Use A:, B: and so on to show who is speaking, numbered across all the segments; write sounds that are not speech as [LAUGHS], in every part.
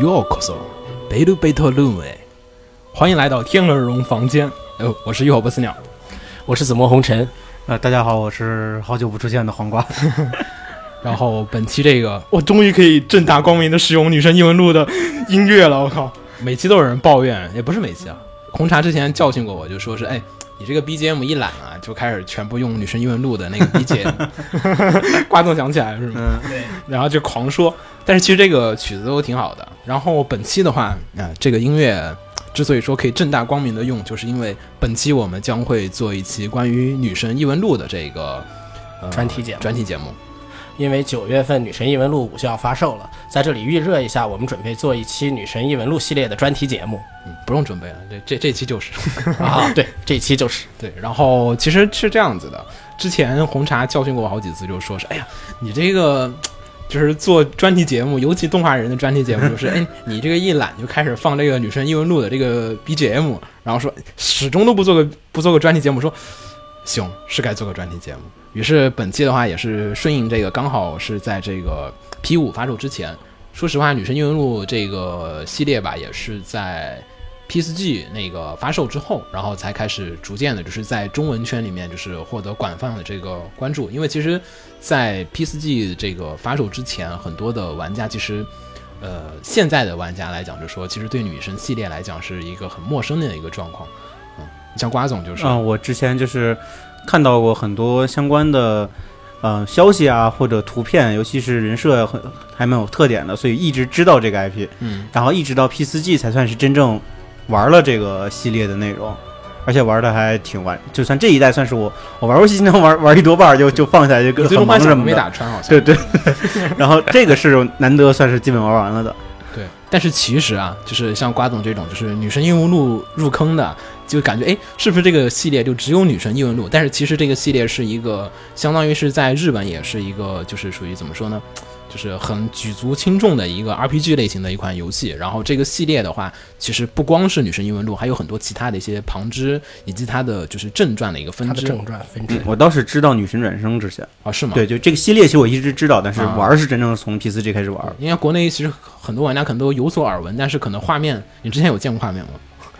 A: 哟口嗦，贝鲁贝托鲁哎，欢迎来到天鹅绒房间。呃，我是浴火不死鸟。
B: 我是紫陌红尘，
C: 呃，大家好，我是好久不出现的黄瓜。
A: 然后本期这个，我终于可以正大光明的使用女神异闻录的音乐了。我靠，每期都有人抱怨，也不是每期啊。红茶之前教训过我，就说是哎，你这个 BGM 一懒啊，就开始全部用女神异闻录的那个 [LAUGHS] BGM。瓜总想起来了是吗？
C: 嗯，
A: 然后就狂说。但是其实这个曲子都挺好的。然后本期的话，啊、这个音乐之所以说可以正大光明的用，就是因为本期我们将会做一期关于女神异闻录的这个、呃、
B: 专题节目
A: 专题节目。
B: 因为九月份《女神异闻录五》就要发售了，在这里预热一下，我们准备做一期《女神异闻录》系列的专题节
A: [LAUGHS]
B: 目
A: 嗯，不用准备了，这这这期就是
B: 啊。对，这一期就是
A: 对。然后其实是这样子的，之前红茶教训过我好几次，就说是哎呀，你这个。就是做专题节目，尤其动画人的专题节目，就是哎，你这个一懒就开始放这个女神异闻录的这个 BGM，然后说哎始终都不做个不做个专题节目，说行是该做个专题节目。于是本期的话也是顺应这个，刚好是在这个 P 五发售之前。说实话，女神异闻录这个系列吧，也是在 PSG 那个发售之后，然后才开始逐渐的，就是在中文圈里面就是获得广泛的这个关注。因为其实，在 PSG 这个发售之前，很多的玩家其实，呃，现在的玩家来讲，就说其实对女神系列来讲是一个很陌生的一个状况。嗯，像瓜总就是，
C: [LAUGHS] 嗯，我之前就是看到过很多相关的呃消息啊，或者图片，尤其是人设很还蛮有特点的，所以一直知道这个 IP，
A: 嗯，
C: 然后一直到 P 四 G 才算是真正玩了这个系列的内容。而且玩的还挺完，就算这一代算是我我玩游戏经常玩玩一多半儿就就放下就
A: 你
C: 跟
A: 最终幻
C: 什
A: 想
C: 么
A: 没
C: 的，
A: 打穿好像。
C: 对对。
A: [LAUGHS]
C: 然后这个是难得算是基本玩完了的，
A: 对，但是其实啊，就是像瓜总这种，就是女神异闻录入坑的，就感觉哎，是不是这个系列就只有女神异闻录？但是其实这个系列是一个，相当于是在日本也是一个，就是属于怎么说呢？就是很举足轻重的一个 RPG 类型的一款游戏。然后这个系列的话，其实不光是女神异闻录，还有很多其他的一些旁支，以及它的就是正传的一个分
B: 它的
A: 支
B: 正传分支。
C: 嗯我倒是知道女神转生之前。
A: 啊，是吗？
C: 对，就这个系列，其实我一直知道，但是
A: 啊
C: 玩儿是真正从 P 四 G 开始玩儿。
A: 因为国内其实很多玩家可能都有所耳闻，但是可能画面，你之前有见过画面吗？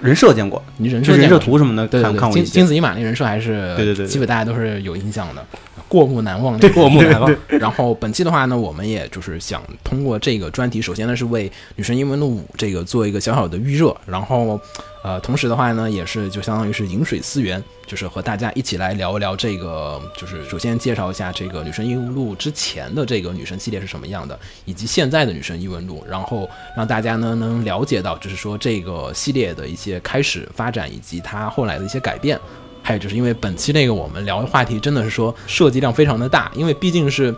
C: 人设见过，
A: 你人
C: 就
A: 设
C: 人
A: 见过
C: 设图什么
A: 对
C: 的，
A: 对
C: 看
A: 对，
C: 看过
A: 金
C: 一
A: 金
C: 些。
A: 子一马那人设还是
C: 对对对对
A: 基本大家都是有印象的，过目难忘那
B: 对，
A: 种。
B: 过目难忘。
A: 然后本期的话呢，我们也就是想通过这个专题，首先呢是为《女神异闻录五》这个做一个小小的预热，然后呃，同时的话呢，也是就相当于是饮水思源，就是和大家一起来聊一聊这个，就是首先介绍一下这个《女神异闻录》之前的这个女神系列是什么样的，以及现在的《女神异闻录》，然后让大家呢能了解到，就是说这个系列的一些开始发展以及它后来的一些改变。还有就是因为本期那个我们聊的话题真的是说涉及量非常的大，因为毕竟是，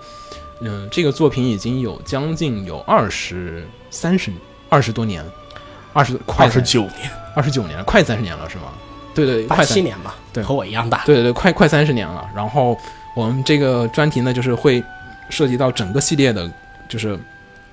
A: 嗯、这个作品已经有将近有二十三十二十多年，二十快
B: 九年，
A: 二十九年了，快三十年了是吗？对对，
B: 八
A: 快
B: 七
A: 三
B: 年吧，
A: 对
B: 和我一样大。
A: 对对对，快快三十年了。然后我们这个专题呢，就是会涉及到整个系列的，就是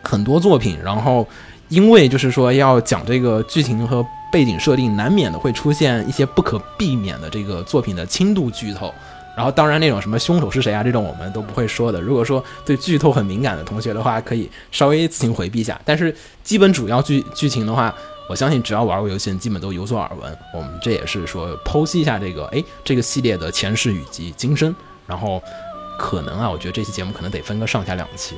A: 很多作品。然后因为就是说要讲这个剧情和背景设定，难免的会出现一些不可避免的这个作品的轻度剧透。然后当然那种什么凶手是谁啊这种我们都不会说的。如果说对剧透很敏感的同学的话，可以稍微自行回避一下。但是基本主要剧剧情的话，我相信只要玩过游戏，基本都有所耳闻。我们这也是说剖析一下这个哎这个系列的前世以及今生，然后可能啊，我觉得这期节目可能得分个上下两期，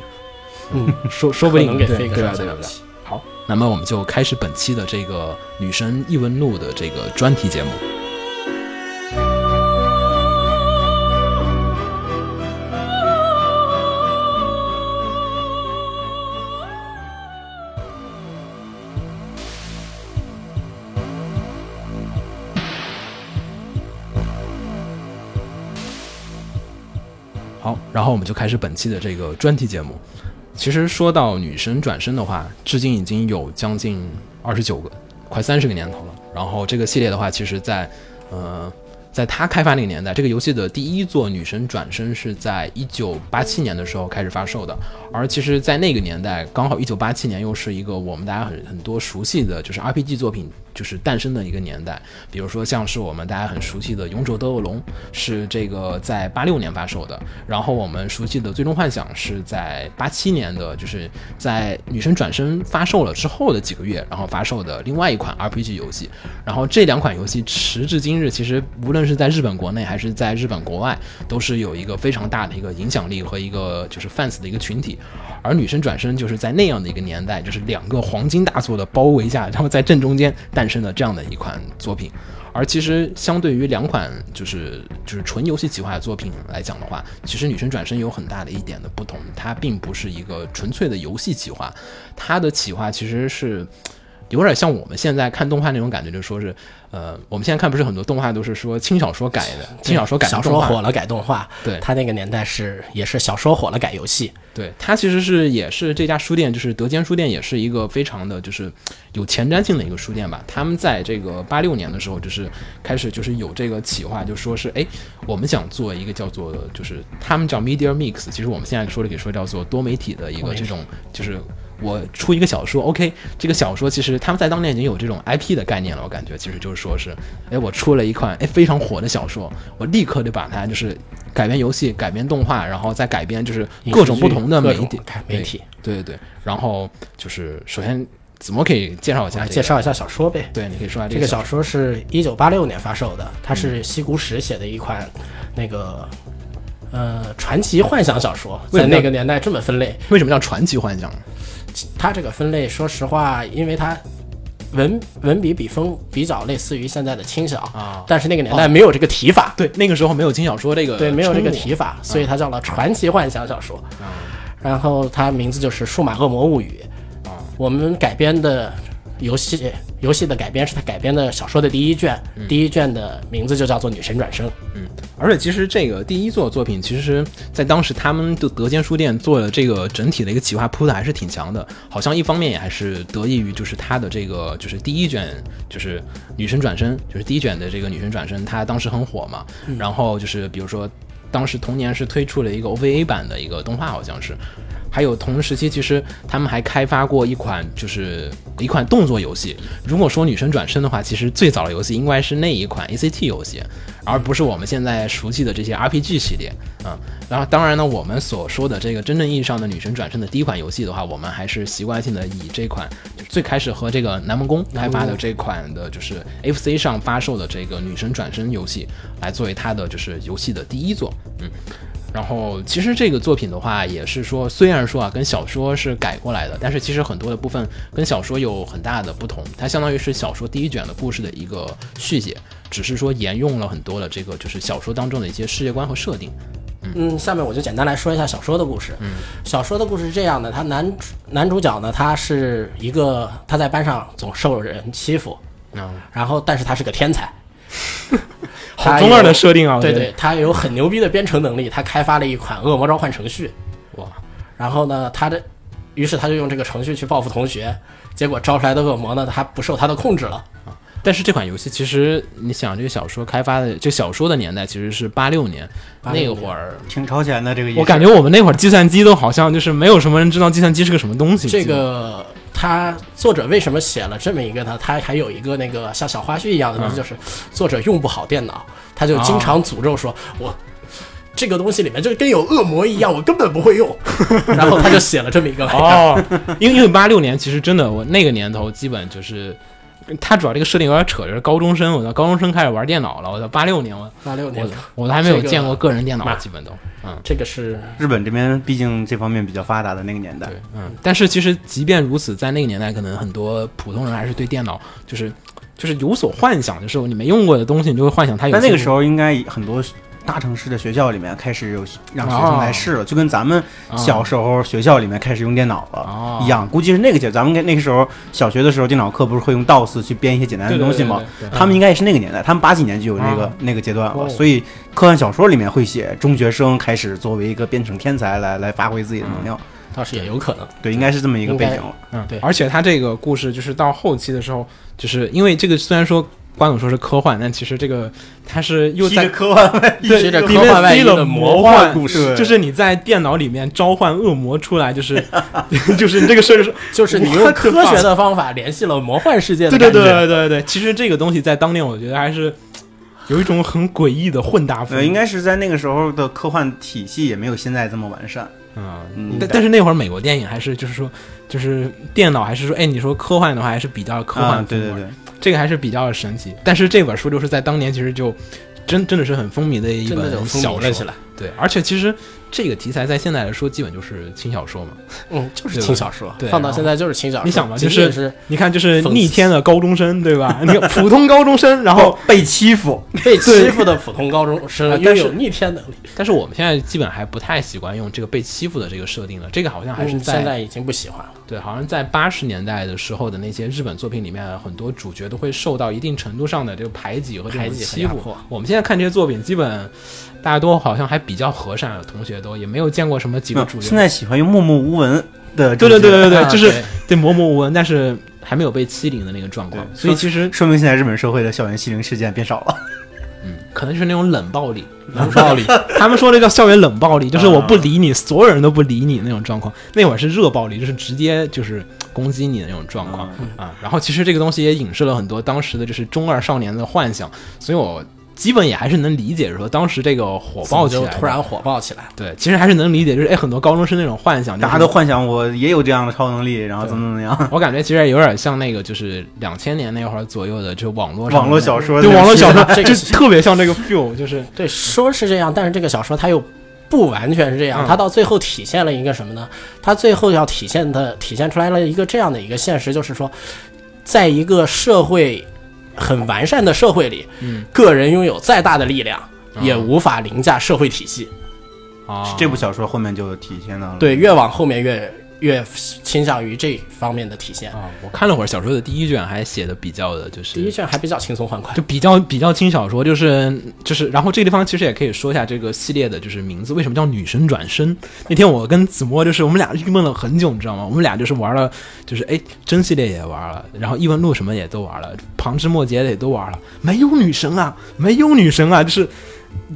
B: 嗯， [LAUGHS]
A: 说说不
B: 可
A: 定
B: 能给
A: 对
B: 飞
A: 对
B: 哥
A: 吧对
B: 上
A: 吧
B: 下
A: 对
B: 两
A: 吧？
B: 期。
A: 好，那么我们就开始本期的这个《女神异闻录》的这个专题节目。好，然后我们就开始本期的这个专题节目。其实说到女神转身的话，至今已经有将近二十九个，快三十个年头了。然后这个系列的话，其实在，呃，在它开发那个年代，这个游戏的第一座《女神转身》是在一九八七年的时候开始发售的。而其实，在那个年代，刚好一九八七年又是一个我们大家很很多熟悉的，就是 RPG 作品就是诞生的一个年代。比如说像是我们大家很熟悉的《勇者斗恶龙》，是这个在八六年发售的，然后我们熟悉的《最终幻想》是在八七年的，就是在《女神转身》发售了之后的几个月，然后发售的另外一款 RPG 游戏。然后这两款游戏时至今日，其实无论是在日本国内还是在日本国外，都是有一个非常大的一个影响力和一个就是 fans 的一个群体。而《女神转身》就是在那样的一个年代，就是两个黄金大作的包围下，然后在正中间诞生的这样的一款作品。而其实相对于两款就是就是纯游戏企划的作品来讲的话，其实《女神转身》有很大的一点的不同，它并不是一个纯粹的游戏企划，它的企划其实是。有点像我们现在看动画那种感觉，就说是，呃，我们现在看不是很多动画都是说轻小说改的，轻小说改
B: 小
A: 的动
B: 说
A: 画
B: 火了改动画，
A: 对
B: 他那个年代是也是小说火了改游戏，
A: 对，它其实是也是这家书店，就是德间书店，也是一个非常的就是有前瞻性的一个书店吧。他们在这个八六年的时候，就是开始就是有这个企划，就说是哎，我们想做一个叫做就是他们叫 media mix，其实我们现在说了给说叫做多媒体的一个这种就是。我出一个小说，OK，这个小说其实他们在当年已经有这种 IP 的概念了，我感觉其实就是说是，哎，我出了一款哎非常火的小说，我立刻就把它就是改编游戏、改编动画，然后再改编就是各种不同的媒
B: 各种
A: 体，
B: 看媒体，
A: 对对对。然后就是首先子墨可以介绍一
B: 我
A: 下、
B: 来
A: 这个，
B: 介，绍一下小说呗。
A: 对，你可以说下
B: 这
A: 个
B: 个小说是一九八六年发售的，它
A: 嗯
B: 是西谷史写的一款那个呃传奇幻想小说，
A: 为什
B: 在
A: 么要
B: 那个年代这么分类。
A: 为什么叫传奇幻想？
B: 它这个分类，说实话，因为它文文笔笔锋比较类似于现在的轻小
A: 啊
B: 但是那个年代没有这个提法，
A: 对，那个时候没有轻小说这个，
B: 对，没有这个提，
A: 啊
B: 法，所以它叫了传奇幻想小说。然后它名字就是《数码恶魔物语》。
A: 啊
B: 我们改编的游戏，游戏的改编是它改编的小说的第一卷，
A: 嗯
B: 第一卷的名字就叫做《女神转生》。
A: 而且其实这个第一作作品，其实在当时他们的德间书店做了这个整体的一个企划铺的还是挺强的，好像一方面也还是得益于就是他的这个就是第一卷就是女神转身，就是第一卷的这个女神转身，它当时很火嘛，然后就是比如说当时同年是推出了一个 OVA 版的一个动画，好像是。还有同时期，其实他们还开发过一款，就是一款动作游戏。如果说女神转身的话，其实最早的游戏应该是那一款 ACT 游戏，而不是我们现在熟悉的这些 RPG 系列。嗯，然后当然呢，我们所说的这个真正意义上的女神转身的第一款游戏的话，我们还是习惯性的以这款就是最开始和这个南梦宫开发的这款的，就是 FC 上发售的这个女神转身游戏来作为它的就是游戏的第一作。嗯。然后，其实这个作品的话，也是说，虽然说啊，跟小说是改过来的，但是其实很多的部分跟小说有很大的不同。它相当于是小说第一卷的故事的一个续写，只是说沿用了很多的这个就是小说当中的一些世界观和设定。
B: 嗯，下面我就简单来说一下小说的故事。嗯，小说的故事是这样的，他男主男主角呢，他是一个他在班上总受人欺负，
A: 啊，
B: 然后但是他是个天
A: [LAUGHS]
B: 才，
A: 好
B: 他
A: 中二的
B: 有
A: 设定啊！我
B: 对
A: 觉得
B: 对，，他有很牛逼的编程能力，他开发了一款恶魔召唤程序，
A: 哇，
B: 然后呢，他的于是他就用这个程序去报复同学，结果招出来的恶魔呢，他不受他的控制了。
A: 但是这款游戏其实，你想这个小说开发的，这小说的年代其实是八六年，
B: 86
A: 那
B: 年
A: 会儿，
C: 挺超前的这个意识。
A: 我感觉我们那会儿计算机都好像就是没有什么人知道计算机是个什么东西。
B: 这个他作者为什么写了这么一个呢？他还有一个那个像小花絮一样的东西，就是作者用不好电脑，他就经常诅咒说：“我这个东西里面就跟有恶魔一样，我根本不会用。”然后他就写了这么一个来着。
A: 哦，因为因为八六年其实真的我那个年头基本就是，它主要这个设定有点扯，就是高中生，我到高中生开始玩电脑了，我到八六年我
B: 八六年
A: 我，我都还没有
B: 这个
A: 见过个人电脑
B: 妈，
A: 基本都嗯。
B: 这个是
C: 日本这边毕竟这方面比较发达的那个年代
A: 对，，嗯，但是其实即便如此，在那个年代，可能很多普通人还是对电脑就是就是有所幻想，就是你没用过的东西，你就会幻想它有。
C: 但那个时候应该很多大城市的学校里面开始有让学生来试了，就跟咱们
A: 候
C: 小时候学校里面开始用电脑了。
A: 哦
C: 一样，估计是那个阶，咱们那个时候小学的时候，电脑课不是会用 DOS 去编一些简单的东西吗？？
A: 对对对对对
C: 他们应该也是那个年代，他们八几年就有那个、
A: 啊
C: 那个阶段了，
B: 哦
C: 所以科幻小说里面会写中学生开始作为一个编程天才来来发挥自己的能量，
B: 倒是也有可能。
C: 对，应该是这么一个背景了。
A: 嗯，
B: 对
A: 而且他这个故事就是到后期的时候，就是因为这个虽然说关总说是科幻，但其实这个它是又
C: 披着
A: 在
C: 科幻
A: [LAUGHS]
C: 外衣，
A: 对
B: 披着
A: 里面
B: 科幻外
A: 塞
B: 衣
A: 了
B: 的
A: 魔
B: 魔
A: 幻
B: 幻
C: 故事
A: 就是你在电脑里面召唤恶魔出来，就是 [LAUGHS] 就是你这个事儿是。
B: 就是你用科学的方法联系了魔幻世界的
A: 对对
B: 感觉。
A: 对对对对，其实这个东西在当年，我觉得还是有一种很诡异的混搭风
C: 呃，应该是在那个时候的科幻体系也没有现在这么完善。
A: 啊。
C: 嗯
A: 但但是那会儿美国电影还是就是说，就是电脑还是说，哎，你说科幻的话还是比较科幻
C: 啊，
A: 风
C: 对
A: 格的、
C: 对对，
A: 这个还是比较神奇。但是这本书就是在当年其实就真真的是很风靡的一
B: 真的
A: 本
B: 就风
A: 小
B: 靡了起
A: 说，
B: 来，
A: 对，而且其实这个题材在现在来说，基本就是轻小说嘛。
B: 嗯，就是
A: 对吧
B: 轻小说
A: 对，
B: 放到现在就是轻小说。
A: 你想吧就
B: 仅
A: 是
B: 仅是
A: 你看，就是
B: 讽刺
A: 逆天的高中生，对吧？你看普通高中生，然
C: 然
A: 后
C: 后被欺负，
A: [LAUGHS]
B: 被欺负的普通高中
A: 啊
B: 生
A: 但
B: 拥
A: 是
B: 有逆天能力，
A: 但是我们现在基本还不太习惯用这个被欺负的这个设定了，这个好像还是
B: 嗯
A: 在,、
B: 现在已经不喜欢了。
A: 对，好像在八十年代的时候的那些日本作品里面，很多主角都会受到一定程度上的这个排挤和这
B: 排
A: 种
B: 挤和
A: 欺
B: 压
A: 负
B: 迫。
A: 我们现在看这些作品，基本大家都好像还比较和善，同学都也没有见过什么几个主角。
C: 现在喜欢用默默无闻的
A: 对
C: 主
A: 对
C: 角，
A: 对对对，
B: 啊
A: 就是
B: 对
A: 对默默无闻，但是还没有被欺凌的那个状况。
C: 对
A: 所以其实，
C: 说明现在日本社会的校园欺凌事件变少了。
A: 嗯，可能就是那种冷 [LAUGHS] 暴力。
B: 冷暴力，
A: 他们说这叫校园冷暴力，就是
C: 啊
A: 我不理你，所有人都不理你那种状况。那会儿是热暴力，就是直接就是攻击你的那种状况啊。然后其实这个东西也影射了很多当时的就是中二少年的幻想，所以我基本也还是能理解说当时这个火爆起
B: 就
A: 来的，
B: 突然火爆起来了。
A: 对，其实还是能理解，就是哎很多高中生那种幻想，
C: 大家都。幻想我也有这样的超能力，然后怎么怎么样，
A: 我感觉其实有点像那个，就是两千年那会儿左右的，就网络上的
C: 网络小说
A: 对
C: 那个
A: 网络
C: 时
A: 小说，
C: 代
B: 这
A: 就
B: 个
A: 特别像这个 feel，就是
B: 对，说是这样，但是这个小说它又不完全是这样
A: 嗯，
B: 它到最后体现了一个什么呢？它最后要体现的体现出来了一个这样的一个现实，就是说，在一个社会很完善的社会里，
A: 嗯，
B: 个人拥有再大的力量。
A: 嗯
B: 也无法凌驾社会体系。
A: 啊，
C: 这部小说后面就体现到了。
B: 对，越往后面越越倾向于这方面的体现。
A: 啊，我看了会儿小说的第一卷，还写的比较的就是
B: 第一卷还比较轻松欢快
A: 就，比较比较轻小说，就是就是，然后这个地方其实也可以说一下这个系列的，就是名字为什么叫女神转身。那天我跟子墨就是我们俩郁闷了很久，你知道吗？我们俩就是玩了，就是哎真系列也玩了，然后异闻录什么也都玩了，旁枝末节的也都玩了，没有女神啊，没有女神啊，就是。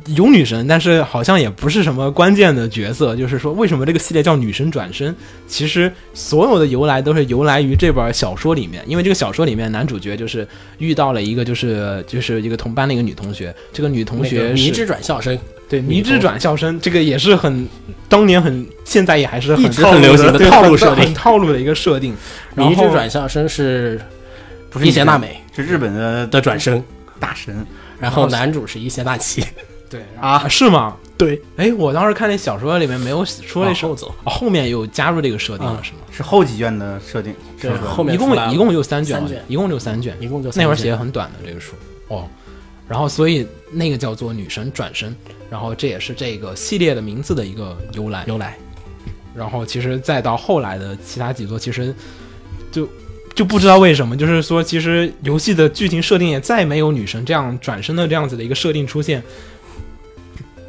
A: 有女神，但是好像也不是什么关键的角色。就是说，为什么这个系列叫《女神转身》？其实所有的由来都是由来于这本小说里面，因为这个小说里面男主角就是遇到了一个就是就是一个同班的一个女同学，这个女同
B: 那
A: 学
B: 个迷
A: 是
B: 之转校生，
A: 对迷
B: 迷
A: 之
B: 之
A: 转校生，这个也是很当年很现在也还是很
B: 一直很流行的
A: 对
B: 套
A: 很
B: 路设定
A: 很套路的一个设定。然后
B: 迷之转校生是
C: 不是
B: 伊邪那
C: 美，
B: 美
C: 是日本的
B: 的转生，
A: 嗯
C: 大神。
B: 然后男主是伊邪那岐。
A: 对
C: 啊
A: 是吗？
B: 对，
A: 哎，我当时看那小说里面没有说那
B: 往
A: 是
B: 后走，
A: 后面有加入这个设定了
B: 哦嗯
A: 是吗？
C: 是后几卷的设定，
B: 对
C: 是吧
B: 后面
A: 一共
B: 出来了
A: 一共就三卷，
B: 三
A: 好像
B: 卷
A: 一共就三卷。
B: 一共就三
A: 那会儿
B: 卷
A: 写的很短的这个书哦，然后所以那个叫做女神转身，然后这也是这个系列的名字的一个由来。
B: 由来。
A: 然后其实再到后来的其他几座，其实就就不知道为什么，就是说其实游戏的剧情设定也再没有女神这样转身的这样子的一个设定出现，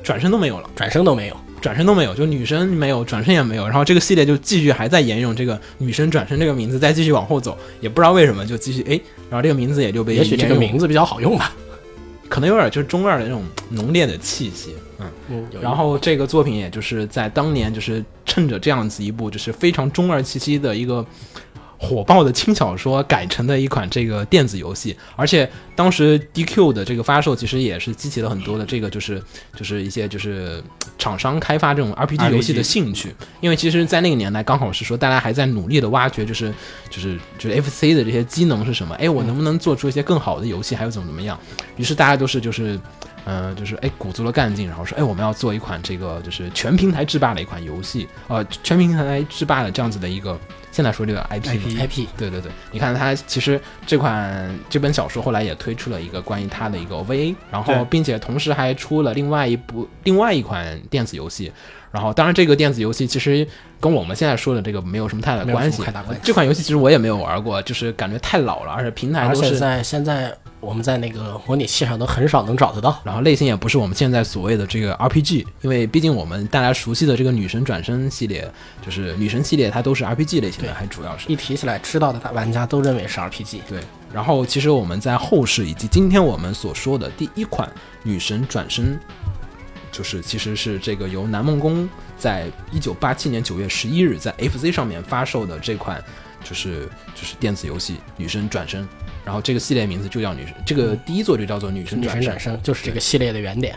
A: 转身都没有了。
B: 转生都没有。
A: 转身都没有，就女生没有，转身也没有，然后这个系列就继续还在沿用这个“女生转身”这个名字，再继续往后走，也不知道为什么就继续哎，然后这个名字也就被
B: 也许这
A: 沿
B: 个
A: 用
B: 名字比较好用吧。
A: 可能有点就是中二的那种浓烈的气息，嗯，
B: 嗯，有一
A: 然后这个作品也就是在当年就是趁着这样子一部就是非常中二气息的一个火爆的轻小说改成的一款这个电子游戏，而且当时 DQ 的这个发售其实也是激起了很多的这个就是就是一些就是厂商开发这种 RPG 游戏的
C: RPG
A: 兴趣，因为其实，在那个年代刚好是说大家还在努力的挖掘就是就是就是 FC 的这些机能是什么，哎，
B: 嗯
A: 我能不能做出一些更好的游戏，还有怎么怎么样，于是大家都是就是。呃，就是哎，鼓足了干劲，然后说哎，我们要做一款这个就是全平台制霸的一款游戏，呃，全平台制霸的这样子的一个，现在说这个 IP 嘛
C: IP
B: IP
A: 对对对，你看它其实这款这本小说后来也推出了一个关于它的一个 OVA，然后
C: 对
A: 并且同时还出了另外一部另外一款电子游戏，然后当然这个电子游戏其实跟我们现在说的这个没有什么太大
B: 没有
A: 关
B: 什
A: 系
B: 么太大关系。嗯
A: 这款游戏其实我也没有玩过，就是感觉太老了，而且平台
B: 而
A: 都
B: 且
A: 是
B: 在现在我们在那个模拟器上都很少能找得到。
A: 然后类型也不是我们现在所谓的这个 RPG，因为毕竟我们大家熟悉的这个女神转身系列，就是女神系列，它都是 RPG 类型的，
B: 对
A: 还主要是
B: 一提起来，知道的大玩家都认为是 RPG。
A: 对。然后其实我们在后世以及今天我们所说的第一款女神转身，就是其实是这个由南梦宫在一九八七年九月十一日在 FC 上面发售的这款。就是就是电子游戏《女神转身》，然后这个系列名字就叫女神，这个第一作就叫做《女神
B: 女
A: 转身》
B: 神转。身就是这个系列的原点，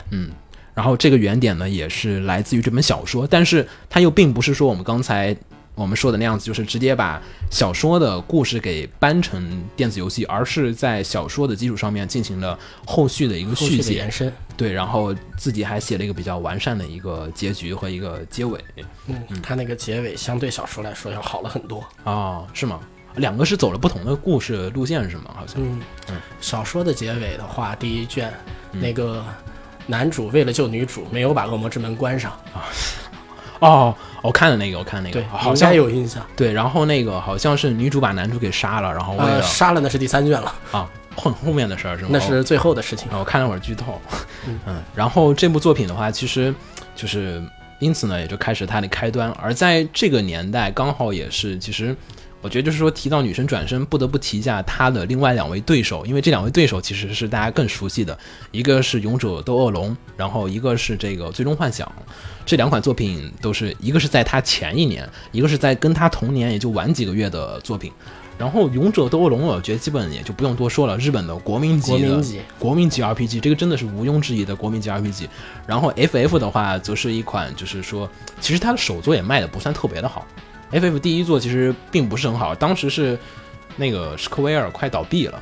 A: 然后这个原点呢，也是来自于这本小说，但是它又并不是说我们刚才我们说的那样子，就是直接把小说的故事给搬成电子游戏，而是在小说的基础上面进行了后续的一个
B: 后
A: 续
B: 续的
A: 写
B: 延，伸。
A: 对，然后自己还写了一个比较完善的一个结局和一个结尾
B: 嗯，它那个结尾相对小说来说要好了很多。
A: 哦，是吗？两个是走了不同的故事路线是吗？好像
B: 嗯，小说的结尾的话，第一卷、那个男主为了救女主，没有把恶魔之门关上，
A: 哦，我看了那个，我看了那个，
B: 对，
A: 好
B: 应该
A: 像
B: 有印象。
A: 对，然后那个好像是女主把男主给杀了，然后为
B: 呃，
A: 了、
B: 杀了那是第三卷了，
A: 啊后后面的事儿是吗？
B: 那是最后的事情。
A: 啊，我看了会儿剧透，嗯，然后这部作品的话，其实就是因此呢，也就开始它的开端。而在这个年代，刚好也是其实。我觉得就是说，提到女神转身，不得不提一下她的另外两位对手，因为这两位对手其实是大家更熟悉的，一个是《勇者斗恶龙》，然后一个是这个《最终幻想》。这两款作品都是一个是在她前一年，一个是在跟她同年也就晚几个月的作品。然后《勇者斗恶龙》，我觉得基本也就不用多说了，日本的国民级的
B: 国民级
A: 国民级 RPG，这个真的是毋庸置疑的国民级 RPG。然后 FF 的话，则是一款就是说，其实它的首作也卖的不算特别的好。FF 第一作其实并不是很好，当时是那个史克威尔快倒闭了，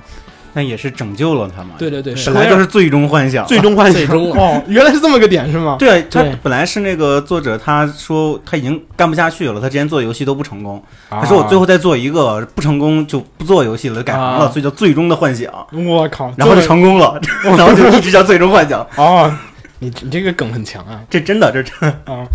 C: 但也是拯救了他嘛。
A: 对，对对，史
C: 本
A: 克威
C: 来就
A: 尔
C: 是最终幻想，
A: 最终幻想，
B: 最终了啊
A: 哦，原来是这么个点是吗？
C: [LAUGHS] 对他
B: 对
C: 本来是那个作者，他说他已经干不下去了，他之前做游戏都不成功，他说我最后再做一个不成功就不做游戏了，改行
A: 啊
C: 了，所以叫最终的幻想，
A: 我靠，
C: 然后
A: 这
C: 就
A: 么
C: 成功了，然后就一直叫最终幻想， [LAUGHS]
A: 哦，你你 [LAUGHS] 这个梗很强啊。
C: 这真的这真的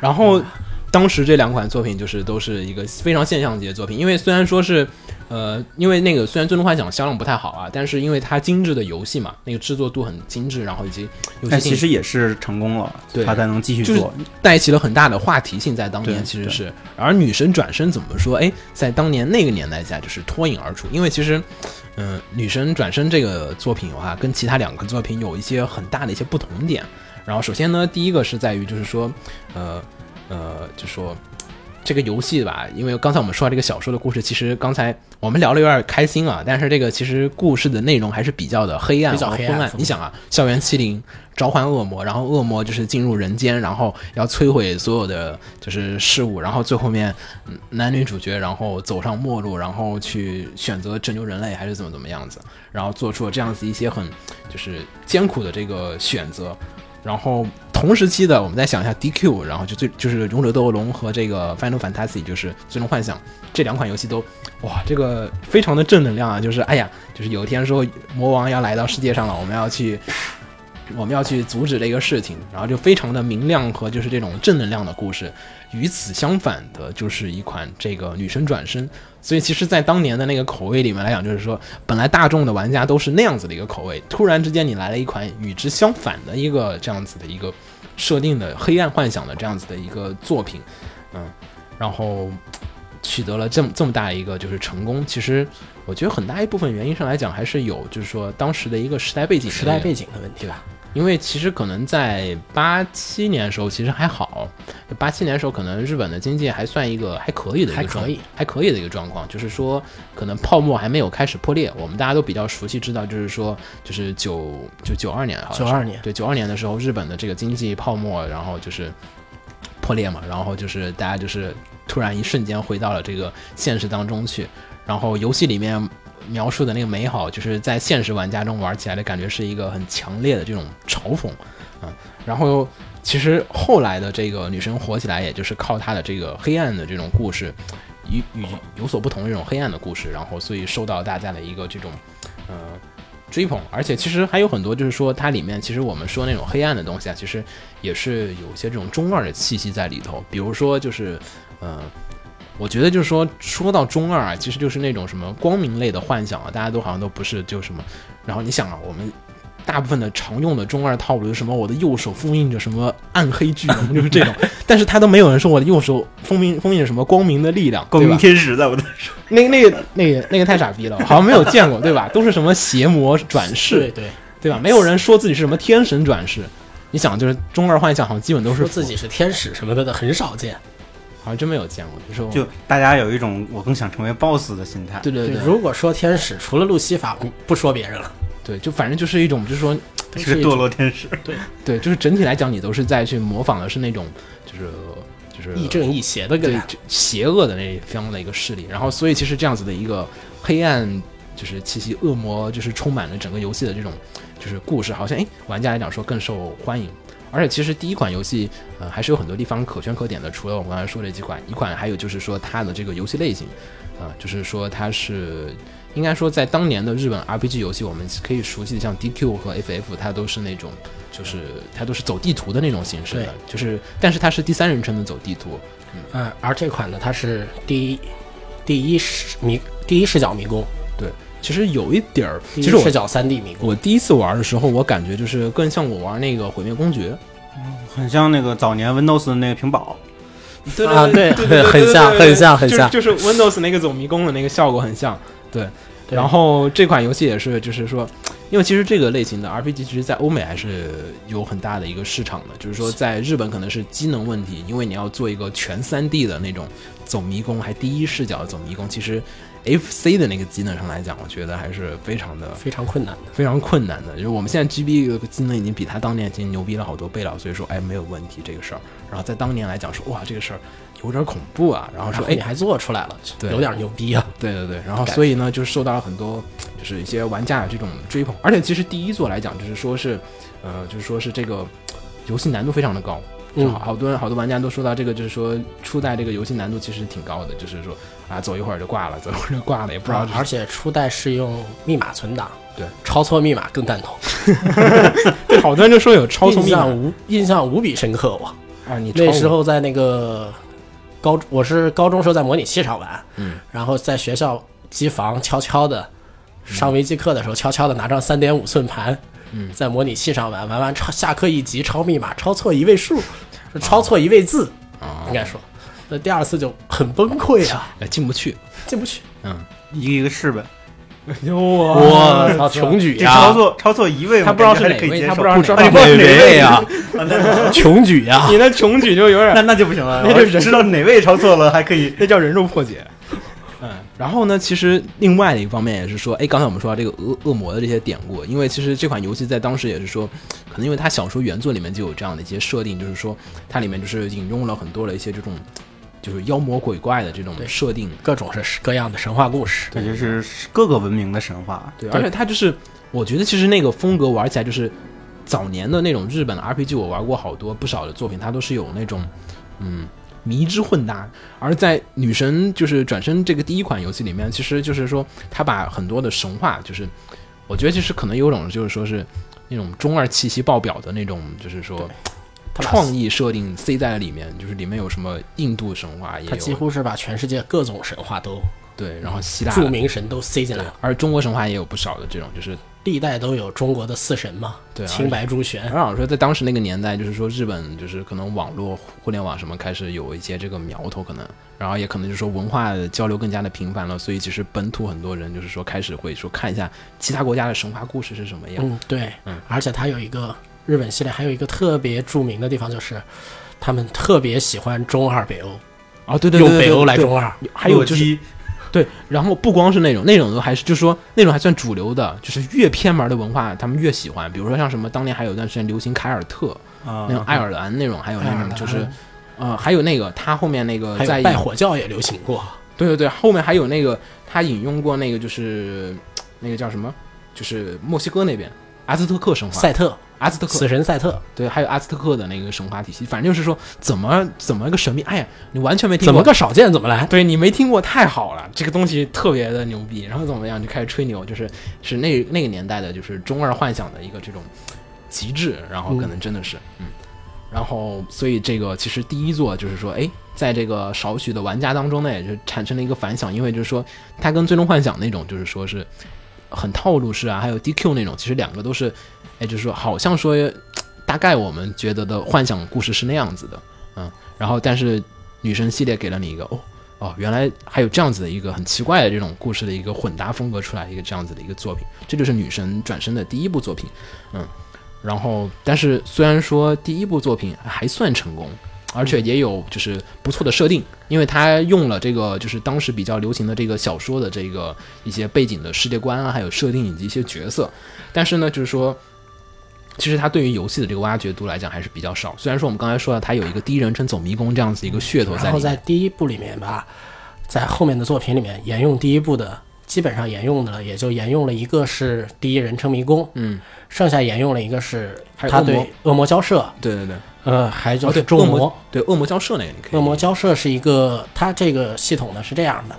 A: 然后当时这两款作品就是都是一个非常现象级的作品，因为虽然说是。呃，因为那个虽然《最终幻想》销量不太好啊，但是因为它精致的游戏嘛，那个制作度很精致，然后以及游
C: 但
A: 戏
C: 哎其
A: 性
C: 实也是成功了，
A: 对
C: 他才能继续
A: 就是
C: 做，
A: 带起了很大的话题性，在当年
C: 对
A: 其实是。而女神转身怎么说？哎，在当年那个年代下就是脱颖而出，因为其实，嗯、女神转身这个作品的话，跟其他两个作品有一些很大的一些不同点。然后首先呢，第一个是在于就是说，呃呃，就说。这个游戏吧，因为刚才我们说到这个小说的故事，其实刚才我们聊的有点开心啊，但是这个其实故事的内容还是比较的黑暗
B: 比较
A: 和
B: 黑
A: 昏
B: 暗嗯
A: 暗。你想啊，校园欺凌，召唤恶魔，然后恶魔就是进入人间，然后要摧毁所有的就是事物，然后最后面嗯男女主角然后走上末路，然后去选择拯救人类还是怎么怎么样子，然后做出了这样子一些很就是艰苦的这个选择。然后同时期的，我们再想一下 DQ，然后就最就是《勇者斗恶龙》和这个《Final Fantasy》就是《最终幻想》这两款游戏都哇，这个非常的正能量啊！就是哎呀，就是有一天说魔王要来到世界上了，我们要去我们要去阻止这个事情，然后就非常的明亮和就是这种正能量的故事。与此相反的，就是一款这个女神转身。所以其实，在当年的那个口味里面来讲，就是说，本来大众的玩家都是那样子的一个口味，突然之间你来了一款与之相反的一个这样子的一个设定的黑暗幻想的这样子的一个作品，嗯，然后取得了这么这么大一个就是成功。其实我觉得很大一部分原因上来讲，还是有就是说当时的一个时代背景的
B: 时代
A: 原因
B: 背景的问题吧。
A: 因为其实可能在八七年的时候，其实还好。八七年的时候，可能日本的经济还算一个还可以的一个
B: 还
A: 状
B: 可以
A: 还可以的一个状况，就是说可能泡沫还没有开始破裂。我们大家都比较熟悉，知道就是说就是九就九二年啊好
B: 九
A: 像是
B: 二年，
A: 对九二年的时候，日本的这个经济泡沫，然后就是破裂嘛，然后就是大家就是突然一瞬间回到了这个现实当中去，然后游戏里面描述的那个美好，就是在现实玩家中玩起来的感觉是一个很强烈的这种嘲讽，啊，然后其实后来的这个女神火起来，也就是靠她的这个黑暗的这种故事，与与有所不同的这种黑暗的故事，然后所以受到大家的一个这种，呃。追捧，而且其实还有很多，就是说它里面其实我们说那种黑暗的东西啊，其实也是有一些这种中二的气息在里头。比如说就是，呃我觉得就是说，说到中二啊，其实就是那种什么光明类的幻想啊，大家都好像都不是就什么。然后你想啊，我们大部分的常用的中二套路就是什么，我的右手封印着什么暗黑巨龙，就是这种。 [LAUGHS] 但是他都没有人说我的右手封印封印着什么光明的力量，
C: 光
A: 对
C: 明
A: 吧？
C: 天使在我的手，
A: 那那个那个那个太傻逼了，好像没有见过，对吧？都是什么邪魔转世
B: 对，对，
A: 对吧？没有人说自己是什么天神转世。你想，就是中二幻想，好像基本都是
B: 说自己是天使什么的的很少见。
A: 好像真没有见过，就是我
C: 就大家有一种我更想成为 boss 的心态。
A: 对对对
B: 如果说天使，除了路西法，不不说别人了。
A: 对，就反正就是一种，就是说
B: 都
C: 是
B: 一
C: 堕落天使，
A: 对，就是整体来讲，你都是在去模仿的是那种，就是就是
B: 亦正亦邪的
A: 对
B: 感觉。
A: 就邪恶的那方的一个势力。然后，所以其实这样子的一个黑暗就是气息，恶魔就是充满了整个游戏的这种就是故事，好像哎玩家来讲说更受欢迎。而且其实第一款游戏，呃，还是有很多地方可圈可点的。除了我们刚才说的几款，一款还有就是说它的这个游戏类型，啊、就是说它是应该说在当年的日本 RPG 游戏，我们可以熟悉的像 DQ 和 FF，它都是那种就是它都是走地图的那种形式的
B: 对，
A: 就是但是它是第三人称的走地图，
B: 嗯，而这款呢，它是第一第一视迷第一视角迷宫，
A: 对，其实有一点儿，
B: 第
A: 其
B: 一
A: 实我
B: 视角三 D 迷宫。
A: 我第一次玩的时候，我感觉就是更像我玩那个毁灭公爵，
C: 很像那个早年 Windows 的那个屏保。
A: 对
B: [LAUGHS] 啊对对很像很像很像
A: 就是就是 Windows 那个走迷宫的那个效果很像，对。
B: 对
A: 然后这款游戏也是，就是说，因为其实这个类型的 RPG 其实，在欧美还是有很大的一个市场的，就是说在日本可能是机能问题，因为你要做一个全 3D 的那种走迷宫，还第一视角走迷宫，其实 FC 的那个机能上来讲，我觉得还是非常的
B: 非常困难的，
A: 非常困难的，就是我们现在 GB 的技能已经比他当年已经牛逼了好多倍了，所以说哎没有问题这个事儿。然后在当年来讲说哇这个事儿有点恐怖啊，然后
B: 然
A: 说
B: 后
A: 哎
B: 嗯你还做出来了，
A: 对
B: 有点牛逼啊！
A: 对对对，然后
B: 感
A: 所以呢就是受到了很多就是一些玩家的这种追捧，而且其实第一座来讲就是说是呃就是说是这个游戏难度非常的高，就好啊
B: 嗯，
A: 好多人好多玩家都说到这个，就是说初代这个游戏难度其实挺高的，就是说啊走一会儿就挂了，走一会儿就挂了，也不知道、
B: 啊嗯而且初代是用密码存档，
A: 对，
B: 抄错密码更蛋疼，
A: 对好多人就说有超速
B: 印
A: 密码
B: 象无印象无比深刻。我
A: 啊，你超
B: 那
A: 我
B: 时候在那个高，我是高中时候在模拟器上玩，
A: 嗯，
B: 然后在学校机房悄悄的上微机课的时候，悄悄的拿张三点五寸盘，
A: 嗯
B: 在模拟器上玩，玩完抄下课一级抄密码，抄错一位数，抄错一位字，
A: 啊
B: 应该说，那第二次就很崩溃啊，
A: 哎进不去，
B: 进不去，
A: 嗯。
C: 一个一个试呗，
A: 我
B: 操，穷举
C: 这
B: 呀、
A: 啊
C: 超错超错一位，
A: 他
C: 我
A: 不知道
C: 感觉
A: 是
C: 还可
A: 哪
C: 以
A: 位
C: 接
A: 他
C: 受，
A: 不知道是
C: 哎
A: 哪
C: 不
A: 位
C: 位啊？
B: 穷举呀、
A: 你的穷举就有点
C: 那那就不行了，
A: 那就
C: 我
A: 人
C: 知道哪位抄错了还可 [LAUGHS] 以
A: 那叫人肉破解。嗯，然后呢，其实另外的一方面也是说，哎，刚才我们说到这个恶恶魔的这些典故，因为其实这款游戏在当时也是说，可能因为它小说原作里面就有这样的一些设定，就是说它里面就是引用了很多的一些这种就是妖魔鬼怪的这种设定，
B: [LAUGHS] 各种是各样的神话故事，
C: 感觉是各个文明的神话。
A: 对，
B: 对
A: 而且它就是，我觉得其实那个风格玩起来就是早年的那种日本的 RPG，我玩过好多不少的作品，它都是有那种嗯迷之混搭。而在女神就是转身这个第一款游戏里面，其实就是说它把很多的神话，就是嗯我觉得其实可能有种就是说是那种中二气息爆表的那种，就是说
B: 他把
A: 创意设定塞在了里面，就是里面有什么印度神话也
B: 他几
A: 有
B: 乎是把全世界各种神话都
A: 对，然后希腊
B: 著名神都塞进来
A: 对
B: 了，，
A: 而中国神话也有不少的这种就是。
B: 历代都有中国的四神嘛，
A: 对而且嗯
B: 青白嗯朱玄，
A: 而好像说，在当时那个年代，就是说日本就是可能网络、互联网什么开始有一些这个苗头，可能，然后也可能就是说文化交流更加的频繁了，所以其实本土很多人就是说开始会说看一下其他国家的神话故事是什么样。
B: 嗯，对，
A: 嗯
B: 而且它有一个日本系列，还有一个特别著名的地方就是，他们特别喜欢中二北欧，
A: 哦，对对对
B: 用
A: 对
B: 北欧来
A: 对
B: 中二，
A: 还有
C: 洛
A: 就是
C: 基
A: 对，然后不光是那种，那种都还是就是说那种还算主流的，就是越偏门的文化他们越喜欢。比如说像什么当年还有一段时间流行凯尔特
C: 啊
A: 那种爱尔兰那种，还有那
B: 爱尔
A: 种
B: 兰
A: 就是。呃，还有那个他后面那个
B: 还
A: 在
B: 有拜火教也流行过，
A: 对对对，后面还有那个他引用过那个就是那个叫什么，就是墨西哥那边阿兹特克神话，
B: 赛特
A: 阿兹特克
B: 死神赛特，
A: 对，还有阿兹特克的那个神话体系，反正就是说怎么怎么个神秘，哎呀，你完全没听过，
B: 怎么个少见怎么来，
A: 对你没听过太好了，这个东西特别的牛逼，然后怎么样就开始吹牛，就是是那那个年代的就是中二幻想的一个这种极致，然后可能真的是嗯然后，所以这个其实第一座就是说，哎，在这个少许的玩家当中呢，也就产生了一个反响，因为就是说，它跟《最终幻想》那种就是说是很套路式啊，还有 DQ 那种，其实两个都是，哎，就是说好像说大概我们觉得的幻想故事是那样子的，嗯，然后但是女神系列给了你一个哦。哦，原来还有这样子的一个很奇怪的这种故事的一个混搭风格出来一个这样子的一个作品，这就是女神转身的第一部作品，嗯，然后但是虽然说第一部作品还算成功，而且也有就是不错的设定，因为它用了这个就是当时比较流行的这个小说的这个一些背景的世界观啊，还有设定以及一些角色，但是呢，就是说。其实它对于游戏的这个挖掘度来讲还是比较少，虽然说我们刚才说了它有一个第一人称走迷宫这样子一个噱头在里面，
B: 然后在第一部里面吧，在后面的作品里面沿用第一部的，基本上沿用的也就沿用了一个是第一人称迷宫，
A: 嗯，
B: 剩下沿用了一个是
A: 还有
B: 他
A: 恶魔
B: 对恶魔交涉，
A: 对对对，
B: 呃，还有就
A: 哦对，
B: 是众
A: 恶
B: 魔
A: 魔，对恶魔交涉那个你可以，
B: 恶魔交涉是一个，它这个系统呢是这样的，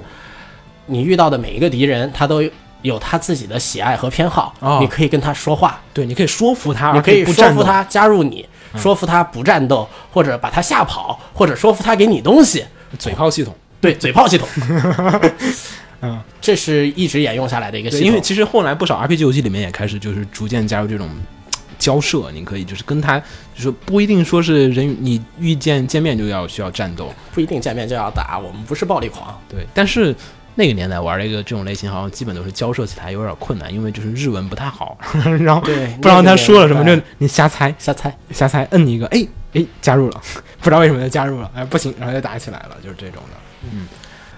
B: 你遇到的每一个敌人，他都有他自己的喜爱和偏好，
A: 哦
B: 你可以跟他说话，
A: 对，你可以说服他，
B: 你
A: 而
B: 可以
A: 不
B: 说
A: 战
B: 服
A: 斗，嗯
B: 他加入你，说服他不战斗，或者把他吓跑，或者说服他给你东西，
A: 嘴炮系统。
B: 对，嘴炮
A: [LAUGHS]
B: 系统。这是一直沿用下来的一个系
A: 嗯对，
B: 统，
A: 因为其实后来不少 RPG 游戏里面也开始就是逐渐加入这种交涉，你可以就是跟他，就是不一定说是人与你遇见见面就要需要战斗，
B: 不一定见面就要打，我们不是暴力狂。
A: 对，但是。那个年代玩这个这种类型，好像基本都是交涉起来有点困难，因为就是日文不太好， [LAUGHS] [LAUGHS] 然后
B: 对
A: 不知道他说了什么，
B: 那个
A: 就你瞎猜
B: 瞎猜，
A: 瞎猜，摁一个，哎哎加入了， [LAUGHS] 不知道为什么就加入了，哎不行，然后就打起来了，就是这种的，嗯。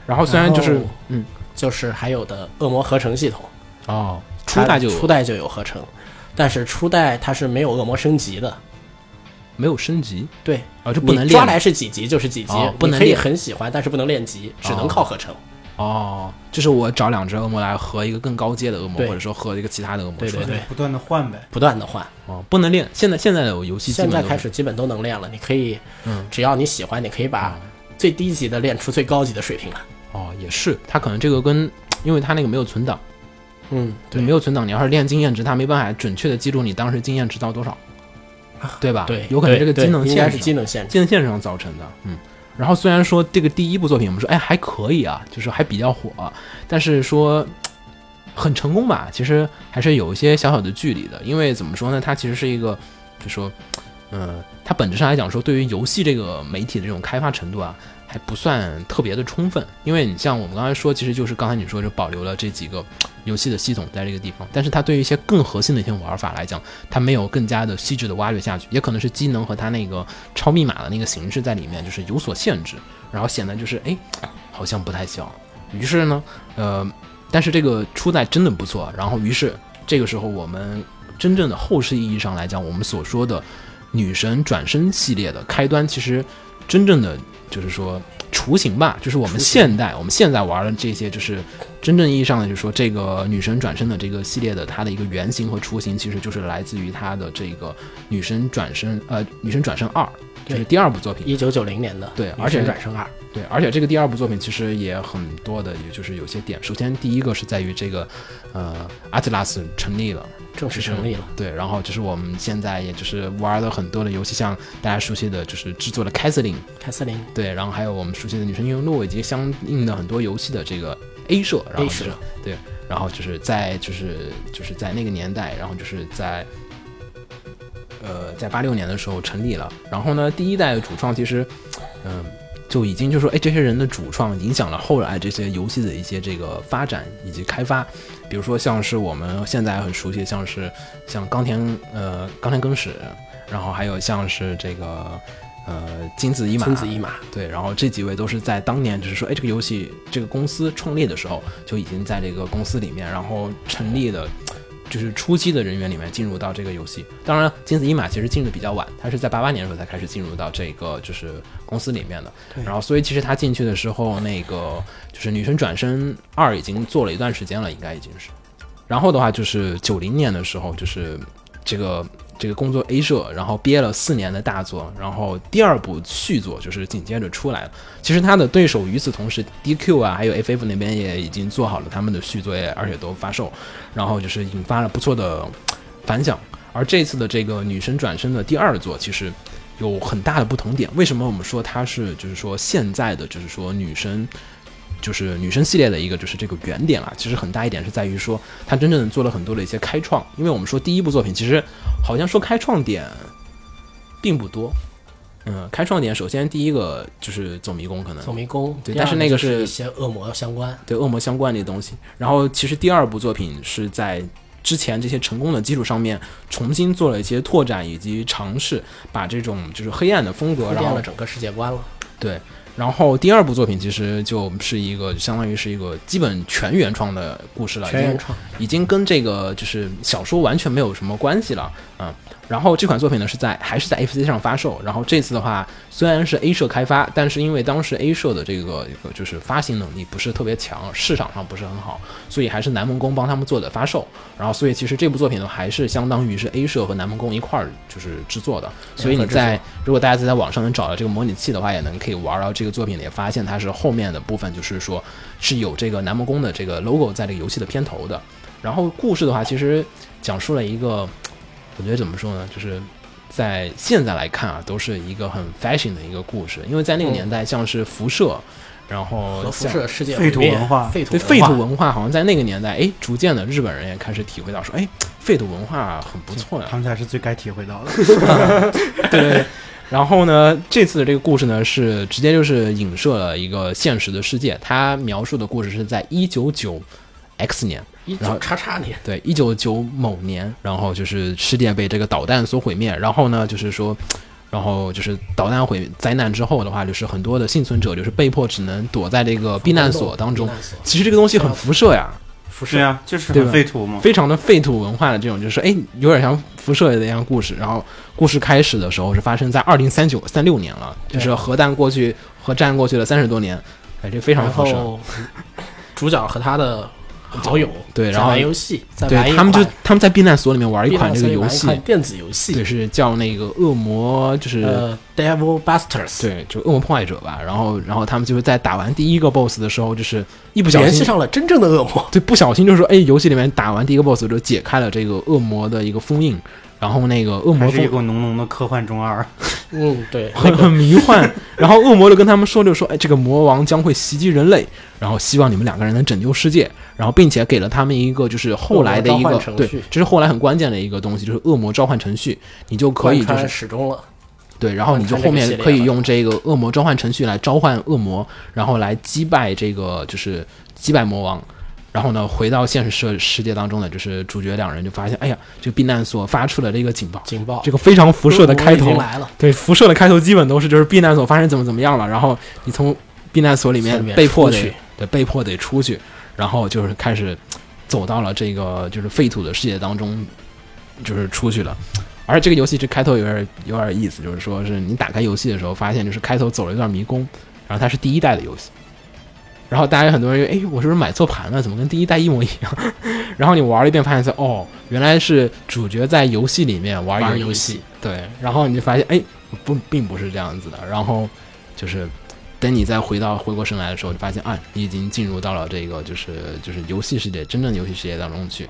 A: 然后虽然就是
B: 然后
A: 嗯
B: 就是还有的恶魔合成系统，
A: 哦，初代就
B: 它初代就有合成，但是初代它是没有恶魔升级的，
A: 没有升级
B: 对，
A: 啊，就不
B: 你
A: 能
B: 抓
A: 练
B: 来是几级就是几级
A: 哦，不
B: 你
A: 能
B: 可以
A: 练
B: 很喜欢，但是不能练级，只能靠合成。
A: 哦，就是我找两只恶魔来合一个更高阶的恶魔，
B: 对
A: 或者说合一个其他的恶魔
B: 对
A: 出来
B: 对对，
C: 不断的换呗。
B: 不断的换，
A: 哦，不能练。现在现在的游戏基
B: 现
A: 本
B: 在
A: 都
B: 开始基本都能练了，你可以
A: 嗯，
B: 只要你喜欢，你可以把最低级的练出最高级的水平来。
A: 哦，也是，他可能这个跟，因为他那个没有存档，
B: 嗯，
A: 你没有存档，你要是练经验值，他没办法准确的记住你当时经验值到多少，对吧？
B: 啊对，
A: 有可能这
B: 对
A: 个
B: 对
A: 技能
B: 应该
A: 限
B: 是
A: 制
B: 机能限制。
A: 剑线上造成的，嗯。然后虽然说这个第一部作品，我们说哎还可以啊，就是还比较火，但是说嘖很成功吧，其实还是有一些小小的距离的。因为怎么说呢，它其实是一个，就说，嗯、它本质上来讲说，对于游戏这个媒体的这种开发程度啊，还不算特别的充分。因为你像我们刚才说，其实就是刚才你说就保留了这几个嘖游戏的系统在这个地方，但是它对于一些更核心的一些玩法来讲，它没有更加的细致的挖掘下去，也可能是机能和它那个超密码的那个形式在里面就是有所限制，然后显得就是哎，好像不太行。于是呢，呃，但是这个初代真的不错。然后于是这个时候我们真正的后世意义上来讲，我们所说的女神转身系列的开端，其实真正的就是说雏形吧，就是我们现代我们现在玩的这些，就是真正意义上的，就是说这个女神转身的这个系列的它的一个原型和雏形，其实就是来自于它的这个女神转身，呃，女神转身二，就是
B: 对
A: 第二部作品。
B: 一九九零年的
A: 对
B: 女
A: 而且
B: 神转生二，
A: 对，而且这个第二部作品其实也很多的，也就是有些点。首先，第一个是在于这个，呃，阿特拉斯成立了，
B: 正式成立了。
A: 对，然后就是我们现在也就是玩的很多的游戏，像大家熟悉的就是制作的《凯瑟琳》，
B: 凯瑟琳
A: 对，然后还有我们熟悉的《女神异闻录》，以及相应的很多游戏的这个 A 社，然后
B: A
A: 就是
B: 社，
A: 对，然后就是在就是就是在那个年代，然后就是在呃在八六年的时候成立了。然后呢，第一代主创其实嗯、就已经就说，哎，这些人的主创影响了后来这些游戏的一些这个发展以及开发。比如说像是我们现在很熟悉，像是像冈田呃冈田耕史，然后还有像是这个呃金子一马
B: 金子一马，
A: 对，然后这几位都是在当年，就是说，哎，这个游戏这个公司创立的时候就已经在这个公司里面，然后成立的，就是初期的人员里面进入到这个游戏。当然，金子一马其实进入的比较晚，他是在八八年的时候才开始进入到这个就是公司里面的。然后，所以其实他进去的时候，那个就是《女神转身二》已经做了一段时间了，应该已经是。然后的话就是九零年的时候，就是这个这个工作 A 社，然后憋了四年的大作，然后第二部续作就是紧接着出来了。其实他的对手与此同时，DQ 啊，还有 FF 那边也已经做好了他们的续作，也而且都发售，然后就是引发了不错的反响。而这次的这个《女神转身》的第二作，其实有很大的不同点。为什么我们说它是就是说现在的就是说女生。就是女生系列的一个，就是这个原点啊，其实很大一点是在于说，它真正做了很多的一些开创。因为我们说第一部作品，其实好像说开创点并不多。嗯，开创点首先第一个就是走迷宫，可能
B: 走迷宫，
A: 对
B: 第二
A: 但是那个
B: 就是一些恶魔相关，
A: 对恶魔相关的东西。然后其实第二部作品是在之前这些成功的基础上面，重新做了一些拓展以及尝试，把这种就是黑暗的风格，
B: 铺
A: 然
B: 垫
A: 后
B: 了整个世界观了。
A: 对，然后第二部作品其实就是一个相当于是一个基本全原创的故事了，已
B: 全原
A: 经
B: 创，
A: 已经跟这个就是小说完全没有什么关系了，嗯。然后这款作品呢是在还是在 FC 上发售，然后这次的话虽然是 A 社开发，但是因为当时 A 社的这个一个就是发行能力不是特别强，市场上不是很好，所以还是南梦宫帮他们做的发售。然后所以其实这部作品呢还是相当于是 A 社和南梦宫一块儿就是制作的，所以你在如果大家在网上能找到这个模拟器的话，也能可以玩到这个作品，也发现它是后面的部分就是说是有这个南梦宫的这个 logo 在这个游戏的片头的。然后故事的话，其实讲述了一个，我觉得怎么说呢，就是在现在来看啊，都是一个很 fashion 的一个故事，因为在那个年代，像是辐射，然后
B: 嗯和辐
A: 像
B: 射世界
C: 废土
B: 毁灭
C: 文化
B: 废土
A: 对
B: 文
A: 废
B: 化
A: 土文化，好像在那个年代，哎，逐渐的日本人也开始体会到说，哎，废土文化很不错呀、
C: 唐才是最该体会到的。
A: [LAUGHS] 对对对。然后呢，这次的这个故事呢，是直接就是影射了一个现实的世界。它描述的故事是在一九九 X 年，
B: 一
A: 然后
B: 九叉叉年，
A: 对，一九九某年，然后就是世界被这个导弹所毁灭，然后呢，就是说，然后就是导弹毁灾难之后的话，就是很多的幸存者就是被迫只能躲在这个避难所当中
B: 避。难所
A: 其实这个东西很辐射呀，
B: 辐
C: [LAUGHS] 对
B: 射
C: 啊，就是
A: 对吧
C: 很废土
B: 嗯
C: 嘛。
A: 非常的废土文化的这种，就是哎，有点像辐射的一样故事。然后故事开始的时候是发生在二零三九三六年了，就是
B: 对
A: 核弹过去，核战过去了三十多年，哎，这非常
B: 然
A: 辐射。
B: 后 [LAUGHS] 主角和他的好友
A: 对
B: 在
A: 然后
B: 玩游戏，在玩
A: 对
B: 一
A: 他们就
B: 款
A: 他们在避难所里面玩一
B: 避
A: 款
B: 难
A: 这
B: 所
A: 个
B: 以
A: 游
B: 玩一
A: 戏
B: 款，电子游戏，
A: 对，是叫那个恶魔，就是、
B: 呃，Devil Busters，
A: 对，就恶魔破坏者吧。然后，然后他们就是在打完第一个 boss 的时候，就是一不小
B: 联系
A: 心，
B: 上了真正的恶
A: [LAUGHS]
B: 魔，
A: 对，不小心就是说，哎，游戏里面打完第一个 boss 就解开了这个恶魔的一个封印，然后那个恶魔
C: 还是一
A: 封
C: 股浓浓的科幻中二，
B: 嗯，对，
A: [LAUGHS] 很很迷
B: [LAUGHS]
A: 幻，然后恶魔就跟他们说，就说，哎，这个魔王将会袭击人类，然后希望你们两个人能拯救世界，然后并且给了他们一个就是后来的一
B: 恶魔
A: 个
B: 召唤程
A: 对
B: 序，
A: 这是后来很关键的一个东西，就是恶魔召唤程序，你就可以就
B: 贯
A: 是
B: 穿始终了，
A: 对，
B: 啊
A: 然后你就后面可以用这个恶魔召唤程序来召唤恶魔，然后来击败这个就是击败魔王。然后呢，回到现实世世界当中呢，就是主角两人就发现，哎呀，这个避难所发出了这个警报，
B: 警报
A: 这个非常辐射的开
B: 恶魔已经
A: 头，
B: 来了，
A: 对，辐射的开头基本都是就是避难所发生怎么怎么样了，然后你从避难所里面
B: 从里面
A: 被迫
B: 出
A: 得
B: 去
A: 对被迫得出去，然后就是开始走到了这个就是废土的世界当中，就是出去了。而这个游戏这开头有点有点意思，就是说是你打开游戏的时候，发现就是开头走了一段迷宫，然后它是第一代的游戏，然后大家很多人就哎，我是不是买错盘了？怎么跟第一代一模一样？然后你玩了一遍，发现哦，原来是主角在游戏里面玩
B: 玩
A: 游
B: 游
A: 戏
B: 戏，
A: 对，然后你就发现哎，不，并不是这样子的。然后就是等你再回到回过神来的时候，你发现啊，你已经进入到了这个就是就是游戏世界真正的游戏世界当中去。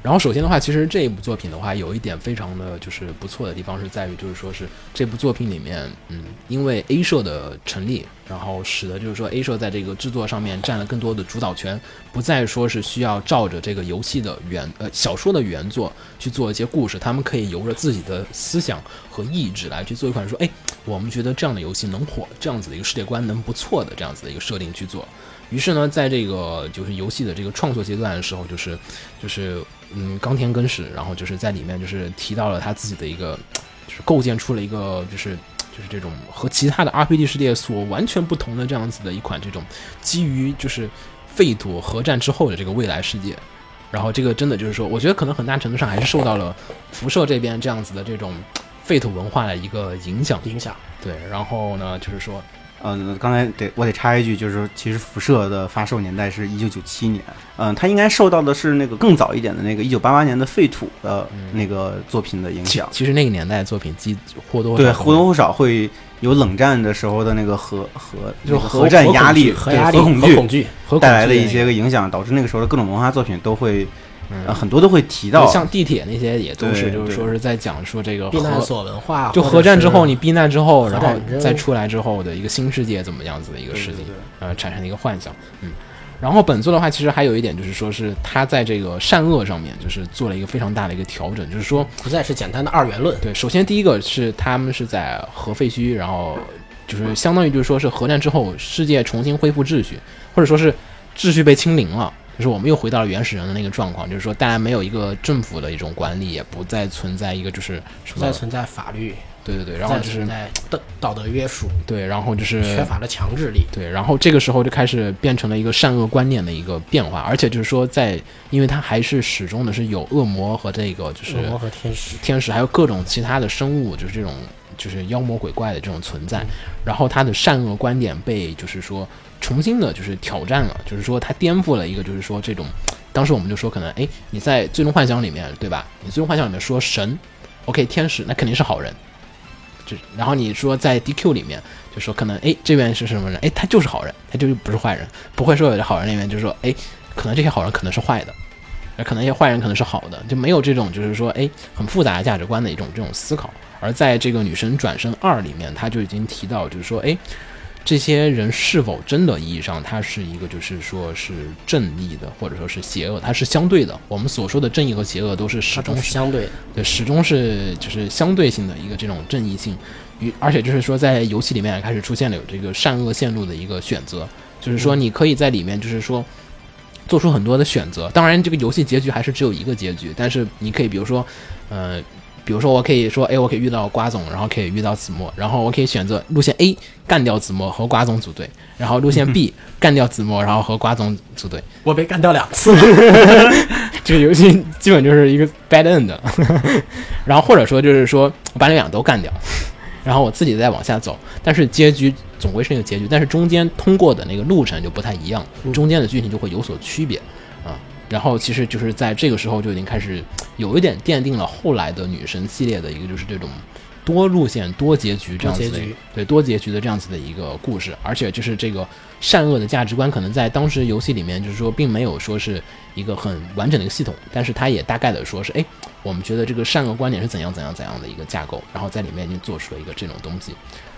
A: 然后首先的话，其实这一部作品的话，有一点非常的就是不错的地方是在于，就是说是这部作品里面，嗯，因为 A 社的成立，然后使得就是说 A 社在这个制作上面占了更多的主导权，不再说是需要照着这个游戏的原呃小说的原作去做一些故事，他们可以由着自己的思想和意志来去做一款说，哎，我们觉得这样的游戏能火，这样子的一个世界观能不错的这样子的一个设定去做。于是呢，在这个就是游戏的这个创作阶段的时候，就是就是嗯，冈田根史，然后就是在里面就是提到了他自己的一个，就是构建出了一个就是就是这种和其他的 RPG 世界所完全不同的这样子的一款这种基于就是废土核战之后的这个未来世界。然后这个真的就是说，我觉得可能很大程度上还是受到了辐射这边这样子的这种废土文化的一个影响。
B: 影响
A: 对，然后呢，就是说，
C: 嗯，刚才得我得插一句，就是其实辐射的发售年代是一九九七年，嗯，它应该受到的是那个更早一点的那个一九八八年的废土的那个作品的影
A: 其
C: 响，
A: 其实那个年代的作品基或多或少
C: 对，
A: 都
C: 或多或少会有冷战的时候的那个核核
A: 就是
C: 那个
A: 核
C: 核战
A: 核
C: 压
A: 恐惧
C: 力、
B: 和
C: 对
B: 压力和
C: 核恐惧
B: 恐惧，
A: 和
C: 带来的一
A: 恐惧
C: 些个影响，导致那个时候的各种文化作品都会呃，很多都会提到
A: 就像地铁那些也都是，
C: 对
A: 就是
C: 对
A: 说是在讲说这个
B: 避难
A: 核
B: 所文化，
A: 就
B: 或者
A: 核战之
B: 是
A: 后，你避难之后，
B: 核
A: 然后
B: 战争
A: 再出来之后的一个新世界怎么样子的一个事情
C: 对对，
A: 呃，产生了一个幻想，嗯。然后本作的话，其实还有一点就是说是他在这个善恶上面，就是做了一个非常大的一个调整，就是说，
B: 不再是简单的二元论，
A: 对，首先第一个是他们是在核废墟，然后就是相当于就是说是核战之后，世界重新恢复秩序，或者说是秩序被清零了。就是我们又回到了原始人的那个状况，就是说大家没有一个政府的一种管理，也不再存在一个就是什
B: 不
A: 么
B: 再存在法律，
A: 对对对，然
B: 不
A: 后就
B: 再
A: 是
B: 存在道道德约束，
A: 对，然后就是
B: 缺乏了强制力。
A: 对，然后这个时候就开始变成了一个善恶观念的一个变化，而且就是说在，因为它还是始终的是有恶魔和这个就是
B: 恶魔和天使，
A: 天使，还有各种其他的生物，就是这种就是妖魔鬼怪的这种存在，然后它的善恶观点被就是说重新的就是挑战了，就是说它颠覆了一个就是说这种，当时我们就说可能哎你在最终幻想里面对吧？你最终幻想里面说神，OK 天使那肯定是好人。就然后你说在 DQ 里面，就说可能哎这边是什么人，哎他就是好人，他就是不是坏人，不会说有的好人那边就说哎，可能这些好人可能是坏的，而可能一些坏人可能是好的，就没有这种就是说哎很复杂的价值观的一种这种思考。而在这个《女神转身二》里面，他就已经提到，就是说哎。这些人是否真的意义上，他是一个就是说是正义的，或者说是邪恶，它是相对的。我们所说的正义和邪恶都是始
B: 它
A: 终
B: 都是相对的，
A: 对，始终是就是相对性的一个这种正义性，与而且就是说在游戏里面也开始出现了有这个善恶线路的一个选择，就是说你可以在里面就是说做出很多的选择，当然这个游戏结局还是只有一个结局，但是你可以比如说，呃。比如说，我可以说，哎，我可以遇到瓜总，然后可以遇到子墨，然后我可以选择路线 A 干掉子墨和瓜总组队，然后路线 B 干掉子墨，然后和瓜总组队。
B: 我被干掉两 [LAUGHS] 次，
A: 这个游戏基本就是一个 bad end，然后或者说就是说我把你俩都干掉，然后我自己再往下走，但是结局总归是一个结局，但是中间通过的那个路程就不太一样，
B: 嗯
A: 中间的剧情就会有所区别啊。然后其实就是在这个时候就已经开始有一点奠定了后来的女神系列的一个就是这种多路线、多结局这样子
B: 多
A: 的
B: 结局
A: 对多结局的这样子的一个故事，而且就是这个善恶的价值观，可能在当时游戏里面就是说并没有说是一个很完整的一个系统，但是它也大概的说是，哎，我们觉得这个善恶观点是怎样怎样怎样的一个架构，然后在里面已经做出了一个这种东西。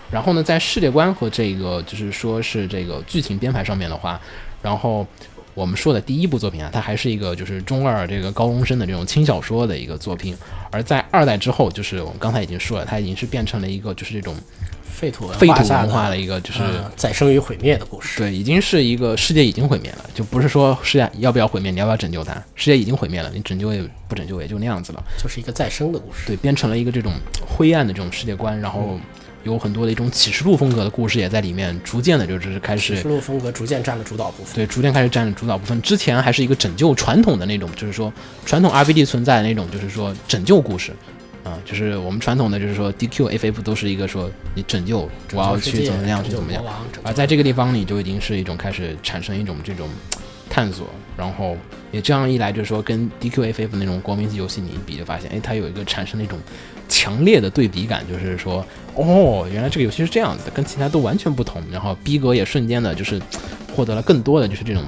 A: 然后呢，在世界观和这个就是说是这个剧情编排上面的话，然后我们说的第一部作品啊，它还是一个就是中二这个高中生的这种轻小说的一个作品，而在二代之后，就是我们刚才已经说了，它已经是变成了一个就是这种
B: 废土文
A: 废土
B: 下
A: 文化
B: 的
A: 的一个啊就是。
B: 呃再生与毁灭的故事。
A: 对，已经是一个世界已经毁灭了，就不是说世界要不要毁灭，你要不要拯救它？世界已经毁灭了，你拯救也不拯救也就那样子了。
B: 就是一个再生的故事。
A: 对，变成了一个这种灰暗的这种世界观，然后有很多的一种启示录风格的故事也在里面，逐渐的就是开
B: 启示
A: 始
B: 录风格逐渐占了主导部分。
A: 对，逐渐开始占主导部分。之前还是一个拯救传统的那种，就是说传统 RPG 存在的那种，就是说拯救故事。啊、就是我们传统的，就是说 DQ、FF 都是一个说你拯救，我要去怎么样去怎么样。而啊在这个地方，你就已经是一种开始产生一种这种探索，然后也这样一来，就是说跟 DQFF 那种国民级游戏你一比，就发现，哎，它有一个产生了一种强烈的对比感，就是说，哦，原来这个游戏是这样子的，跟其他都完全不同，然后逼格也瞬间的就是获得了更多的就是这种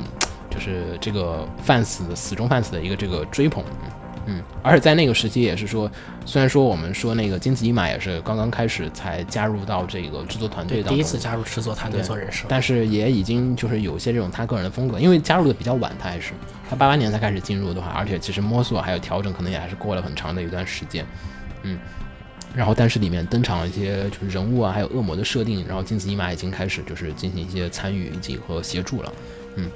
A: 就是这个 fans 死忠 fans 的一个这个追捧。嗯嗯，而且在那个时期也是说，虽然说我们说那个金子一马也是刚刚开始才加入到这个制作团队
B: 对
A: 当中，
B: 第一次加入制作团队做人设，
A: 但是也已经就是有一些这种他个人的风格，因为加入的比较晚，他还是他八八年才开始进入的话，而且其实摸索还有调整，可能也还是过了很长的一段时间，嗯。然后，但是里面登场了一些就是人物啊，还有恶魔的设定，然后金子一马已经开始就是进行一些参与以及和协助了，嗯。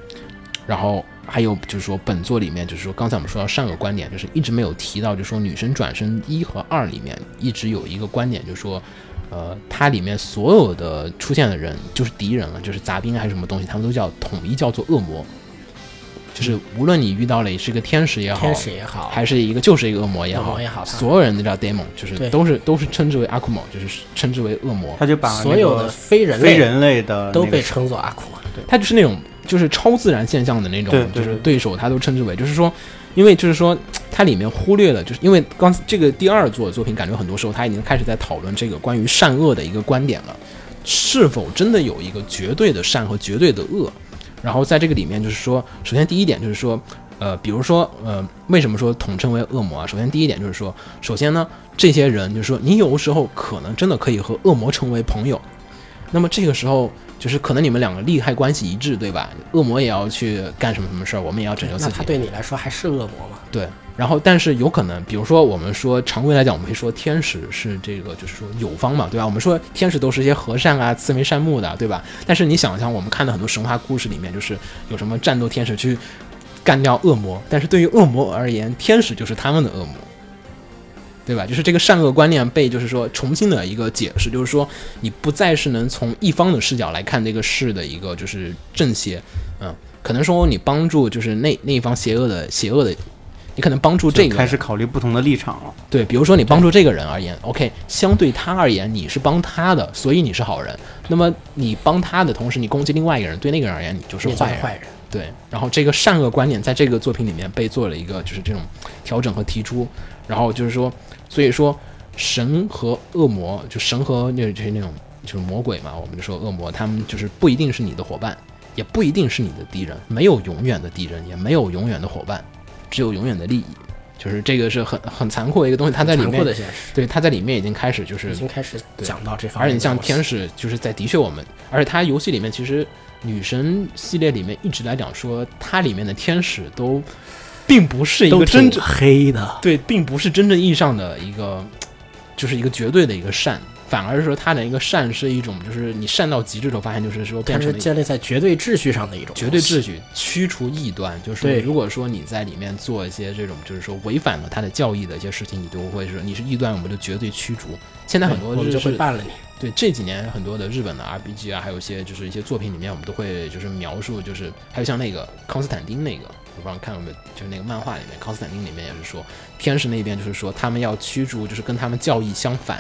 A: 然后还有就是说，本作里面就是说，刚才我们说到善恶观点，就是一直没有提到，就是说《女神转身一》和二里面一直有一个观点，就是说，呃，它里面所有的出现的人就是敌人了，就是杂兵啊还是什么东西，他们都叫统一叫做恶魔，就是无论你遇到了是个天使也好，
B: 天使也好，
A: 还是一个就是一个恶魔也
B: 恶
A: 好，
B: 魔也好
A: 所有人都叫 demon，就是
B: 对
A: 都是都是称之为阿库莫，就是称之为恶魔
C: 他，就把
B: 所
C: 那
B: 有
C: 个
B: 的非人
C: 非
B: 类
C: 人类的
B: 都
C: 那个
B: 被称作阿库玛，
A: 他就是那种就是超自然现象的那种
C: 对，对
A: 就是
C: 对
A: 对手他都称之为，就是说，因为就是说它里面忽略了，就是因为刚这个第二作作品，感觉很多时候他已经开始在讨论这个关于善恶的一个观点了，是否真的有一个绝对的善和绝对的恶？然后在这个里面，就是说，首先第一点就是说，呃，比如说，呃，为什么说统称为恶魔啊？首先，第一点就是说，首先呢，这些人就是说，你有时候可能真的可以和恶魔成为朋友。那么这个时候，就是可能你们两个利害关系一致，对吧？恶魔也要去干什么什么事儿，我们也要拯救自
B: 那
A: 己。
B: 他对你来说还是恶魔吗？
A: 对，然后但是有可能，比如说我们说常规来讲，我们会说天使是这个，就是说友方嘛，对吧？我们说天使都是一些和善啊、慈眉善目的，对吧？但是你想一想，我们看的很多神话故事里面，就是有什么战斗天使去干掉恶魔，但是对于恶魔而言，天使就是他们的恶魔。对吧？就是这个善恶观念被就是说重新的一个解释，就是说你不再是能从一方的视角来看这个事的一个就是正邪，嗯，可能说你帮助就是那那一方邪恶的邪恶的，你可能帮助这
C: 就
A: 个
C: 开始考虑不同的立场了。
A: 对，比如说你帮助这个人而言，OK，相对他而言你是帮他的，所以你是好人。那么你帮他的同时，你攻击另外一个人，对那个人而言你就是
B: 你就是
A: 坏人。
B: 坏人。
A: 对，然后这个善恶观念在这个作品里面被做了一个就是这种调整和提出，然后就是说，所以说神和恶魔，就神和那就是那种就是魔鬼嘛，我们就说恶魔，他们就是不一定是你的伙伴，也不一定是你的敌人，没有永远的敌人，也没有永远的伙伴，只有永远的利益，就是这个是很很残酷的一个东西，它在里
B: 残酷
A: 面
B: 的现实
A: 对它在里面已经开始就是
B: 已经开始讲到这方面
A: 而
B: 的东西。
A: 且你像天使，就是在的确我们，而且它游戏里面其实女神系列里面一直来讲说，它里面的天使都并不是一
B: 都
A: 个真
B: 挺
A: 正
B: 黑的，
A: 对，并不是真正意义上的一个，就是一个绝对的一个善，反而是说它的一个善是一种，就是你善到极致之后，发现就是说变
B: 它
A: 成
B: 是
A: 了一个
B: 建立在绝对秩序上的一种
A: 绝对
B: 东西
A: 秩序，驱除异端。就是说
B: 对
A: 如果说你在里面做一些这种，就是说违反了他的教义的一些事情，你都会说你是异端，我们就绝对驱逐。现在很多
B: 我们
A: 就
B: 就
A: 是
B: 会办了你。
A: 对这几年很多的日本的 RPG 啊，还有一些就是一些作品里面，我们都会就是描述，就是还有像那个康斯坦丁那个，我不知道看过没有，就是那个漫画里面，康斯坦丁里面也是说，天使那边就是说他们要驱逐，就是跟他们教义相反，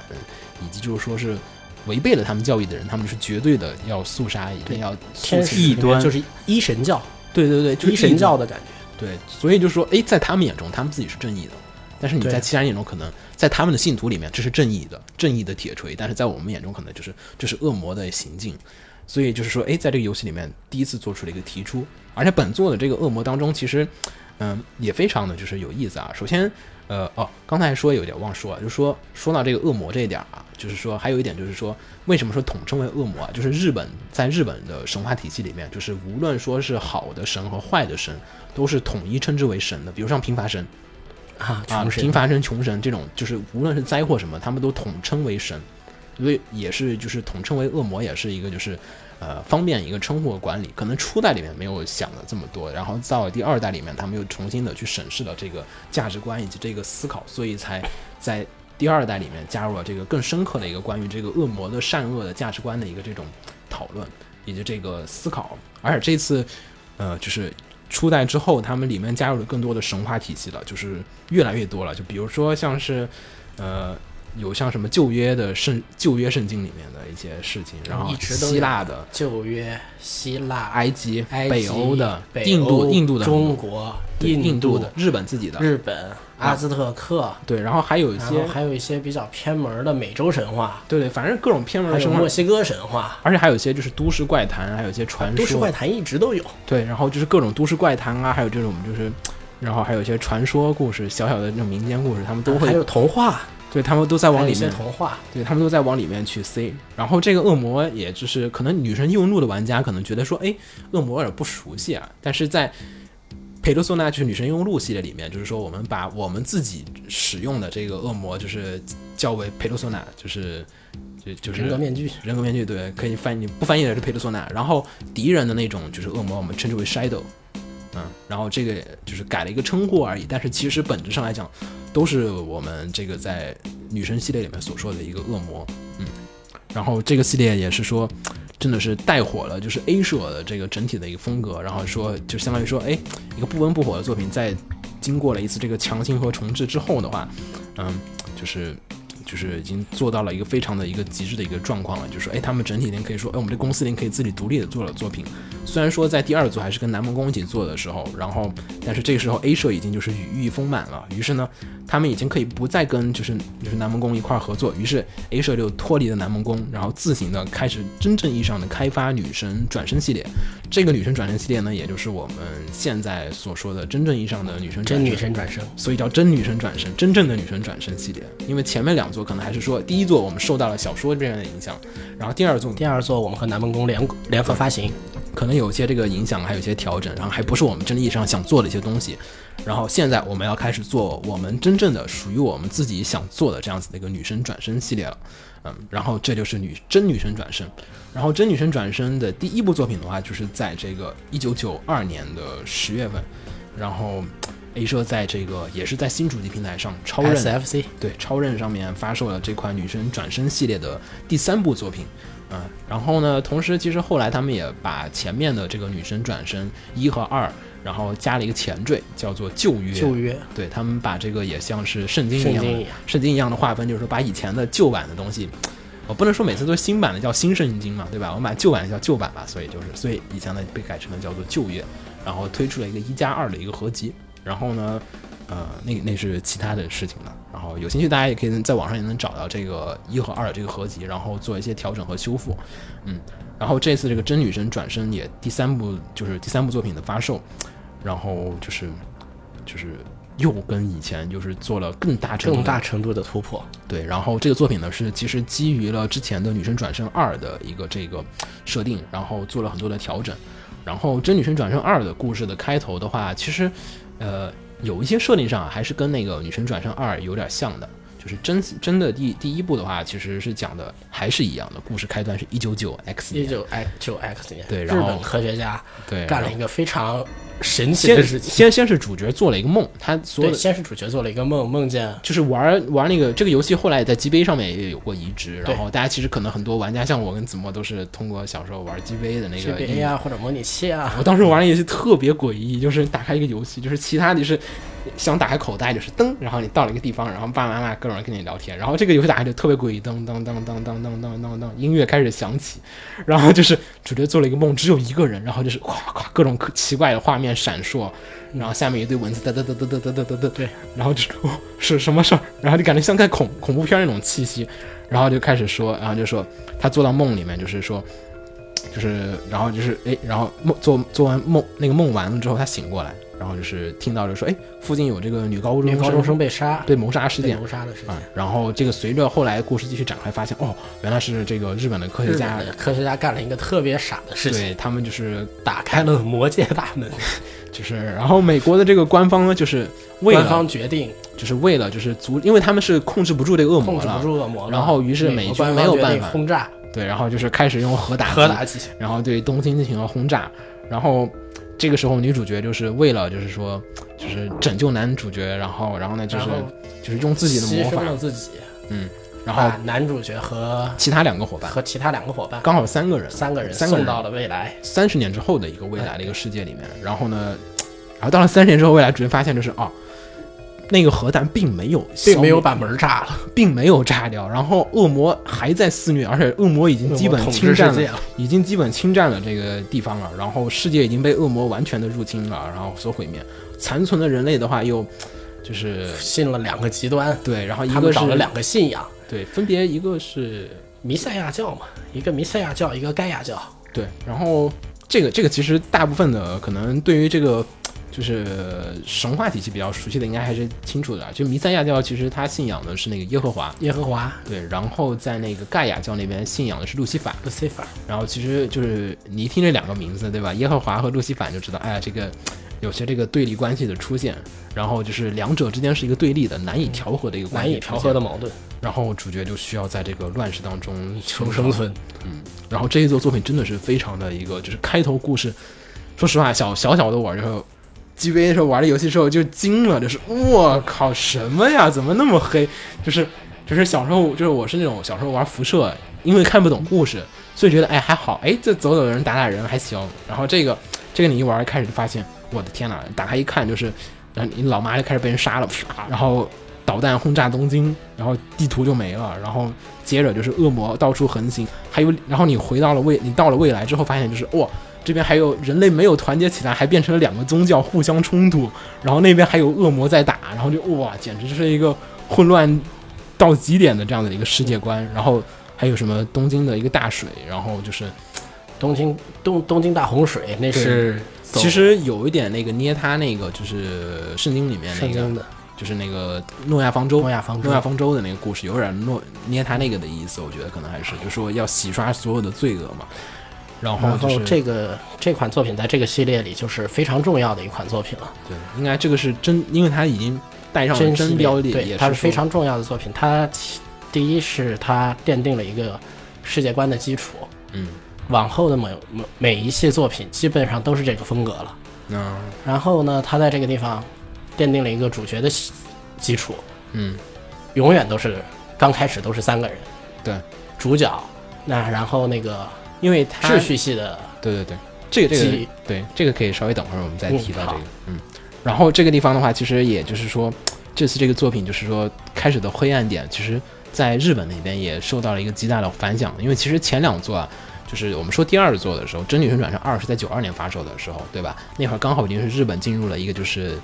A: 以及就是说是违背了他们教义的人，他们就是绝对的要肃杀，一定要肃
B: 天
A: 清
B: 使
C: 异端
B: 就是一神教，
A: 对对对，就是
B: 一神
A: 义
B: 教的感觉。
A: 对，所以就说，哎，在他们眼中，他们自己是正义的，但是你
B: 对
A: 在其他人眼中，可能在他们的信徒里面，这是正义的，正义的铁锤，但是在我们眼中，可能就是这是恶魔的行径。所以就是说，哎，在这个游戏里面，第一次做出了一个提出，而且本作的这个恶魔当中，其实，嗯、也非常的就是有意思啊。首先，呃，哦，刚才说有点忘说啊，就说说到这个恶魔这一点啊，就是说还有一点就是说，为什么说统称为恶魔啊？就是日本在日本的神话体系里面，就是无论说是好的神和坏的神，都是统一称之为神的。比如像平凡神
B: 啊，
A: 啊、
B: 穷神
A: 平凡神、穷神这种，就是无论是灾祸什么，他们都统称为神，所以也是就是统称为恶魔，也是一个就是呃方便一个称呼和管理。可能初代里面没有想的这么多，然后到了第二代里面，他们又重新的去审视了这个价值观以及这个思考，所以才在第二代里面加入了这个更深刻的一个关于这个恶魔的善恶的价值观的一个这种讨论以及这个思考。而且这次，呃，就是初代之后，他们里面加入了更多的神话体系了，就是越来越多了。就比如说像是，呃，有像什么旧约的圣旧约圣经里面的一些事情，然后
B: 一直都有
A: 希腊的、
B: 旧约、希腊、
A: 埃及、
B: 埃及、
A: 北欧的、
B: 北
A: 印度、
B: 欧
A: 印度的很多、
B: 中国、
A: 对印
B: 度
A: 的、、日本自己的，
B: 日本、阿兹特克，
A: 对，然后还有一
B: 然
A: 些
B: 后，还有一些比较偏门的美洲神话，
A: 对对，反正各种偏门
B: 还
A: 的
B: 有
A: 神话
B: 墨。西哥神话。
A: 而且还有一些就是都市怪谈，还有一些传说，
B: 都市怪谈一直都有，
A: 对，然后就是各种都市怪谈啊，还有这种就是，然后还有一些传说故事，小小的那种民间故事，他们都
B: 啊还
A: 会，
B: 有童话，
A: 对他们都在
B: 还
A: 往
B: 有
A: 里
B: 一些
A: 面，
B: 童话，
A: 对他们都在往里面去塞。然后这个恶魔，也就是可能女神异闻录的玩家可能觉得说，哎，恶魔有点不熟悉啊，但是在。裴洛索纳就是女神异闻录系列里面，就是说我们把我们自己使用的这个恶魔，就是叫为裴洛索纳，就是就就是
B: 人格面具，
A: 人格面具对，可以翻译不翻译也是佩德索纳。然后敌人的那种就是恶魔，我们称之为 shadow，嗯，然后这个就是改了一个称呼而已，但是其实本质上来讲，都是我们这个在女神系列里面所说的一个恶魔，嗯。然后这个系列也是说，真的是带火了，就是 A 社的这个整体的一个风格。然后说，就相当于说，哎，一个不温不火的作品，在经过了一次这个强行和重置之后的话，嗯，就是就是已经做到了一个非常的一个极致的一个状况了，就是说哎，他们整体连可以说，哎，我们这公司连可以自己独立的做了作品。虽然说在第二组还是跟南梦宫一起做的时候，然后但是这个时候 A 社已经就是羽翼丰满了，于是呢，他们已经可以不再跟就是就是南梦宫一块儿合作，于是 A 社就脱离了南梦宫，然后自行的开始真正意义上的开发女神转身系列。这个女神转身系列呢，也就是我们现在所说的真正意义上的女神转
B: 真
A: 身
B: 女神转生，
A: 所以叫真女神转身，真正的女神转身系列。因为前面两座可能还是说，第一座我们受到了小说这边的影响，然后第二座
B: 第二座我们和南梦宫联联合发行，
A: 可能有一些这个影响，还有一些调整，然后还不是我们真正意义上想做的一些东西。然后现在我们要开始做我们真正的属于我们自己想做的这样子的一个女神转身系列了，嗯，然后这就是女真女神转身。然后真女神转身的第一部作品的话，就是在这个一九九二年的十月份，然后 A 社在这个也是在新主机平台上超任
B: SFC
A: 对超任上面发售了这款女神转身系列的第三部作品，嗯，然后呢，同时其实后来他们也把前面的这个女神转身一和二，然后加了一个前缀，叫做旧约。
B: 旧约，
A: 对他们把这个也像是圣经一
B: 圣
A: 样的，
B: 经一样
A: 圣经一样的划分，就是说把以前的旧版的东西，我不能说每次都是新版的叫新圣经嘛，对吧？我们把旧版的叫旧版吧，所以就是所以以前的被改成了叫做旧约，然后推出了一个一加二的一个合集，然后呢，呃，那那是其他的事情了。然后有兴趣大家也可以在网上也能找到这个一和二这个合集，然后做一些调整和修复，嗯。然后这次这个真女神转身也第三部就是第三部作品的发售，然后就是就是又跟以前就是做了更大程度
B: 更
A: 的
B: 大程度的突破，
A: 对，然后这个作品呢是其实基于了之前的《女神转身二》的一个这个设定，然后做了很多的调整。然后《真女神转身二》的故事的开头的话，其实呃有一些设定上啊还是跟那个《女神转身二》有点像的。就是真真的第第一部的话，其实是讲的还是一样的，故事开端是一九九 X
B: 一
A: 年，
B: 九 X 九哎 X 年，
A: 对
B: 日
A: 然后
B: 本科学家
A: 对，
B: 干
A: 然
B: 了
A: 后
B: 一个非常神奇的
A: 先
B: 事情。
A: 先先是主角做了一个梦，他所有
B: 对，
A: 的
B: 先是主角做了一个梦，梦见
A: 就是玩玩那个这个游戏，后来也在 GB 上面也有过移植，
B: 对
A: 然后大家其实可能很多玩家像我跟子墨都是通过小时候玩 GB 的那个嗯 [LAUGHS]
B: GBA 啊或者模拟器啊，
A: 我当时玩的游戏特别诡异，就是打开一个游戏，就是其他的是想打开口袋，就是噔，然后你到了一个地方，然后爸爸妈妈各种人跟你聊天，然后这个游戏打开就特别诡异，噔噔噔噔噔噔噔噔噔，音乐开始响起，然后就是主角做了一个梦，只有一个人，然后就是咵咵各种奇怪的画面闪烁，然后下面一堆文字哒哒哒哒哒哒哒哒哒，
B: 对，
A: 然后就是哦是什么事儿，然后就感觉像看恐恐怖片那种气息，然后就开始说，然后就说他做到梦里面，就是说。就是然后就是哎，然后梦做做完梦那个梦完了之后，他醒过来，然后就是听到就说哎，附近有这个女高中
B: 女
A: 生
B: 高中生被杀，
A: 被谋杀事
B: 被
A: 件
B: 谋杀的事情
A: 啊。。然后这个随着后来故事继续展开，发现哦，原来是这个日本的科学
B: 日
A: 家
B: 本的科学家干了一个特别傻的事情，
A: 对他们就是
B: 打开了魔界大门。
A: 就是，然后美国的这个官方呢，就是为
B: 官
A: 了
B: 方决定
A: 就是为了就是阻，因为他们是控制不住这个恶
B: 控
A: 魔
B: 制不
A: 了，
B: 住恶魔了，
A: 然后于是
B: 美
A: 美
B: 国
A: 军
B: 官
A: 没
B: 方
A: 有
B: 决
A: 办
B: 定
A: 法，
B: 轰炸
A: 对，然后就是开始用核打击
B: 核打击，
A: 然后对东京进行了轰炸，然后这个时候女主角就是为了就是说就是拯救男主角，然后然后呢就
B: 然
A: 是
B: 后
A: 就是用自己的魔
B: 牺牲
A: 法，
B: 了自己，
A: 然后
B: 把男主角和
A: 其他两个伙伴
B: 和其他两个伙伴
A: 刚好三个人，
B: 三个人
A: 三个
B: 送
A: 人
B: 到了未来，
A: 三十年之后的一个未来的一个世界里面，然后呢，然后到了三十年之后未来，主角发现就是哦。那个核弹并没有消灭，
B: 并没有把门炸了，
A: 并没有炸掉，然后恶魔还在肆虐，而且恶魔已经基本
B: 统
A: 侵
B: 治
A: 占
B: 世
A: 了
B: 界了。
A: 已经基本侵占了这个地方了，然后世界已经被恶魔完全的入侵了，然后所毁灭。残存的人类的话又，就是
B: 信了两个极端，
A: 对，然后一
B: 他
A: 个
B: 们
A: 是
B: 找了两个信仰，
A: 对，分别一个是
B: 弥赛亚教嘛，一个弥赛亚教，一个盖亚教。
A: 对，然后这个这个其实大部分的可能对于这个就是神话体系比较熟悉的，应该还是清楚的啊。就弥赛亚教其实他信仰的是那个耶和华，
B: 耶和华
A: 对，然后在那个盖亚教那边信仰的是路西法。
B: Lucifer，
A: 然后其实就是你一听这两个名字，对吧？耶和华和路西法，你就知道，哎呀，这个有些这个对立关系的出现，然后就是两者之间是一个对立的、难以调和的一个关
B: 难
A: 系，
B: 以调和的。矛盾，
A: 然后主角就需要在这个乱世当中
B: 求生。存。
A: 然后这一作作品真的是非常的一个，就是开头故事，说实话，小小小的我之后。G V A 时候玩这游戏之后就惊了，就是我靠什么呀？怎么那么黑？就是就是小时候就是我是那种小时候玩辐射，因为看不懂故事，所以觉得哎还好，哎这走走人打打人还行。然后这个这个你一玩嗯开始就发现，我的天呐，打开一看就是，然后你老妈就开始被人杀了，啪然后导弹轰炸东京，然后地图就没了，然后接着就是恶魔到处横行，还有然后你回到了未你到了未来之后，发现就是哇、这边还有人类没有团结起来，还变成了两个宗教互相冲突，然后那边还有恶魔在打，然后就哇，简直就是一个混乱到极点的这样的一个世界观。然后还有什么东京的一个大水，然后就是
B: 东京东东京大洪水，那是走
A: 其实有一点那个捏他那个就是圣经里面那
B: 圣
A: 个
B: 经的
A: 就是那个诺亚方舟
B: 诺亚方舟
A: 诺亚方舟的那个故事，有点诺捏他那个的意思，我觉得可能还是就说要洗刷所有的罪恶嘛。然后
B: 然
A: 就
B: 后
A: 是
B: 这个这款作品在这个系列里就是非常重要的一款作品了，
A: 对，应该这个是真，因为它已经带上了
B: 真系
A: 真
B: 列
A: 标的，也
B: 对，它
A: 是
B: 是非
A: 说
B: 常重要的作品。它其第一是它奠定了一个世界观的基础，
A: 嗯
B: 往后的每每每一系作品基本上都是这个风格了。
A: 那
B: 然后呢，它在这个地方奠定了一个主角的基基础，
A: 嗯
B: 永远都是刚开始都是三个人，
A: 对，
B: 主角，那然后那个
A: 因为它
B: 秩序系的
A: 对对对，这个这
B: 记
A: 个
B: 忆
A: 对这个可以稍微等会儿我们再
B: 嗯
A: 提到这
B: 好
A: 个嗯，然后这个地方的话，其实也就是说，这次这个作品就是说开始的灰暗点，其实在日本那边也受到了一个极大的反响，因为其实前两座啊。就是我们说第二座的时候，《真理旋转上二》是在九二年发售的时候，对吧？那会儿刚好已经是日本进入了一个就是，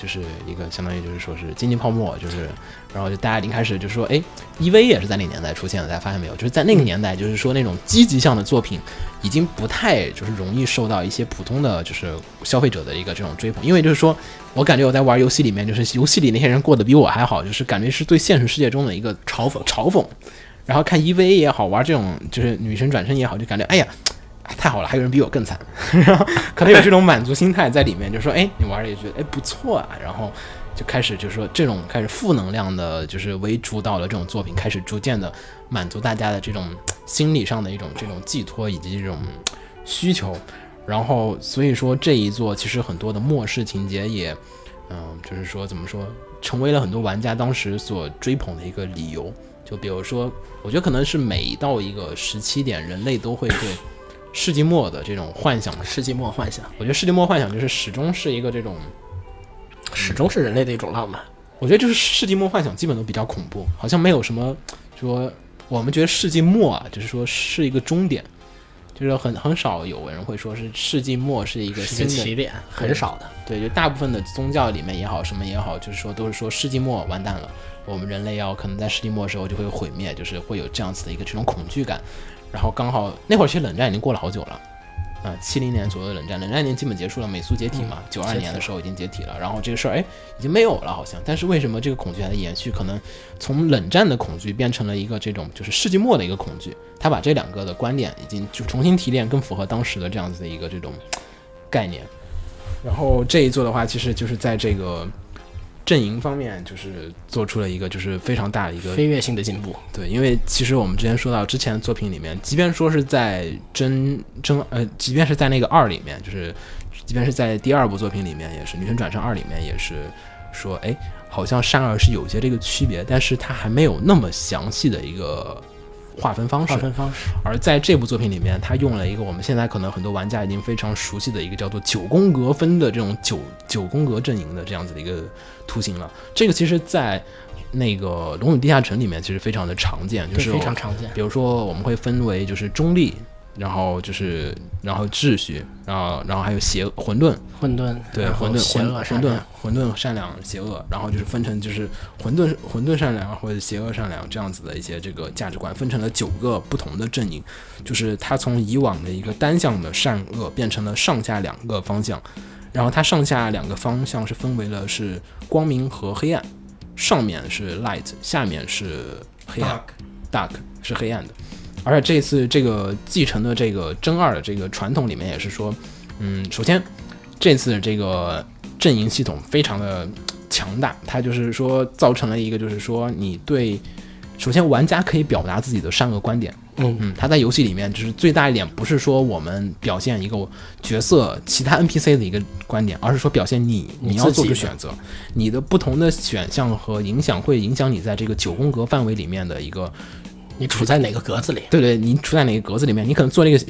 A: 就是一个相当于就是说是经济泡沫，就是，然后就大家已经开始就说，哎，EV 也是在那个年代出现的，大家发现没有？就是在那个年代，就是说那种积极向的作品，已经不太就是容易受到一些普通的就是消费者的一个这种追捧，因为就是说我感觉我在玩游戏里面，就是游戏里那些人过得比我还好，就是感觉是对现实世界中的一个嘲讽嘲讽。然后看 EVA 也好，玩这种就是女神转身也好，就感觉哎呀。哎太好了，还有人比我更惨，然后可能有这种满足心态在里面，就说哎，你玩的也觉得哎不错啊，然后就开始就说这种开始负能量的，就是为主导的这种作品，开始逐渐的满足大家的这种心理上的一种这种寄托以及这种需求。然后所以说这一座其实很多的末世情节也，嗯、就是说怎么说，成为了很多玩家当时所追捧的一个理由。就比如说，我觉得可能是每到一个时期点，人类都会对世纪末的这种幻想。
B: 世纪末幻想，
A: 我觉得世纪末幻想就是始终是一个这种，
B: 始终是人类的一种浪漫。
A: 我觉得就是世纪末幻想基本都比较恐怖，好像没有什么说我们觉得世纪末啊，就是说是一个终点，就是很很少有人会说是世纪末是一个
B: 是
A: 新
B: 一个
A: 的
B: 起点，很少的。
A: 对，就大部分的宗教里面也好，什么也好，就是说都是说世纪末完蛋了，我们人类要可能在世纪末的时候就会毁灭，就是会有这样子的一个这种恐惧感。然后刚好那会儿其实冷战已经过了好久了，啊、7七零年左右的冷战，冷战已经基本结束了，美苏解体嘛，九二、
B: 嗯解体
A: 年的时候已经解体了。然后这个事儿哎已经没有了好像，但是为什么这个恐惧还在延续？可能从冷战的恐惧变成了一个这种就是世纪末的一个恐惧，他把这两个的观点已经就重新提炼，更符合当时的这样子的一个这种概念。然后这一座的话，其实就是在这个阵营方面，就是做出了一个就是非常大的一个
B: 飞跃性的进步，
A: 对，因为其实我们之前说到之前的作品里面，即便说是在真真呃，即便是在那个二里面，就是即便是在第二部作品里面，也是《女神转生二》里面也是说，哎，好像善恶是有一些这个区别，但是它还没有那么详细的一个划分方式
B: 划。分方式
A: 而在这部作品里面，他用了一个我们现在可能很多玩家已经非常熟悉的一个叫做九宫格分的这种九九宫格阵营的这样子的一个图形了。这个其实，在那个《龙与地下城》里面其实非常的常见，就
B: 对
A: 是哦
B: 非常常见。
A: 比如说我们会分为就是中立，然后就是然后秩序，然后然后还有邪混沌，
B: 混沌，
A: 对，
B: 然后
A: 混沌
B: 邪
A: 混
B: 恶
A: 混
B: 善
A: 沌
B: 良
A: 混沌善良邪恶，然后就是分成就是混沌混沌善良或者邪恶善良这样子的一些这个价值观，分成了九个不同的阵营，就是它从以往的一个单向的善恶变成了上下两个方向，然后它上下两个方向是分为了是光明和黑暗，上面是 light，下面是黑暗 dark 是黑暗的。而且这次这个继承的这个真二的这个传统里面也是说，嗯，首先这次这个阵营系统非常的强大，它就是说造成了一个就是说你对，首先玩家可以表达自己的善恶观点，
B: 嗯，
A: 嗯，它在游戏里面就是最大一点，不是说我们表现一个角色其他 NPC 的一个观点，而是说表现你
B: 你
A: 你要做
B: 自己
A: 出
B: 的
A: 选择，你的不同的选项和影响会影响你在这个九宫格范围里面的一个
B: 你处在哪个格子里？
A: 对对，你处在哪个格子里面，你可能做这个行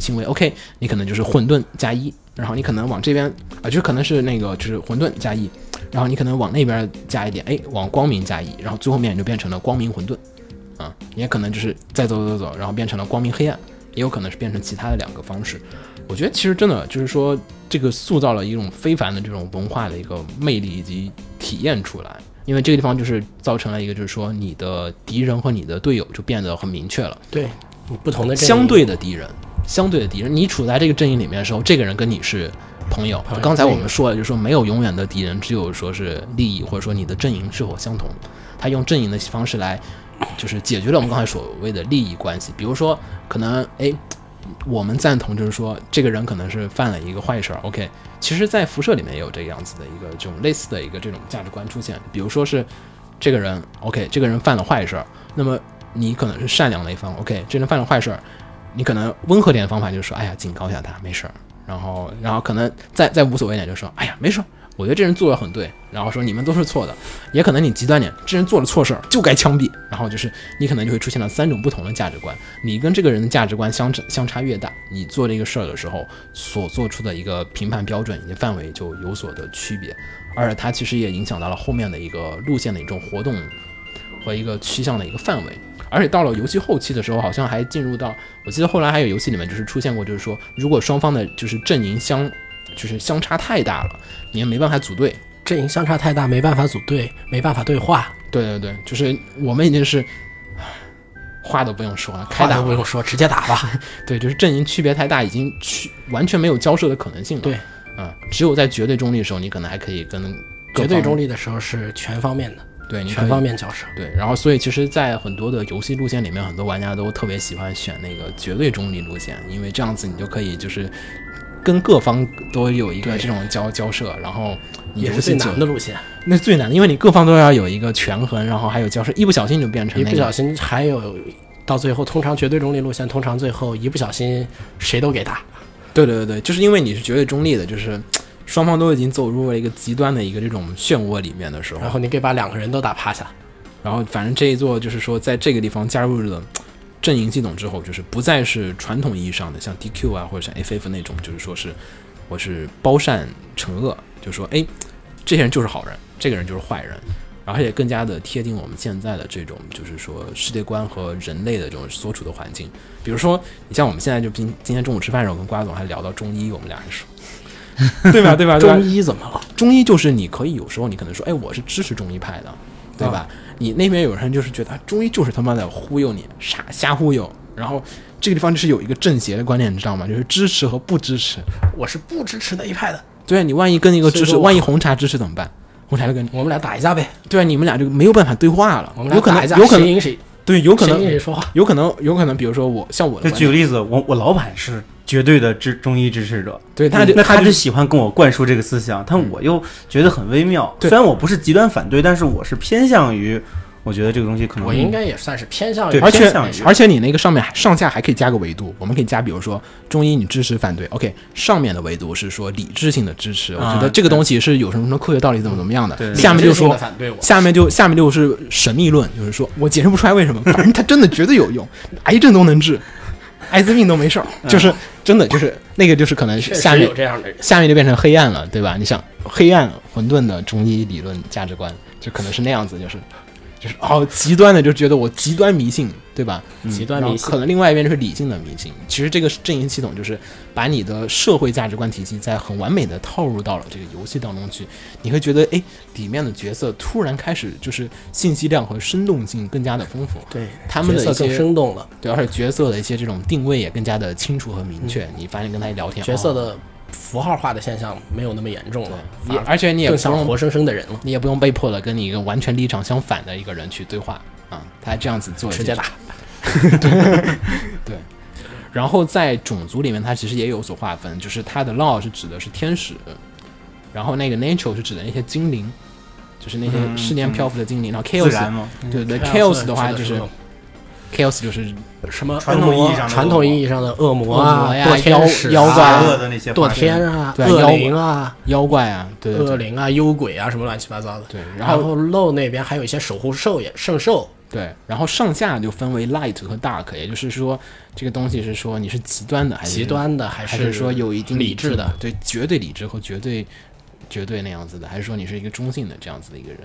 A: 行为，OK，你可能就是混沌加一，然后你可能往这边啊、就是可能是那个就是混沌加一，然后你可能往那边加一点，哎，往光明加一，然后最后面你就变成了光明混沌，啊，也可能就是再走走走走，然后变成了光明黑暗，也有可能是变成其他的两个方式。我觉得其实真的就是说，这个塑造了一种非凡的这种文化的一个魅力以及体验出来。因为这个地方就是造成了一个，就是说你的敌人和你的队友就变得很明确了，
B: 对，你不同的阵营
A: 相对的敌人，相对的敌人，你处在这个阵营里面的时候，这个人跟你是朋友
B: 朋。友
A: 刚才我们说了，就是说没有永远的敌人，只有说是利益或者说你的阵营是否相同。他用阵营的方式来，就是解决了我们刚才所谓的利益关系。比如说，可能哎，我们赞同就是说这个人可能是犯了一个坏事儿，OK。其实，在辐射里面也有这个样子的一个这种类似的一个这种价值观出现。比如说是哎这个人，OK，这个人犯了坏事儿，那么你可能是善良的一方，OK，这人犯了坏事儿，你可能温和点的方法就是说，哎呀，警告一下他，没事儿。然后，然后可能再再无所谓一点，就说，哎呀，没事儿，我觉得这人做的很对。然后说你们都是错的，也可能你极端点，这人做了错事儿就该枪毙。然后就是你可能就会出现了三种不同的价值观，你跟这个人的价值观相差相差越大，你做这个事儿的时候所做出的一个评判标准以及范围就有所的区别。而它其实也影响到了后面的一个路线的一种活动和一个趋向的一个范围。而且到了游戏后期的时候，好像还进入到，我记得后来还有游戏里面就是出现过，就是说如果双方的就是阵营相就是相差太大了，你也没办法组队。
B: 阵营相差太大，没办法组队，没办法对话，
A: 对对对，就是我们已经是唉话都不用说了，开
B: 话
A: 打
B: 都不用说，直接
A: [LAUGHS]
B: 打吧。
A: 对，就是阵营区别太大，已经去完全没有交涉的可能性了。
B: 对，
A: 啊，只有在绝对中立的时候，你可能还可以跟各
B: 绝对
A: 方
B: 中立的时候是全方面的，
A: 嗯对你可
B: 全
A: 以
B: 方面交涉。
A: 对，然后所以其实，在很多的游戏路线里面，很多玩家都特别喜欢选那个绝对中立路线，因为这样子你就可以就是跟各方都有一个
B: 对
A: 这种交交涉，然后你
B: 也
A: 游
B: 是
A: 戏
B: 最
A: 嗯就
B: 难的路线，
A: 那最难的，因为你各方都要有一个权衡，然后还有交涉，一不小心就变成嗯
B: 一
A: 那
B: 不
A: 个
B: 小心还有到最后，通常绝对中立路线，通常最后一不小心谁都给打。
A: 对对对对，就是因为你是绝对中立的，就是双方都已经走入了一个极端的一个这种漩涡里面的时候，
B: 然后你可以把两个人都打趴下。
A: 然后反正这一座就是说，在这个地方加入了阵营系统之后，就是不再是传统意义上的像 DQ 啊或者像 FF 那种，就是说是我是包善惩恶，就说哎，这些人就是好人，这个人就是坏人，而且更加的贴近我们现在的这种就是说世界观和人类的这种所处的环境。比如说，你像我们现在就今今天中午吃饭的时候，我跟瓜总还聊到中医，我们俩还说。对吧？对吧？对吧
B: 中医怎么了？
A: 中医就是你可以有时候你可能说，哎，我是支持中医派的，对吧？你那边有人就是觉得啊中医就是他妈的忽悠你，傻瞎忽悠。然后这个地方就是有一个正邪的观念，你知道吗？就是支持和不支持。
B: 我是不支持那一派的，
A: 对啊，你万一跟一个支
B: 所以
A: 持，
B: 说我
A: 万一红茶支持怎么办？红茶就跟你
B: 我们俩打一架呗，
A: 对啊，你们俩就没有办法对话了
B: 我们，俩
A: 有可
B: 打
A: 能
B: 一架，
A: 有可
B: 谁
A: 能
B: 赢谁，
A: 对，有可
B: 谁赢
A: 能
B: 谁说话。
A: 有可能有可能，比如说我像我的
C: 就
A: 观
C: 举
A: 点，
C: 个例子，我我老板是绝对的支中医支持者，
A: 对，他就
C: 那他
A: 就嗯
C: 就喜欢跟我灌输这个思想，但我又觉得很微妙。
A: 对
C: 虽然我不是极端反对，但是我是偏向于，我觉得这个东西
A: 嗯
C: 可能
B: 我应该也算是偏向于
C: 对
A: 而且
C: 偏向于
A: 而且你那个上面还上下还可以加个维度，我们可以加，比如说中医你支持反对，OK，上面的维度是说理智性的支持，我
C: 啊
A: 觉得这个东西是有什么什么科学道理怎么怎么样
C: 对
A: 的，下面就
B: 理智性
A: 说
B: 地反对我，
A: 下面就下面就是神秘论，就是说我解释不出来为什么，反正它真的绝对有用，癌症都能治， [LAUGHS] 艾滋病都没事儿，就是真的就是那个就是可能
B: 嗯确
A: 下
B: 实
A: 面
B: 有这样的人。
A: 下面就变成黑暗了，对吧？你想黑暗混沌的中医理论价值观，就可能是那样子，就是就是哦极端的就觉得我极端迷信，对吧？
B: 极端
A: 然后
B: 迷信
A: 可，能另外一边就是理性的迷信。其实这个阵营系统就是把你的社会价值观体系在很完美的套入到了这个游戏当中去，你会觉得哎里面的角色突然开始就是信息量和生动性更加的丰富，
B: 对
A: 他们的
B: 角
A: 一
B: 色更
A: 些
B: 生动了，
A: 对，而且角色的一些这种定位也更加的清楚和明确。你发现跟他一聊天，
B: 角色
A: 哦
B: 的符号化的现象没有那么严重了，
A: 也
B: 反而
A: 而且你也
B: 更
A: 不
B: 像
A: 用
B: 活生生的人了，
A: 你也不用被迫的跟你一个完全立场相反的一个人去对话啊，他这样子做
B: 直接打。
A: 然后在种族里面，它其实也有所划分，就是它的 law 是指的是天使，然后那个 nature 是指的那些精灵，就是那些
C: 嗯
A: 失联漂浮的精灵。然后
C: 自然
A: chaos
C: 嘛。
A: 对对
B: 这样
A: ，chaos
B: 算
A: 的话
B: 指
A: 就
B: 什
A: 是
B: 么
A: chaos 就是
B: 什么
C: 传统
B: 恶魔
C: 意义上的
B: 传
C: 恶魔
B: 统意义上的恶魔
A: 恶
B: 啊
A: 魔呀、
B: 堕天使
A: 妖妖怪
B: 啊
A: 啊
C: 邪恶的那些
B: 堕
C: 化身
B: 天啊、
A: 对啊
B: 恶灵啊、
A: 妖怪啊，对对对
B: 恶灵啊、幽鬼啊什么乱七八糟的。
A: 对，然
B: 然
A: 后
B: 后漏那边还有一些守护兽也圣兽，
A: 对，然后上下就分为 light 和 dark，也就是说这个东西是说你是极端的还是
B: 哎极端的还
A: 还是说有一定
B: 理智的？
A: 对，绝对理智和绝对绝对那样子的，还是说你是一个中性的这样子的一个人？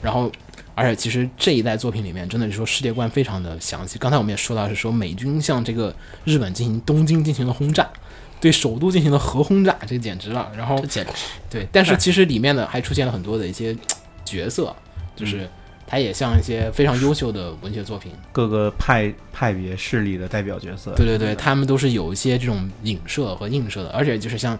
A: 然后，而且其实这一代作品里面，真的是说世界观非常的详细。刚才我们也说到，是说美军向这个日本进行东京进行了轰炸，对首都进行了核轰炸，这简直了。然后
B: 这简直
A: 对，但
B: [LAUGHS]
A: 是其实里面呢还出现了很多的一些角色，
B: 嗯
A: 就是它也像一些非常优秀的文学作品。
C: 各个派派别势力的代表角色。
A: 对对对，他们都是有一些这种影射和映射的，而且就是像，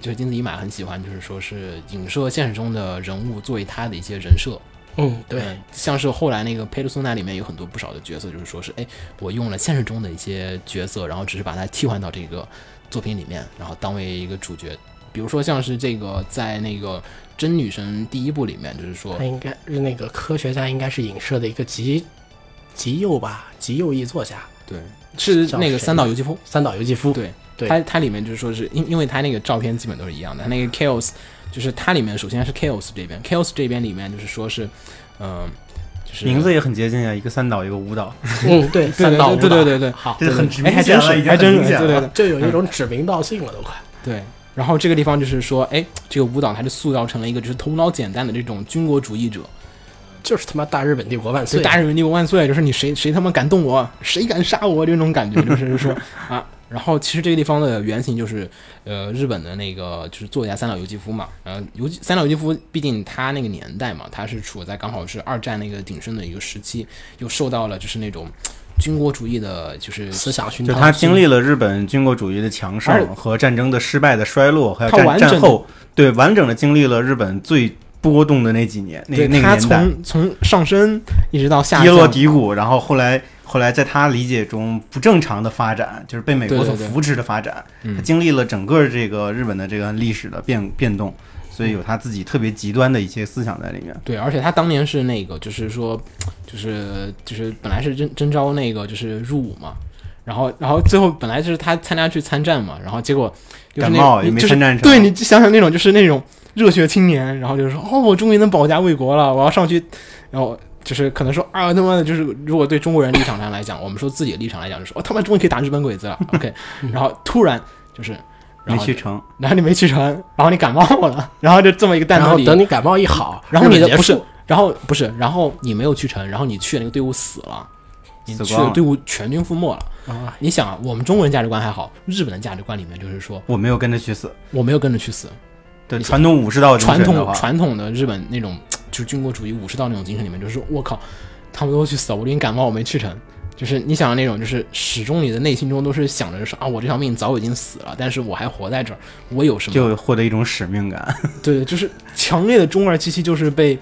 A: 就是金子一马很喜欢，就是说是影射现实中的人物作为他的一些人设。
B: 嗯，对，
A: 嗯像是后来那个《佩鲁苏娜》里面有很多不少的角色，就是说是哎，我用了现实中的一些角色，然后只是把它替换到这个作品里面，然后当为一个主角。比如说像是这个在那个《真女神》第一部里面，就是说
B: 他应该那个科学家应该是影射的一个极极右吧，极右翼作家
A: 对，是那个三岛由纪夫，
B: 三岛由纪夫。
A: 对，
B: 对
A: 它它里面就是说是因因为它那个照片基本都是一样的，它那个 chaos 就是它里面首先是 chaos 这边，chaos 这边里面就是说是，嗯、就是
C: 名字也很接近啊，一个三岛，一个舞蹈，
B: 嗯，对，
A: 对
B: 三岛
A: 对对
B: 舞蹈
A: 对对对
B: 好，
C: 这是 [LAUGHS] 很
A: [LAUGHS]
C: 直
A: 哎
C: 明
A: 还
C: 显
A: 真
C: 了，已
A: 是
C: 经
A: 还
C: 很
A: 真
C: 明
A: 是
C: 显
A: 对对
C: 了。
A: 对
B: 就有一种指名道姓了，都快。
A: 对。然后这个地方就是说，哎，这个舞蹈它就塑造成了一个就是头脑简单的这种军国主义者，
B: 就是他妈大日本帝国万
A: 所
B: 岁！
A: 以大日本帝国万岁，就是你谁谁他妈敢动我，谁敢杀我这种感觉，就是 [LAUGHS] 说啊。然后其实这个地方的原型就是呃日本的那个就是作家三岛由纪夫嘛，然后由纪三岛由纪夫毕竟他那个年代嘛，他是处在刚好是二战那个鼎盛的一个时期，又受到了就是那种军国主义的，就是
B: 思想熏
C: 就
B: 陶，
C: 他经历了日本军国主义的强盛和战争的失败的衰落，还有
A: 他完
C: 战
A: 整
C: 战后，对完整的经历了日本最波动的那几年，那
A: 对
C: 那个
A: 他
C: 年代
A: 从从上升一直到下
C: 跌落
A: 降，
C: 低谷，然后后来后来在他理解中不正常的发展，就是被美国
A: 对
C: 所
A: 对对
C: 扶持的发展，
A: 嗯
C: 他经历了整个这个日本的这个历史的变变动，所以有他自己特别极端的一些思想在里面。
A: 对，而且他当年是那个，就是说，就是就是本来是征征召那个就是入伍嘛，然后然后最后本来就是他参加去参战嘛，然后结果就是
C: 感
A: 那
C: 冒
A: 你
C: 也没
A: 就是
C: 参战成
A: 对你就想想那种就是那种热血青年，然后就是说哦，我终于能保家卫国了，我要上去，然后。就是可能说啊，他妈的，就是如果对中国人立场上来讲，我们说自己的立场来讲，就是我、哦、他妈终于可以打日本鬼子了
C: [LAUGHS]
A: ，OK。然后突然就是，然
C: 没
A: 后
C: 去成，
A: 然后你没去成，然后你感冒了，然后就这么一个蛋
B: 然
A: 疼
B: 后
A: 理由
B: 等你感冒一好，
A: 然后
B: 日
A: 你
B: 本
A: 的
B: 结
A: 不是
B: 束，
A: 然后不是，然后你没有去成，然后你去的那个队伍死了，你
C: 死
A: 去
C: 光
A: 的
C: 了
A: 队伍全军覆没了。
B: 啊，
A: 你想啊，我们中国人价值观还好，日本的价值观里面就是说
C: 我没有跟着去死。
A: 我没有跟着去死，
C: 对传统武士道精
A: 传
C: 神的
A: 统
C: 话，
A: 传统的日本那种就是军国主义武士道那种精神里面，就是说我靠，他们都去死了，我因为感冒我没去成。就是你想那种，就是始终你的内心中都是想着就是啊，我这条命早已经死了，但是我还活在这儿，我有什么？
C: 就获得一种使命感。
A: 对，就是强烈的中二气息，就是被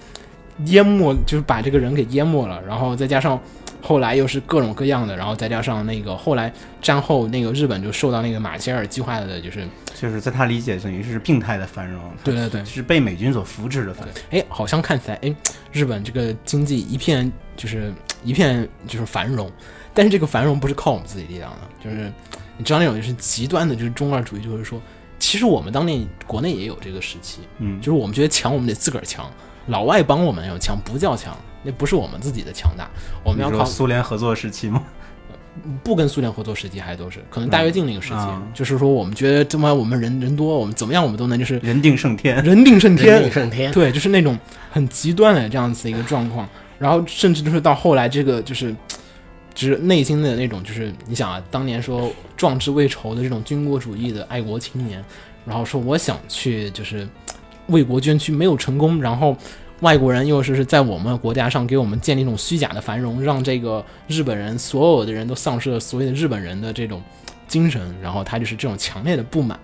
A: 淹没，就是把这个人给淹没了。然后再加上后来又是各种各样的，然后再加上那个后来战后那个日本就受到那个马歇尔计划的，就是
C: 就是在他理解，等于是病态的繁荣，
A: 对对对
C: 是被美军所扶持的繁荣。
A: 哎，好像看起来哎，日本这个经济一片就是一片就是繁荣，但是这个繁荣不是靠我们自己力量的，就是你知道那种就是极端的，就是中二主义，就是说，其实我们当年国内也有这个时期，
C: 嗯
A: 就是我们觉得强，我们得自个儿强，老外帮我们那种强不叫强，那不是我们自己的强大，我们
C: 你
A: 要
C: 说
A: 靠
C: 苏联合作时期吗？
A: 不跟苏联合作时期还都是，可能大跃进那个时期，
C: 嗯
A: 就是说我们觉得他妈我们人人多，我们怎么样我们都能就是
C: 人定胜天，
A: 人定胜天
B: 人定，胜天，
A: 对，就是那种很极端的这样子一个状况，然后甚至就是到后来这个就是。就是内心的那种，就是你想啊，当年说壮志未酬的这种军国主义的爱国青年，然后说我想去就是为国捐躯，没有成功，然后外国人又是是在我们国家上给我们建立一种虚假的繁荣，让这个日本人所有的人都丧失了所谓的日本人的这种精神，然后他就是这种强烈的不满，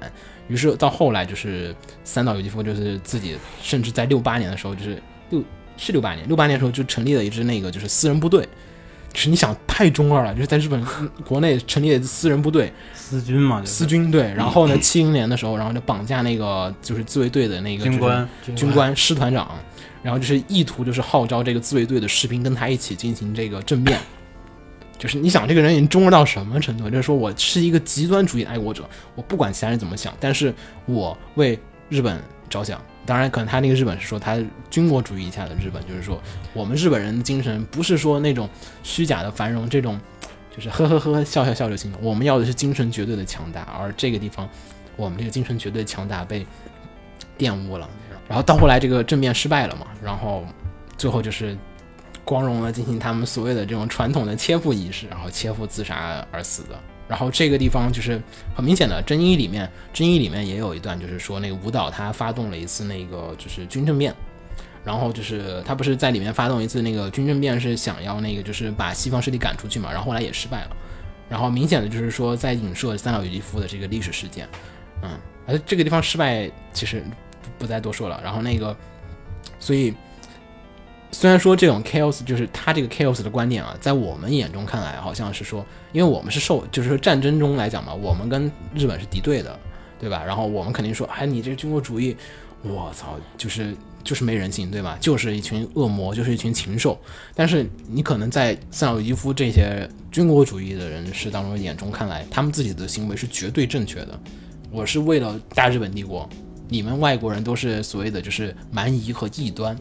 A: 于是到后来就是三岛由纪夫就是自己甚至在六八年的时候就是六是六八年六八年的时候就成立了一支那个就是私人部队。就是你想太中二了，就是在日本国内成立了私人部队，
C: 私军嘛，就是
A: 私军队，然后呢，七零年的时候，然后就绑架那个就是自卫队的那个
C: 军官，
A: 就是军官师团长，然后就是意图就是号召这个自卫队的士兵跟他一起进行这个政变。 [COUGHS] 就是你想这个人已经中二到什么程度？就是说我是一个极端主义爱国者，我不管其他人怎么想，但是我为日本着想。当然，可能他那个日本是说他军国主义下的日本，就是说我们日本人的精神不是说那种虚假的繁荣，这种就是呵呵呵笑笑笑就行了。我们要的是精神绝对的强大，而这个地方我们这个精神绝对强大被玷污了，然后到后来这个政变失败了嘛，然后最后就是光荣的进行他们所谓的这种传统的切腹仪式，然后切腹自杀而死的。然后这个地方就是很明显的，《真一》里面，《真一》里面也有一段，就是说那个舞蹈他发动了一次那个就是军政变，然后就是他不是在里面发动一次那个军政变，是想要那个就是把西方势力赶出去嘛，然后后来也失败了。然后明显的就是说在影射三岛由纪夫的这个历史事件，嗯，而这个地方失败其实不再多说了。然后那个，所以虽然说这种 chaos 就是他这个 chaos 的观点啊，在我们眼中看来好像是说，因为我们是受就是说战争中来讲嘛，我们跟日本是敌对的，对吧？然后我们肯定说，哎，你这个军国主义，我操，就是就是没人性，对吧？就是一群恶魔，就是一群禽兽。但是你可能在三岛由纪夫这些军国主义的人士当中眼中看来，他们自己的行为是绝对正确的。我是为了大日本帝国，你们外国人都是所谓的就是蛮夷和异端，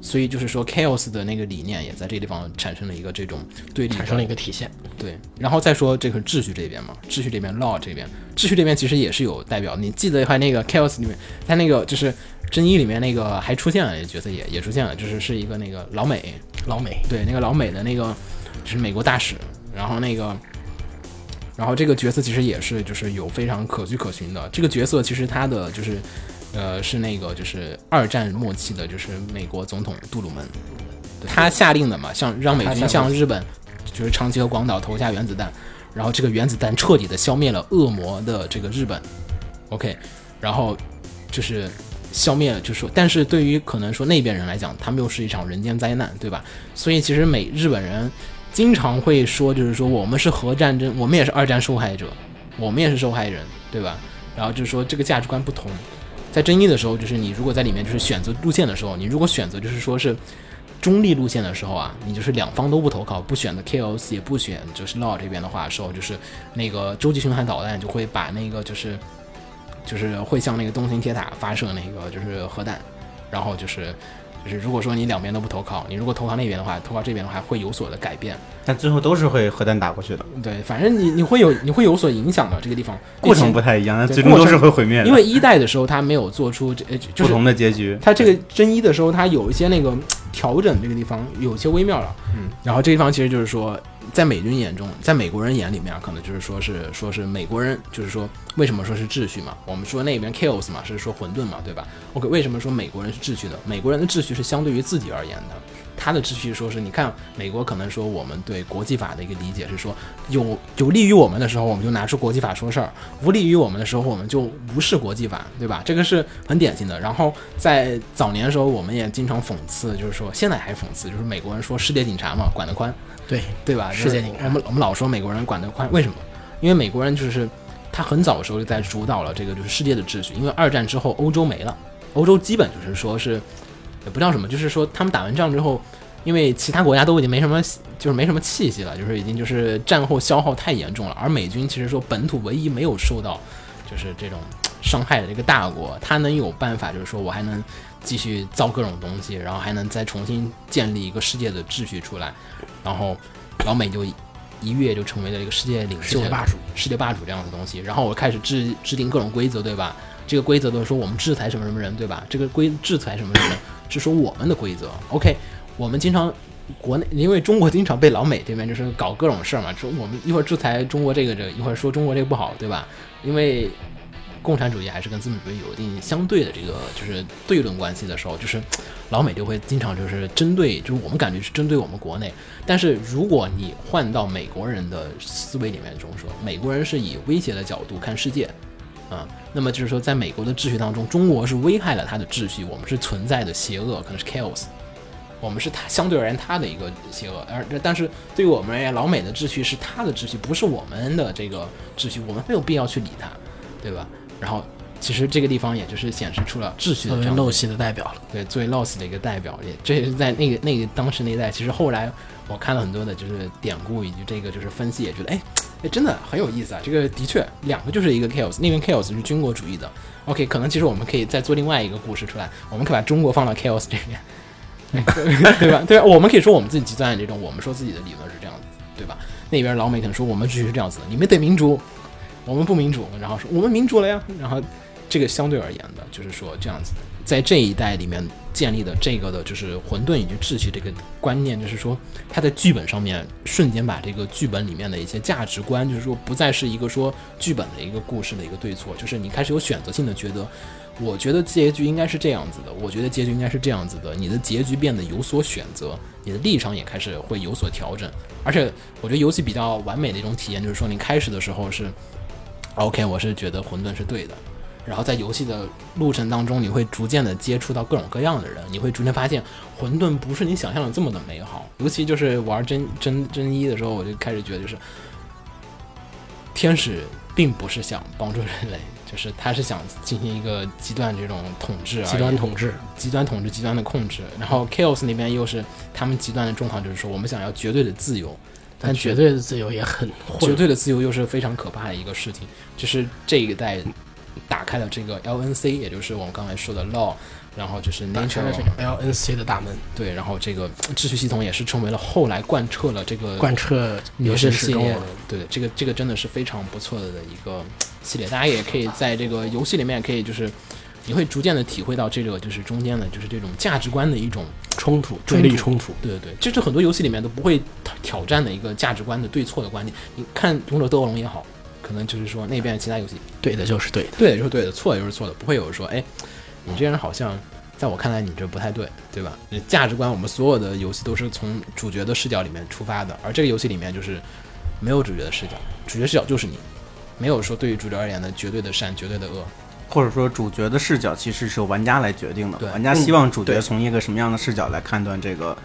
A: 所以就是说 chaos 的那个理念也在这个地方产生了一个这种对立。
B: 产生了一个体现。
A: 对，然后再说这个秩序这边嘛，秩序这边 law 这边，秩序这边其实也是有代表。你记得还那个 chaos 里面，他那个就是真一里面那个还出现了那个角色也也出现了，就是是一个那个老美，
B: 老美
A: 对，那个老美的那个就是美国大使，然后那个，然后这个角色其实也是就是有非常可据可循的。这个角色其实他的就是，呃，是那个就是二战末期的，就是美国总统杜鲁门，对他下令的嘛，像让美
B: 他下
A: 军
B: 令
A: 向日本就是长崎和广岛投下原子弹，然后这个原子弹彻底的消灭了恶魔的这个日本，OK，然后就是消灭了，就是说，但是对于可能说那边人来讲，他们又是一场人间灾难，对吧？所以其实美日本人经常会说，就是说我们是核战争，我们也是二战受害者，我们也是受害人，对吧？然后就是说这个价值观不同，在争议的时候，就是你如果在里面就是选择路线的时候，你如果选择就是说是中立路线的时候啊，你就是两方都不投靠，不选的 KOS 也不选，就是 Law 这边的话的时候，就是那个洲际巡航导弹就会把那个就是就是会向那个东京铁塔发射那个就是核弹，然后就是就是如果说你两边都不投靠，你如果投靠那边的话，投靠这边的话会有所的改变，
C: 但最后都是会核弹打过去的，
A: 对，反正你你会有你会有所影响的这个地方
C: 过程
A: 并且
C: 不太一样，但
A: 对
C: 最终都是会毁灭的，
A: 因为一代的时候他没有做出这呃就
C: 不
A: 是
C: 同的结局。
A: 它这个真一的时候，它有一些那个调整，这个地方有些微妙了。
C: 嗯，
A: 然后这地方其实就是说，在美军眼中，在美国人眼里面啊，可能就是说是说是美国人，就是说为什么说是秩序嘛？我们说那边 chaos 嘛，是说混沌嘛，对吧？OK，为什么说美国人是秩序的？美国人的秩序是相对于自己而言的。他的秩序说是，你看美国可能说我们对国际法的一个理解是说，有有利于我们的时候，我们就拿出国际法说事儿；无利于我们的时候，我们就无视国际法，对吧？这个是很典型的。然后在早年的时候，我们也经常讽刺，就是说现在还讽刺，就是美国人说世界警察嘛，管得宽，
B: 对，
A: 对吧？
B: 世界警察
A: 就是我们我们老说美国人管得宽，为什么？因为美国人就是他很早的时候就在主导了这个就是世界的秩序，因为二战之后欧洲没了，欧洲基本就是说是也不叫什么，就是说他们打完仗之后，因为其他国家都已经没什么就是没什么气息了，就是已经就是战后消耗太严重了，而美军其实说本土唯一没有受到就是这种伤害的这个大国，他能有办法就是说我还能。继续造各种东西，然后还能再重新建立一个世界的秩序出来，然后老美就一一跃就成为了一个世界领
B: 世
A: 袖、
B: 界霸主。
A: 世界霸主这样的东西。然后我开始制制定各种规则，对吧？这个规则都是说我们制裁什么什么人，对吧？这个规制裁什么什么人是说我们的规则。OK，我们经常国内因为中国经常被老美这边就是搞各种事儿嘛，说我们一会儿制裁中国这个这个，一会儿说中国这个不好，对吧？因为共产主义还是跟资本主义有一定相对的这个就是对论关系的时候，就是老美就会经常就是针对，就是我们感觉是针对我们国内，但是如果你换到美国人的思维里面中说，美国人是以威胁的角度看世界，啊，那么就是说，在美国的秩序当中，中国是危害了它的秩序，我们是存在的邪恶，可能是 chaos，我们是它相对而言它的一个邪恶，而但是对于我们而言，老美的秩序是它的秩序，不是我们的这个秩序，我们没有必要去理它，对吧？然后其实这个地方也就是显示出了秩序
B: 作
A: 的
B: 为
A: 这样的
B: 陋习的代表了，
A: 对最 lost 的一个代表，也这也是在那个那个当时那一代。其实后来我看了很多的就是典故以及这个就是分析，也觉得哎哎真的很有意思啊。这个的确两个就是一个 chaos，那边 chaos 是军国主义的。OK，可能其实我们可以再做另外一个故事出来，我们可以把中国放到 chaos 这边，哎 [LAUGHS] 对吧？对吧？我们可以说我们自己极端的这种，我们说自己的理论是这样子，对吧？那边老美可能说我们只是这样子的，你们得民主，我们不民主，然后说我们民主了呀，然后这个相对而言的，就是说这样子的在这一代里面建立的这个的就是混沌以及秩序这个观念，就是说他在剧本上面瞬间把这个剧本里面的一些价值观，就是说不再是一个说剧本的一个故事的一个对错，就是你开始有选择性的觉得。我觉得结局应该是这样子的，我觉得结局应该是这样子的。你的结局变得有所选择，你的立场也开始会有所调整。而且，我觉得游戏比较完美的一种体验就是说，你开始的时候是 OK，我是觉得混沌是对的。然后在游戏的路程当中，你会逐渐的接触到各种各样的人，你会逐渐发现混沌不是你想象的这么的美好。尤其就是玩真真真一的时候，我就开始觉得就是天使并不是想帮助人类，就是他是想进行一个极端这种统治而已，
B: 极端统治，
A: 极端统治、极端的控制。然后 Chaos 那边又是他们极端的状况，就是说我们想要绝对的自由，但
B: 但
A: 绝
B: 绝对的自由也很混
A: 绝
B: 乱。
A: 对的自由又是非常可怕的一个事情，就是这一代打开了这个 LNC，也就是我们刚才说的 law，然后就是
B: 打开
A: nature，
B: 了这个 LNC 的大门，
A: 对，然后这个秩序系统也是成为了后来贯彻了这 [LAUGHS] 个
B: 贯彻
A: 游
B: 游
A: 戏
B: 戏
A: 系
B: 始
A: 列
B: 终
A: 的。，对，这个这个真的是非常不错的一个系列，大家也可以在这个游戏里面可以就是。你会逐渐的体会到这个就是中间的，就是这种价值观的一种，
B: 冲突，
A: 冲
B: 对
A: 突
B: 立冲突。
A: 对对对，这是很多游戏里面都不会挑挑战的一个价值观的对错的观点。你看《勇者斗恶龙》也好，可能就是说那边其他游戏
B: 对的就是对的，
A: 对的就是对的，错的就是错的，不会有人说，哎，你这人好像，在我看来你这不太对，对吧？呃价值观，我们所有的游戏都是从主角的视角里面出发的，而这个游戏里面就是没有主角的视角，主角视角就是你，没有说对于主角而言的绝对的善、绝对的恶，
C: 或者说主角的视角其实是由玩家来决定
A: 对嗯
C: 的，玩家希望
B: 嗯
C: 主
B: 对
C: 角从一个什么样的视角来判断这个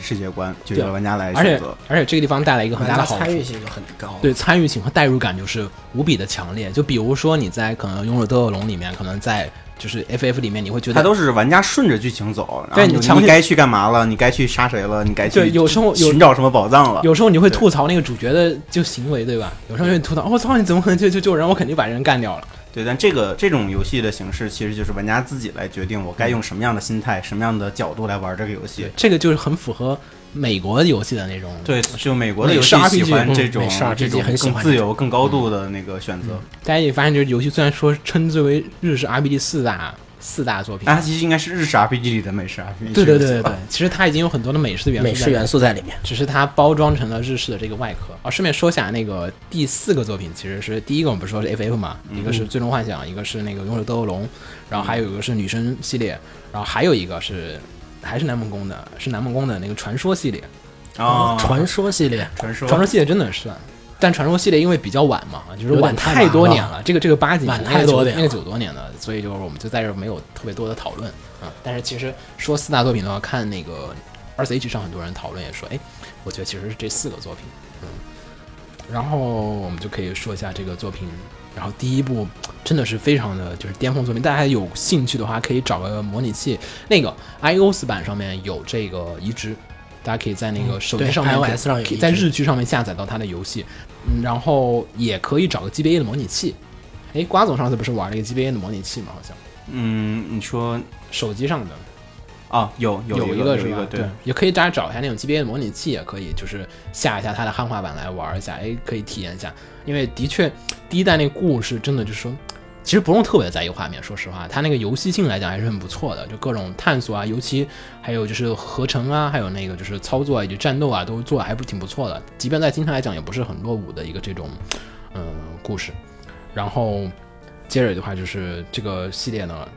C: 世界观，就由玩家来
A: 而且
C: 选择。
A: 而且这个地方带来一个很
B: 玩
A: 大的
B: 家
A: 好处
B: 参。与性就很高。
A: 对参与性和代入感就是无比的强烈，就比如说你在可能《勇者斗恶龙》里面，可能在就是 FF 里面，你会觉
C: 它
A: 得
C: 都是玩家顺着剧情走，然
A: 对
C: 后
A: 你强
C: 你
A: 行
C: 你该去干嘛了，你该去杀谁了，你该
A: 对
C: 去
A: 有时候有
C: 寻找什么宝藏了。
A: 有时候你会吐槽那个主角的就行为，对吧？有时候就会吐槽，哦我、操，你怎么可能就就救人？我肯定把人干掉了。
C: 对，但这个这种游戏的形式其实就是玩家自己来决定我该用什么样的心态、什么样的角度来玩这个游戏。
A: 这个就是很符合美国游戏的那种。
C: 对，就美国的
A: 美
C: 游
A: 式
C: 戏
A: RPG
C: 喜欢这
B: 嗯
C: 种
B: 美式 RPG
C: 这种
B: 很喜
C: 更
B: 欢
C: 自
B: 这
C: 由、更高度的那个选择。
A: 大家也发现，就是游戏虽然说称之为日式 RPG 四大四大作品，
C: 但它其实应该是日式 RPG 里的美式 RPG。
A: 对对对对对，
C: 啊
A: 其实它已经有很多的美式的元素在
B: 美
A: 里面，
B: 式元素在里面。
A: 只是它包装成了日式的这个外壳啊。顺便说一下，那个第四个作品其实是第一个我们不是说是 FF 嘛，一个是《最终幻想》，一个是那个《勇者斗恶龙》，然后还有一个是女生系列，然后还有一个是还是南梦宫的，是南梦宫的那个传说系列。
C: 啊，
B: 传说系列，
C: 传说
A: 传说系列真的是，但传说系列因为比较晚嘛，就是
B: 有点
A: 晚
B: 太
A: 太
B: 晚
A: 多
B: 了
A: 年了，这个这个八几年
B: 晚
A: 那
B: 太
A: 个九
B: 多年
A: 那个
B: 了
A: 九多年的，所以就是我们就在这儿没有特别多的讨论啊。但是其实说四大作品的话，看那个二 C H 上很多人讨论也说，哎，我觉得其实是这四个作品，嗯，然后我们就可以说一下这个作品。然后第一部真的是非常的就是巅峰作品，大家有兴趣的话可以找个模拟器，那个 iOS 版上面有这个移植，大家可以在那个手机
B: 嗯对
A: 上面可以、
B: iOS
C: 哎
B: 上有
A: 可以
B: 移
A: 在
B: 植
A: 日区上面下载到它的游戏，嗯，然后也可以找个 GBA 的模拟器。哎，瓜总上次不是玩了一个 GBA 的模拟器吗？好像
C: 嗯，你说
A: 手机上的
C: 啊，有有
A: 一
C: 一个
A: 是
C: 有一
A: 吧
C: 个？对，
A: 也可以大家找一下那种 GBA 的模拟器，也可以就是下一下它的汉化版来玩一下，哎，可以体验一下。因为的确第一代那故事真的就是说，其实不用特别在意画面，说实话，它那个游戏性来讲还是很不错的，就各种探索啊，尤其还有就是合成啊，还有那个就是操作啊以及战斗啊，都做的还不挺不错的。即便在今天来讲，也不是很落伍的一个这种嗯故事。然后接着的话就是这个系列呢，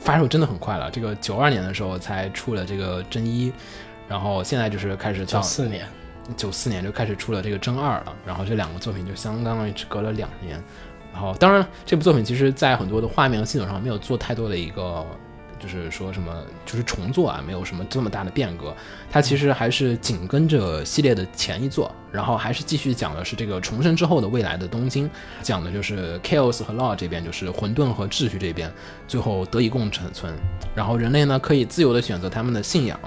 A: 发售真的很快了。这个九二年的时候才出了这个真一，然后现在就是开始
B: 九
A: 到
B: 四年，
A: 九四年就开始出了这个真二了。然后这两个作品就相当于只隔了两年。然后当然，这部作品其实在很多的画面和系统上没有做太多的一个。就是说什么，就是重做啊，没有什么这么大的变革。它其实还是紧跟着系列的前一作，然后还是继续讲的是这个重生之后的未来的东京，讲的就是 Chaos 和 Law 这边，就是混沌和秩序这边，最后得以共存存。然后人类呢可以自由的选择他们的信仰。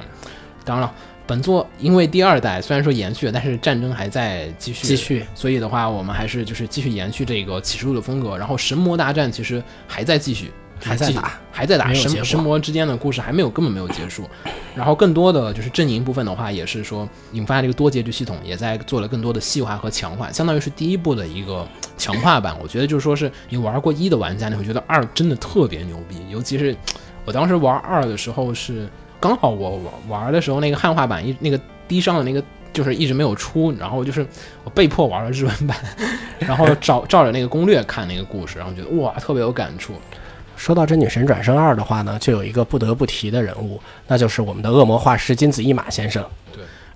A: 当然了，本作因为第二代虽然说延续了，但是战争还在继续，
B: 继续
A: 所以的话，我们还是就是继续延续这个启示录的风格。然后神魔大战其实还在继续，
B: 还在
A: 继续
B: 打
A: 还在打。
B: 没有结
A: 神
B: 果
A: 神魔之间的故事还没有根本没有结束。然后更多的就是阵营部分的话，也是说引发这个多结局系统，也在做了更多的细化和强化，相当于是第一部的一个嗯强化版。我觉得就是说是你玩过一的玩家，你会觉得二真的特别牛逼，尤其是。我当时玩二的时候是刚好我玩玩的时候那个汉化版一那个低上的那个就是一直没有出，然后就是我被迫玩了日文版， [LAUGHS] 然后照照着那个攻略看那个故事，然后觉得哇特别有感触。
B: 说到《真女神转生二》的话呢，就有一个不得不提的人物，那就是我们的恶魔画师金子一马先生。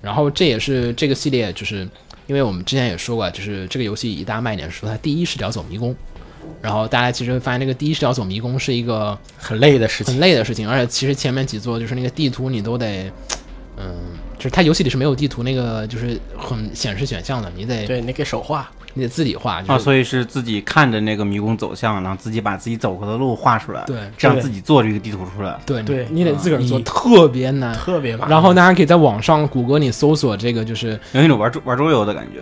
A: 然后这也是这个系列，就是因为我们之前也说过啊，就是这个游戏一大卖点是说它第一视角走迷宫，然后大家其实会发现这个第一视角走迷宫是一个
B: 很累的事情，
A: 很累的事情，而且其实前面几座就是那个地图你都得，嗯，就是它游戏里是没有地图那个就是很显示选项的，你得
B: 对，你给手画，
A: 你得自己画，就
C: 啊，
A: 是、
C: 所以是自己看着那个迷宫走向，然后自己把自己走过的路画出来，
A: 对
C: 这样
B: 对
C: 自己做这个地图出来。
A: 对
B: 对
A: 你你得自个儿做，
B: 你
A: 特别难。
B: 特别麻烦。
A: 然后大家可以在网上谷歌你搜索这个就是
C: 有一种玩桌玩桌游的感觉。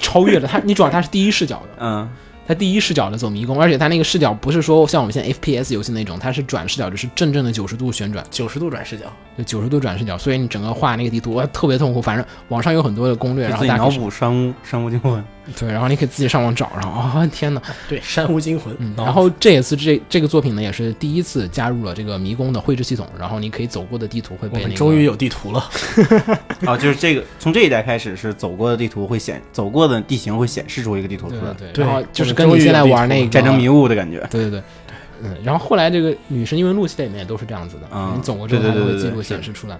A: 超越了它，你主要它是第一视角的，
C: 嗯，
A: 它第一视角的走迷宫，而且它那个视角不是说像我们现在 FPS 游戏那种，它是转视角，就是正正的九十度旋转，
B: 九十度转视角，
A: 就九十度转视角，所以你整个画那个地图哇特别痛苦。反正网上有很多的攻略，
C: 就
A: 然
C: 自
A: 后
C: 己
A: 大家
C: 脑
A: 可以
C: 补山屋山屋惊魂。
A: 对，然后你可以自己上网找，然后啊、天哪！
B: 对，山屋惊魂。
A: 嗯，
B: 哦
A: 然后这一次这这个作品呢，也是第一次加入了这个迷宫的绘制系统，然后你可以走过的地图会
B: 我
A: 被那
B: 们
A: 个
B: 终于有地图了，
C: [LAUGHS] 哦，就是这个，从这一代开始是走过的地图会显，走过的地形会显示出一个地图
A: 对
C: 出来，
A: 对
B: 对
A: 对，然后就是
B: 我们
A: 跟
B: 终
A: 你
B: 于
A: 现在
B: 有地
A: 玩
B: 图了
A: 那个
C: 战争迷雾的感觉。
A: 对对对，嗯，然后后来这个《女神异闻录》系列里面也都是这样子的，
C: 嗯
A: 你走过之后
C: 对
A: 它
C: 对
A: 都
C: 对
A: 会
C: 对
A: 记
C: 对
A: 录
C: 是
A: 显示出来。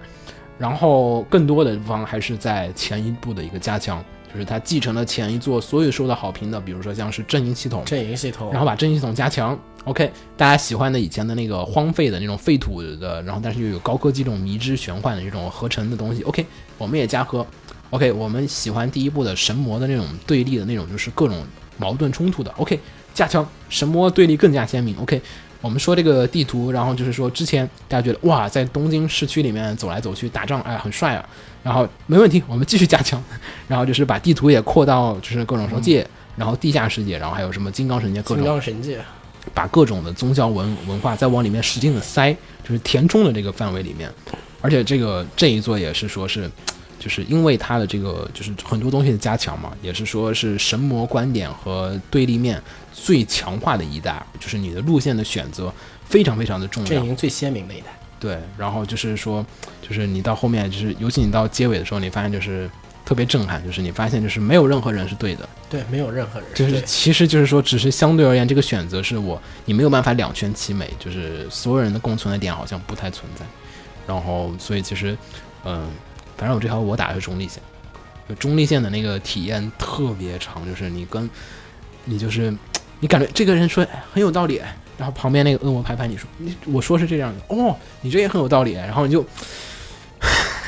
A: 然后更多的地方还是在前一部的一个加强，就是它继承了前一座所有受到好评的，比如说像是阵营系统，
B: 阵营系
C: 哦
B: 统
A: 然，后把阵营系统加强。OK，大家喜欢的以前的那个荒废的那种废土的，然后但是又有高科技这种迷之玄幻的这种合成的东西。OK，我们也加和。OK，我们喜欢第一部的神魔的那种对立的那种，就是各种矛盾冲突的。OK，加强神魔对立更加鲜明。OK，我们说这个地图，然后就是说之前大家觉得哇，在东京市区里面走来走去打仗，哎，很帅啊。然后没问题，我们继续加强，然后就是把地图也扩到就是各种什么界，然后地下世界，然后还有什么金刚神界各
B: 嗯金
A: 种
B: 刚神界，
A: 把各种的宗教文文化再往里面使劲的塞，就是填充的这个范围里面。而且这个这一座也是说是，就是因为它的这个就是很多东西的加强嘛，也是说是神魔观点和对立面最强化的一代，就是你的路线的选择非常非常的重要
B: 阵。营最鲜明的一代。
A: 对，然后就是说，就是你到后面，就是尤其你到结尾的时候，你发现就是特别震撼，就是你发现就是没有任何人是对的，
B: 对，没有任何人
A: 就
B: 对
A: 是其实就是说，只是相对而言，这个选择是我你没有办法两全其美，就是所有人的共存的点好像不太存在。然后，所以其实，嗯，反正我这条我打的是中立线，就中立线的那个体验特别长，就是你跟你就是你感觉这个人说哎很有道理，哎然后旁边那个恶魔拍拍你说你我说是这样的哦，你这也很有道理，哎然后你就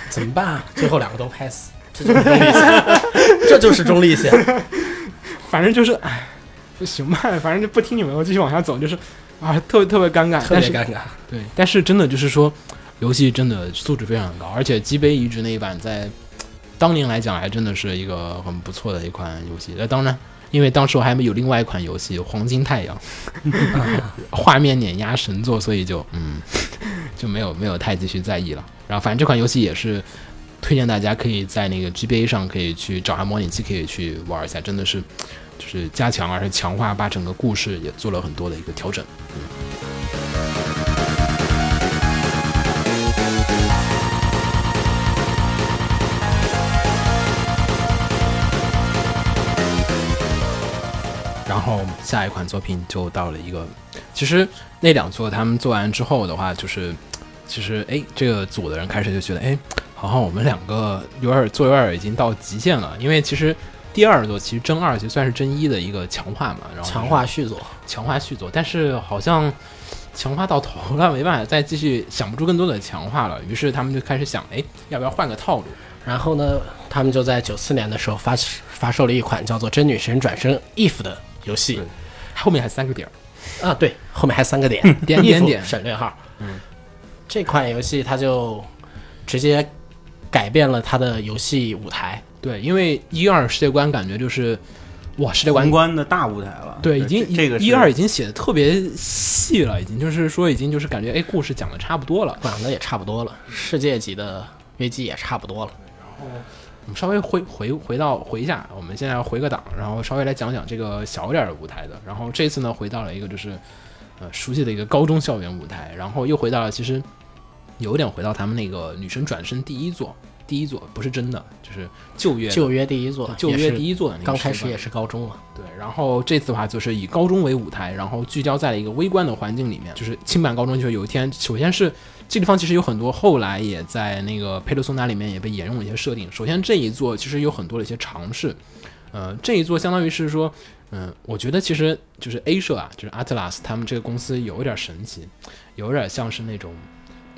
B: 怎么办啊？最后两个都拍死，这就是中立线，这就是中 [LAUGHS] 立线。
A: 反正就是哎，就行吧，反正就不听你们，我继续往下走，就是啊，特别特别尴尬，
B: 特
A: 但
B: 别
A: 是
B: 尴尬。
A: 对，但是真的就是说，游戏真的素质非常高，而且《极北遗址》那一版在当年来讲还真的是一个很不错的一款游戏。那当然，因为当时我还没有另外一款游戏《黄金太阳》，画面碾压神作，所以就嗯 [LAUGHS] 就没有没有太继续在意了。然后反正这款游戏也是。推荐大家可以在那个 GBA 上可以去找下模拟器，可以去玩一下，真的是就是加强而且强化，把整个故事也做了很多的一个调整。然后下一款作品就到了一个，其实那两座他们做完之后的话，就是其实哎，这个组的人开始就觉得哎，好像我们两个有点做有点已经到极限了，因为其实第二座其实真二其实算是真一的一个强化嘛，然后就是
B: 强化续作，
A: 强化续作，但是好像强化到头了，没办法再继续想不出更多的强化了，于是他们就开始想，哎，要不要换个套路？
B: 然后呢，他们就在九四年的时候发发售了一款叫做《真女神转生 IF》的游戏
A: 对后面还三个点儿，
B: 啊，对，后面还三个点，
A: [LAUGHS] 点
B: if
A: 点点，
B: 省略号。
A: 嗯，
B: 这款游戏它就直接改变了它的游戏舞台，
A: 对，因为一二世界观感觉就是，哇，世界观
C: 宏观的大舞台
B: 啊
C: 了，
A: 对，已经
C: 这这个是
A: 一二已经写的特别细了，已经就是说已经就是感觉哎，故事讲的差不多了。
B: 讲的也差不多了，世界级的危机也差不多了。
A: 我们稍微回回回到回一下，我们现在回个档，然后稍微来讲讲这个小点儿的舞台的。然后这次呢，回到了一个就是呃熟悉的一个高中校园舞台，然后又回到了其实有点回到他们那个女神转身第一座，第一座不是真的，就是旧约的
B: 旧约第一座，
A: 旧约第
B: 一，
A: 一座的那个
B: 刚开始
A: 版
B: 也是高中嘛，
A: 对，然后这次的话就是以高中为舞台，然后聚焦在了一个微观的环境里面，就是轻版高中就有一天，首先是这地方其实有很多后来也在那个佩德松达里面也被沿用了一些设定。首先这一座其实有很多的一些尝试，呃，这一座相当于是说，嗯、我觉得其实就是 A 社啊，就是 Atlas 他们这个公司有一点神奇，有点像是那种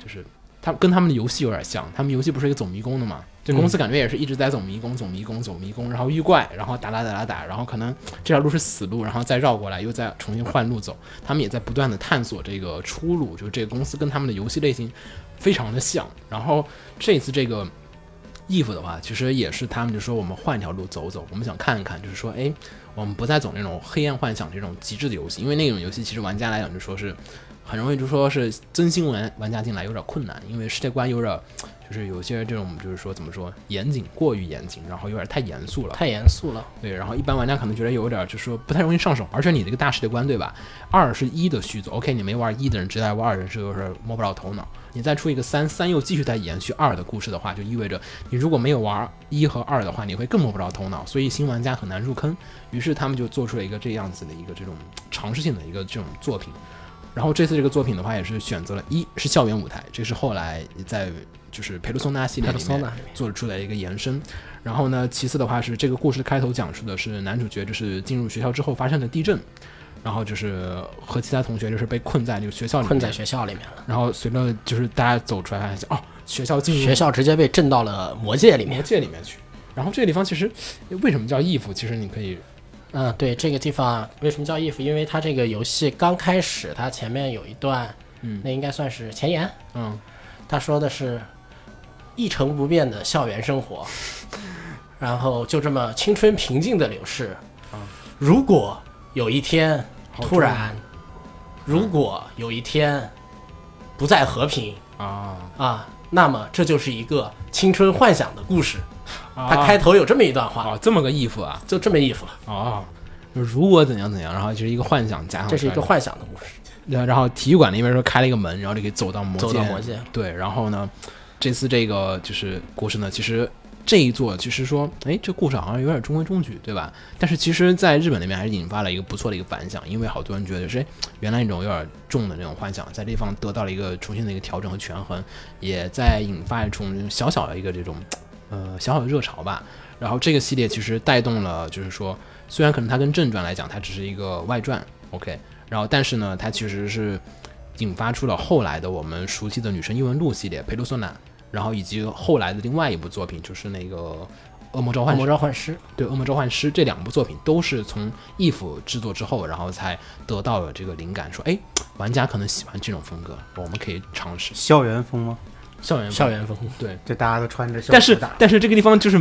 A: 就是。他跟他们的游戏有点像，他们游戏不是一个走迷宫的嘛？这公司感觉也是一直在走迷宫、走迷宫、走迷宫，然后遇怪，然后打打打打打，然后可能这条路是死路，然后再绕过来，又再重新换路走。他们也在不断的探索这个出路，就是这个公司跟他们的游戏类型非常的像。然后这次这个 Eve 的话，其实也是他们就说我们换一条路走走，我们想看一看，就是说，哎，我们不再走那种黑暗幻想这种极致的游戏，因为那种游戏其实玩家来讲就说是很容易就说是真心玩玩家进来有点困难，因为世界观有点。就是有些这种，就是说怎么说，严谨过于严谨，然后有点太严肃了。
B: 太严肃了。
A: 对，然后一般玩家可能觉得有点儿就是说不太容易上手，而且你这个大世界观对吧？二是一的续作，OK，你没玩一的人直接玩二人是就是摸不着头脑。你再出一个三，三又继续再延续二的故事的话，就意味着你如果没有玩一和二的话，你会更摸不着头脑，所以新玩家很难入坑。于是他们就做出了一个这样子的一个这种尝试性的一个这种作品。然后这次这个作品的话，也是选择了一是校园舞台，这是后来在就是佩鲁松纳系列里面
B: Persona 里面
A: 做出来的一个延伸。然后呢，其次的话是这个故事开头讲述的是男主角就是进入学校之后发生的地震，然后就是和其他同学就是被困在那个学校里
B: 困在
A: 面，
B: 学校里面了，
A: 然后随着就是大家走出来发现哦，学校进入
B: 学校直接被震到了魔界里
A: 魔
B: 面。
A: 界里面去。然后这个地方其实为什么叫义父？其实你可以
B: 嗯，对，这个地方为什么叫 if？因为它这个游戏刚开始，它前面有一段，
A: 嗯
B: 那应该算是前言，
A: 嗯
B: 他说的是一成不变的校园生活，然后就这么青春平静的流逝。如果有一天
A: 啊好嗯
B: 突然，如果有一天不再和平
A: 啊，
B: 啊，那么这就是一个青春幻想的故事。
A: 他
B: 他开头有这么一段话，
A: 哦这么个义父啊
B: 就这么一幅，
A: 哦。就是如果怎样怎样，然后就是一个幻想加上
B: 这是一个
A: 出来
B: 幻想的故事。
A: 的，然后体育馆那边说开了一个门，然后就可以走到魔
B: 走到魔界，
A: 对，然后呢，这次这个就是故事呢，其实这一座其实说，哎，这故事好像有点中规中矩，对吧？但是其实，在日本那边还是引发了一个不错的一个反响，因为好多人觉得是，哎，原来那种有点重的那种幻想，在这地方得到了一个重新的一个调整和权衡，也在引发一种小小的一个这种，呃，小小的热潮吧。然后这个系列其实带动了，就是说，虽然可能它跟正传来讲，它只是一个外传，OK，然后但是呢，它其实是引发出了后来的我们熟悉的女神异闻录系列《佩鲁索娜》，然后以及后来的另外一部作品就是那个《恶魔召唤师》
B: 魔。召唤师，
A: 对《恶魔召唤师》这两部作品都是从 if 制作之后，然后才得到了这个灵感，说哎，玩家可能喜欢这种风格，我们可以尝试
C: 校园风吗？
A: 校园风
B: 校
A: [LAUGHS]
B: 园风。
A: 对，
C: 就大家都穿着校
A: 但是
C: 服打
A: 但是这个地方就是。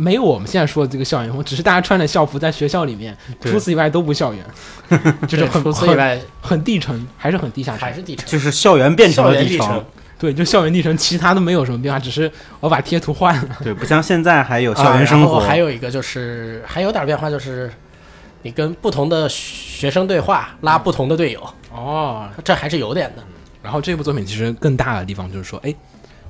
A: 没有我们现在说的这个校园风，只是大家穿着校服在学校里面，
C: 对
A: 除此以外都不校园， [LAUGHS] 就是
B: 对
A: 很
B: 除此以外
A: 很很地城，还是很地下城
B: 还，是地城，
C: 就是校园变成
B: 校
C: 了
B: 园
C: 地
B: 城
C: 城，，
A: 对，就校园地城，其他都没有什么变化，只是我把贴图换了。
C: 对，不像现在还有校园生
B: 啊然后
C: 活，
B: 还有一个就是还有点变化，就是你跟不同的学生对话，拉不同的队友，
A: 哦，
B: 这还是有点的。
A: 然后这部作品其实更大的地方就是说，哎，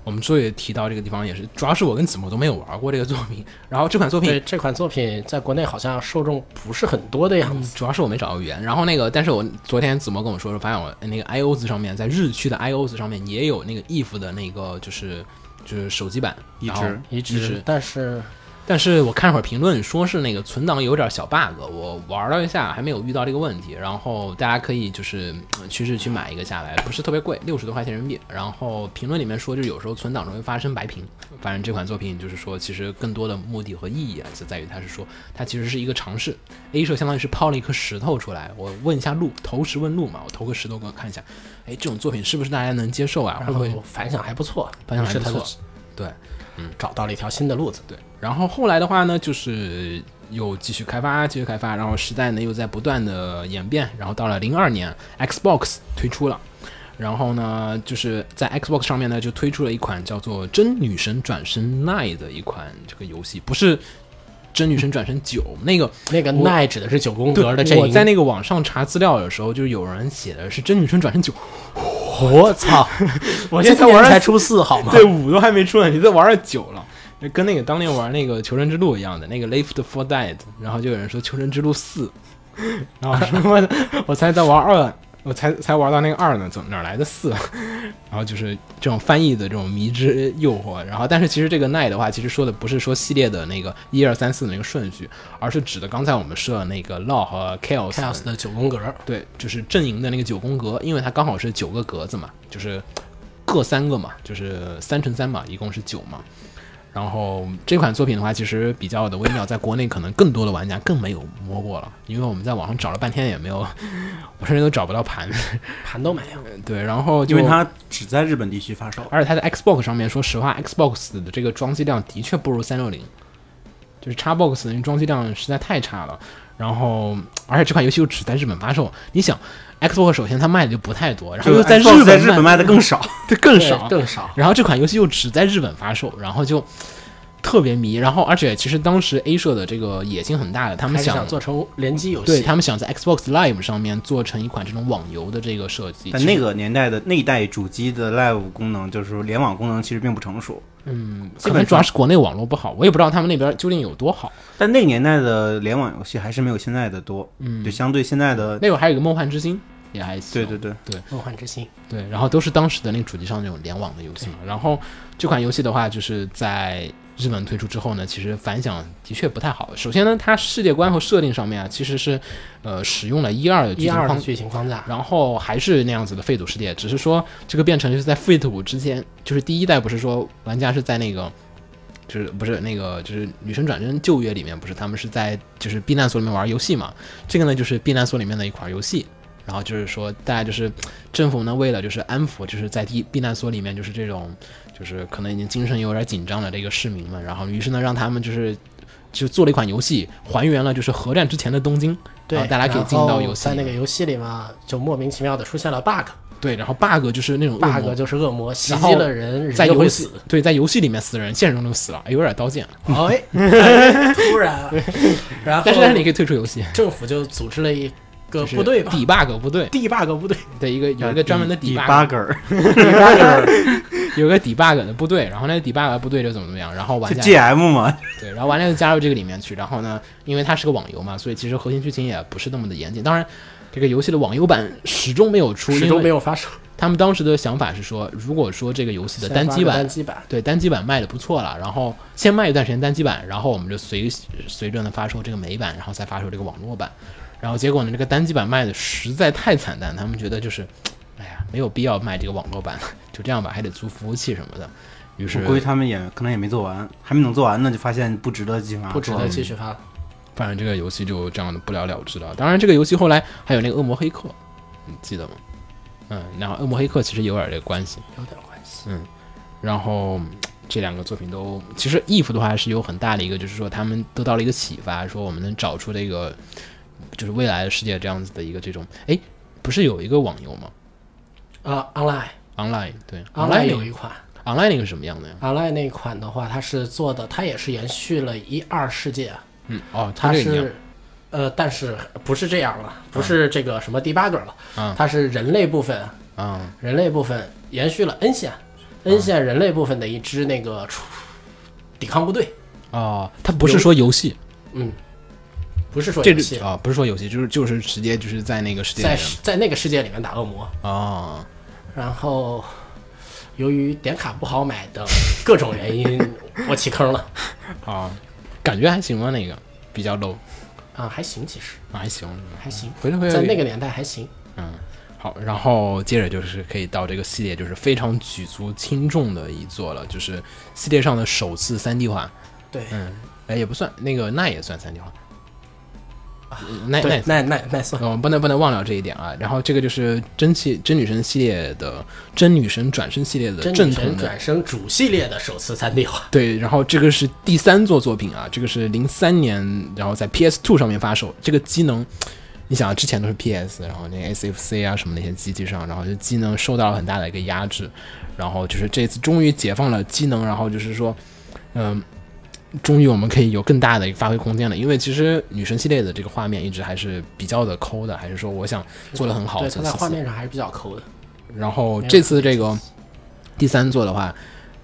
A: 我们之所以提到这个地方，也是主要是我跟子墨都没有玩过这个作品，然后这款作品
B: 对这款作品在国内好像受众不是很多的样
A: 嗯
B: 子。
A: 主要是我没找到语言，然后那个，但是我昨天子墨跟我说，发现我那个 i o 字上面，在日区的 i o 字上面也有那个 if 的那个，就是就是手机版
C: 移
A: 然后
C: 植
B: 移
A: 移
B: 植
A: 植，，
B: 但是
A: 但是我看了会儿评论，说是那个存档有点小 bug，我玩了一下还没有遇到这个问题。然后大家可以就是呃去市区买一个下来，不是特别贵，六十多块钱人民币。然后评论里面说，就是有时候存档容易发生白屏。反正这款作品就是说，其实更多的目的和意义啊，就在于它是说，它其实是一个尝试。A 社相当于是抛了一颗石头出来，我问一下路，投石问路嘛，我投个石头给我看一下，哎，这种作品是不是大家能接受啊？
B: 然
A: 会不会
B: 后反响还不错，
A: 反响还
B: 于是
A: 不
B: 他就
A: 错对？嗯
B: 找到了一条新的路子。
A: 对，然后后来的话呢，就是又继续开发，继续开发，然后时代呢又在不断的演变，然后到了零二年，Xbox 推出了。然后呢，就是在 Xbox 上面呢，就推出了一款叫做《真女神转身 n i 的一款这个游戏，不是真女神转身九那个
B: 那个奈指的是九宫格的
A: 对，
B: 阵
A: 我在
B: 营。 [LAUGHS]
A: 那个网上查资料的时候，就是有人写的是真女神转身九，
B: 我操！
A: 我
B: 今
A: 现在
B: 年
A: 玩
B: 才出四好吗？
A: 对五都还没出呢，你都玩到九了。就跟那个当年玩那个《求生之路》一样的，那个 Left for Dead，然后就有人说《求生之路四》，然后我说我 [LAUGHS] 我才在玩二，我才才玩到那个二呢，怎么哪来的四？ [LAUGHS] 然后就是这种翻译的这种迷之诱惑。然后，但是其实这个奈的话，其实说的不是说系列的那个一二三四的那个顺序，而是指的刚才我们说的那个 Law 和 Chaos 的
B: Chaos 的九宫格，
A: 对，就是阵营的那个九宫格，因为它刚好是九个格子嘛，就是各三个嘛，就是三乘三嘛，一共是九嘛。然后这款作品的话，其实比较的微妙，在国内可能更多的玩家更没有摸过了，因为我们在网上找了半天也没有， [LAUGHS] 我甚至都找不到盘。
B: 盘都没有。
A: 对，然后
C: 因
A: 就
C: 为它只在日本地区发售。
A: 而且它的 Xbox 上面，说实话，Xbox 的这个装机量的确不如三六零，就是 Xbox 的那个装机量实在太差了。然后，而且这款游戏又只在日本发售，你想，Xbox 首先它卖的就不太多，然后又
C: 就
A: 在
C: Xbox
A: 日
C: 在
A: 本
C: 日本卖的更少，
A: [LAUGHS] 对更
B: 对
A: 少，
B: 更少。
A: 然后这款游戏又只在日本发售，然后就特别迷。然后，而且其实当时 A 社的这个野心很大的，他
B: 他
A: 们想
B: 想做成联机游戏，
A: 对他们想在 Xbox Live 上面做成一款这种网游的这个设计，
C: 但
A: 其实
C: 那个年代的那一代主机的 Live 功能，就是说联网功能其实并不成熟。嗯，基
A: 可
C: 本
A: 能主要
C: 上，
A: 是国内网络不好，我也不知道他们那边究竟有多好。
C: 但那个年代的联网游戏还是没有现在的多。嗯，就相对现在的，
A: 那会儿还有一个梦幻之星，也还行。
C: 对对对，
B: 梦幻之星，
A: 对，然后都是当时的那个主机上那种联网的游戏嘛。然后这款游戏的话，就是在日本推出之后呢，其实反响的确不太好。首先呢，它世界观和设定上面啊，其实是呃使用了一二的剧
B: 一
A: 情
B: 二的
A: 框
B: 剧情框架，
A: 然后还是那样子的废土世界，只是说这个变成就是在废土之前，就是第一代不是说玩家是在那个，就是不是那个就是《女神转身旧约》里面不是他们是在就是避难所里面玩游戏嘛？这个呢就是避难所里面的一款游戏。然后就是说，大家就是政府呢，为了就是安抚，就是在避避难所里面，就是这种，就是可能已经精神有点紧张的这个市民们，然后于是呢，让他们就是就做了一款游戏，还原了就是核战之前的东京，
B: 对
A: 然，后大家可以进到游戏
B: 在
A: 里
B: 那
A: 面
B: 个游戏里嘛，就莫名其妙的出现了 bug，bug
A: 对，然后 bug 就是那种恶魔
B: 就是恶魔袭
A: 然
B: 击
A: 后
B: 了人，人
A: 在
B: 就
A: 游
B: 会
A: 戏
B: 死。
A: 对，在游戏里面死人，现实中就死了，有点刀剑。 [LAUGHS]
B: 哎，哎突然，然后
A: 但是但是你可以退出游戏，
B: 政府就组织了一个
A: 就是
B: 部队吧，啊
A: debug 部队
B: 地 bug 部队，
A: 的一个有一个专门的
C: 啊
A: debug，
C: debugger，
A: 有一个 debug 的部队，然后那个 debug 部队就怎么怎么样，然后玩
C: 就
A: 家
C: GM 嘛，
A: 对，然后玩家就加入这个里面去，然后呢，因为它是个网游嘛，所以其实核心剧情也不是那么的严谨。当然，这个游戏的网游版始终没有出，
B: 始
A: 因
B: 终没
A: 为
B: 有发售。
A: 他们当时的想法是说，如果说这个游戏的单机
B: 先发个
A: 版啊
B: 单机版，
A: 对单机版卖的不错了，然后先卖一段时间单机版，然后我们就随随着呢发售这个美版，然后再发售这个网络版。然后结果呢，这个单机版卖的实在太惨淡，他们觉得就是，哎呀，没有必要卖这个网络版，就这样吧，还得租服务器什么的。于是
C: 我，估计他们也可能也没做完，还没等做完呢，就发现不值得进行啊
B: 不值得继续发。
A: 嗯反正这个游戏就这样的不了了之了。当然，这个游戏后来还有那个恶魔黑客，你记得吗？嗯，然后恶魔黑客其实有点这个关系。嗯
B: 有点关系。
A: 然后嗯这两个作品都，其实 if 的话是有很大的一个，就是说他们得到了一个启发，说我们能找出这个，就是未来的世界这样子的一个这种，哎，不是有一个网游吗
B: 啊，online
A: ？online 对
B: online 有
A: 那
B: 一款
A: online 那个是什么样的呀？
B: online 那款的话，它是做的，它也是延续了一二世界，啊
A: 嗯，哦，它
B: 它
A: 这个一样
B: 是，呃，但是不是这样了，
A: 啊
B: 不是这个什么 debugger 了，
A: 嗯
B: 它是人类部分，
A: 啊，
B: 人类部分延续了 N 线，N 线人类部分的一支那个出抵抗部队，
A: 哦，它不是说游戏，
B: 嗯，不是说
A: 这
B: 游
A: 是
B: 戏，
A: 啊、不是说游戏，就是就是直接就是在那个世界里
B: 在
A: 面
B: 世在那个世界里面打恶魔，
A: 哦，
B: 然后由于点卡不好买的各种原因，我弃坑了，
A: 好，感觉还行吧，那个比较 low
B: 啊，还行，其实
A: 啊，还行，
B: 还行，
A: 回头回头
B: 在那
A: 个
B: 个年代还行。
A: 嗯。好，然后接着就是可以到这个系列就是非常举足轻重的一座了，就是系列上的首次三 D 化，
B: 对，
A: 哎也不算，那个那也算三 D 化，嗯那那
B: 对，那那那算
A: 我们哦不能不能忘了这一点啊。然后这个就是真系真女神系列的真女神转身系列的
B: 真
A: 正
B: 女
A: 统
B: 神
A: 的
B: 转生主系列的首次三 D 化，
A: 对，然后这个是第三座作品啊，这个是零三年，然后在 PS Two 上面发售。这个机能，你想啊，之前都是 PS，然后那 SFC 啊什么那些机器上，然后这机能受到了很大的一个压制，然后就是这次终于解放了机能，然后就是说，嗯、终于我们可以有更大的一个发挥空间了。因为其实女神系列的这个画面一直还是比较的抠的，还是说我想做的很好，
B: 对，
A: 层
B: 它
A: 次
B: 在画面上还是比较抠的。
A: 然后这次这个第三座的话，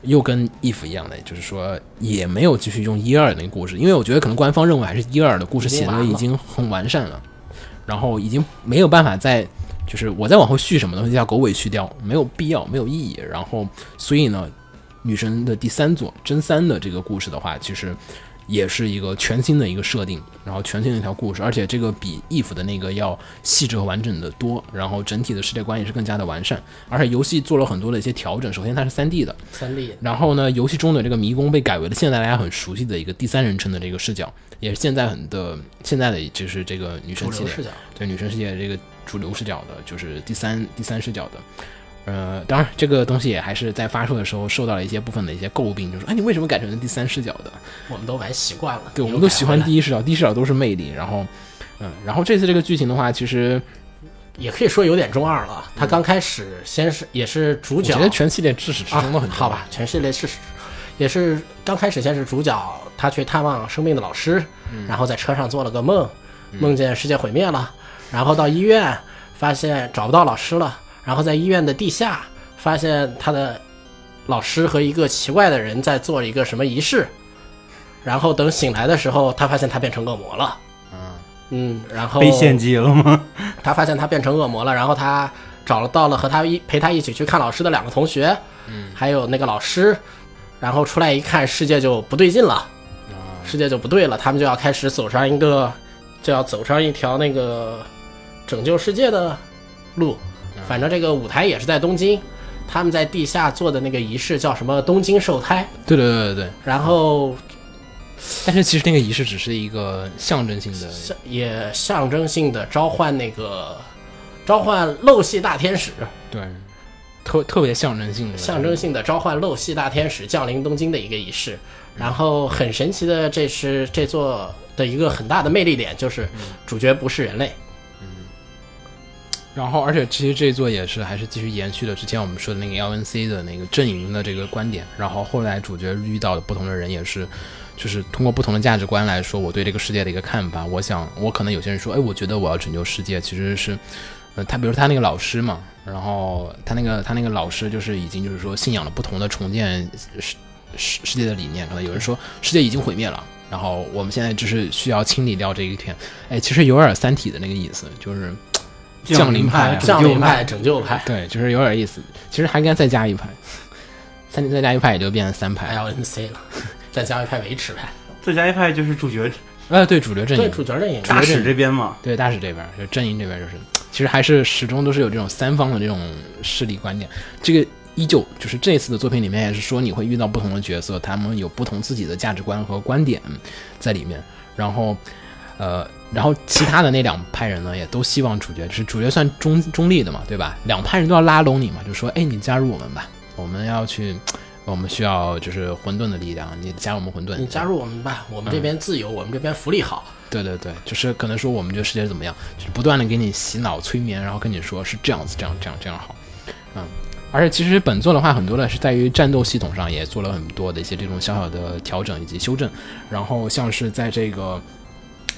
A: 又跟 if 一样的，就是说也没有继续用一二那个故事，因为我觉得可能官方认为还是一二的故事写的已经很完善了，然后已经没有办法再就是我再往后续什么东西叫狗尾续貂，没有必要，没有意义。然后所以呢，女神的第三座真三的这个故事的话，其实。也是一个全新的一个设定，然后全新的一条故事，而且这个比 if 的那个要细致和完整的多，然后整体的世界观也是更加的完善，而且游戏做了很多的一些调整。首先它是 3D 的，
B: 三 D
A: 然后呢，游戏中的这个迷宫被改为了现在大家很熟悉的一个第三人称的这个视角，也是现在很的现在的就是这个女神
B: 主
A: 系
B: 流
A: 列
B: 视角，
A: 对女神世界这个主流视角的，就是第三第三视角的。呃，当然，这个东西也还是在发售的时候受到了一些部分的一些诟病，就说，哎，你为什么改成第三视角的？
B: 我们都玩习惯了。
A: 对，我们
B: 又
A: 都
B: 改
A: 喜
B: 回
A: 欢
B: 来
A: 第一视角，第一视角都是魅力。然后，嗯，然后这次这个剧情的话，其实
B: 也可以说有点中二了。他刚开始先是也是
A: 嗯
B: 主
A: 我
B: 角
A: 觉得全系列至始至
B: 啊
A: 终都很、
B: 好吧，，全系列是也是刚开始先是主角他去探望生病的老师，
A: 嗯
B: 然后在车上做了个梦，梦见世界毁灭了，然后到医院发现找不到老师了，然后在医院的地下发现他的老师和一个奇怪的人在做一个什么仪式，然后等醒来的时候，他发现他变成恶魔了。
A: 嗯，
B: 嗯，然后
C: 被献祭了吗？
B: 他发现他变成恶魔了，然后他找了到了和他一陪他一起去看老师的两个同学，嗯，还有那个老师，然后出来一看，世界就不对劲了，
A: 嗯啊
B: 世界就不对了，他们就要开始走上一个，就要走上一条那个拯救世界的路。反正这个舞台也是在东京，他们在地下做的那个仪式叫什么东京受胎，
A: 对对对对对。
B: 然后
A: 但是其实那个仪式只是一个象征性的，
B: 象也象征性的召唤那个召唤漏系大天使，
A: 对，特特别象征性的，
B: 象征性的召唤漏系大天使降临东京的一个仪式。然后很神奇的，这是这座的一个很大的魅力点，就是主角不是人类，
A: 然后，而且其实这一座也是还是继续延续了之前我们说的那个 LNC 的那个阵营的这个观点。然后后来主角遇到的不同的人也是，就是通过不同的价值观来说我对这个世界的一个看法。我想，我可能有些人说，哎，我觉得我要拯救世界，其实是，呃，他比如他那个老师嘛，然后他那个他那个老师就是已经就是说信仰了不同的重建世世世界的理念。可能有人说世界已经毁灭了。然后我们现在就是需要清理掉这一片，哎，其实有点《三体》的那个意思，就是降临派
C: 降
B: 哎降
C: 临
B: 临
C: 派，
B: 派、拯救派、
A: 对，就是有点意思。其实还应该再加一排，三再加一排也就变成三
B: 哎
A: 排。
B: LNC 了， [LAUGHS] 再加一派维持派，
C: 最佳一派就是主角
A: 呃，对，主流阵
B: 对
A: 营，
B: 主角阵营，啊
C: 大使这边嘛，
A: 对大使这边，就阵营这边就是，其实还是始终都是有这种三方的这种势力观点。这个依旧就是这次的作品里面也是说你会遇到不同的角色，他们有不同自己的价值观和观点在里面。然后，呃，然后其他的那两派人呢，也都希望主角，就是主角算中中立的嘛，对吧？两派人都要拉拢你嘛，就说，哎，你加入我们吧，我们要去，我们需要就是混沌的力量，你加入我们混沌，
B: 你加入我们吧，我们这边自由，
A: 嗯
B: 我们这边福利好，
A: 对对对，就是可能说我们这个世界怎么样，就是不断的给你洗脑催眠，然后跟你说是这样子，这样这样这样好，嗯。而且其实本作的话，很多的是在于战斗系统上也做了很多的一些这种小小的调整以及修正，然后像是在这个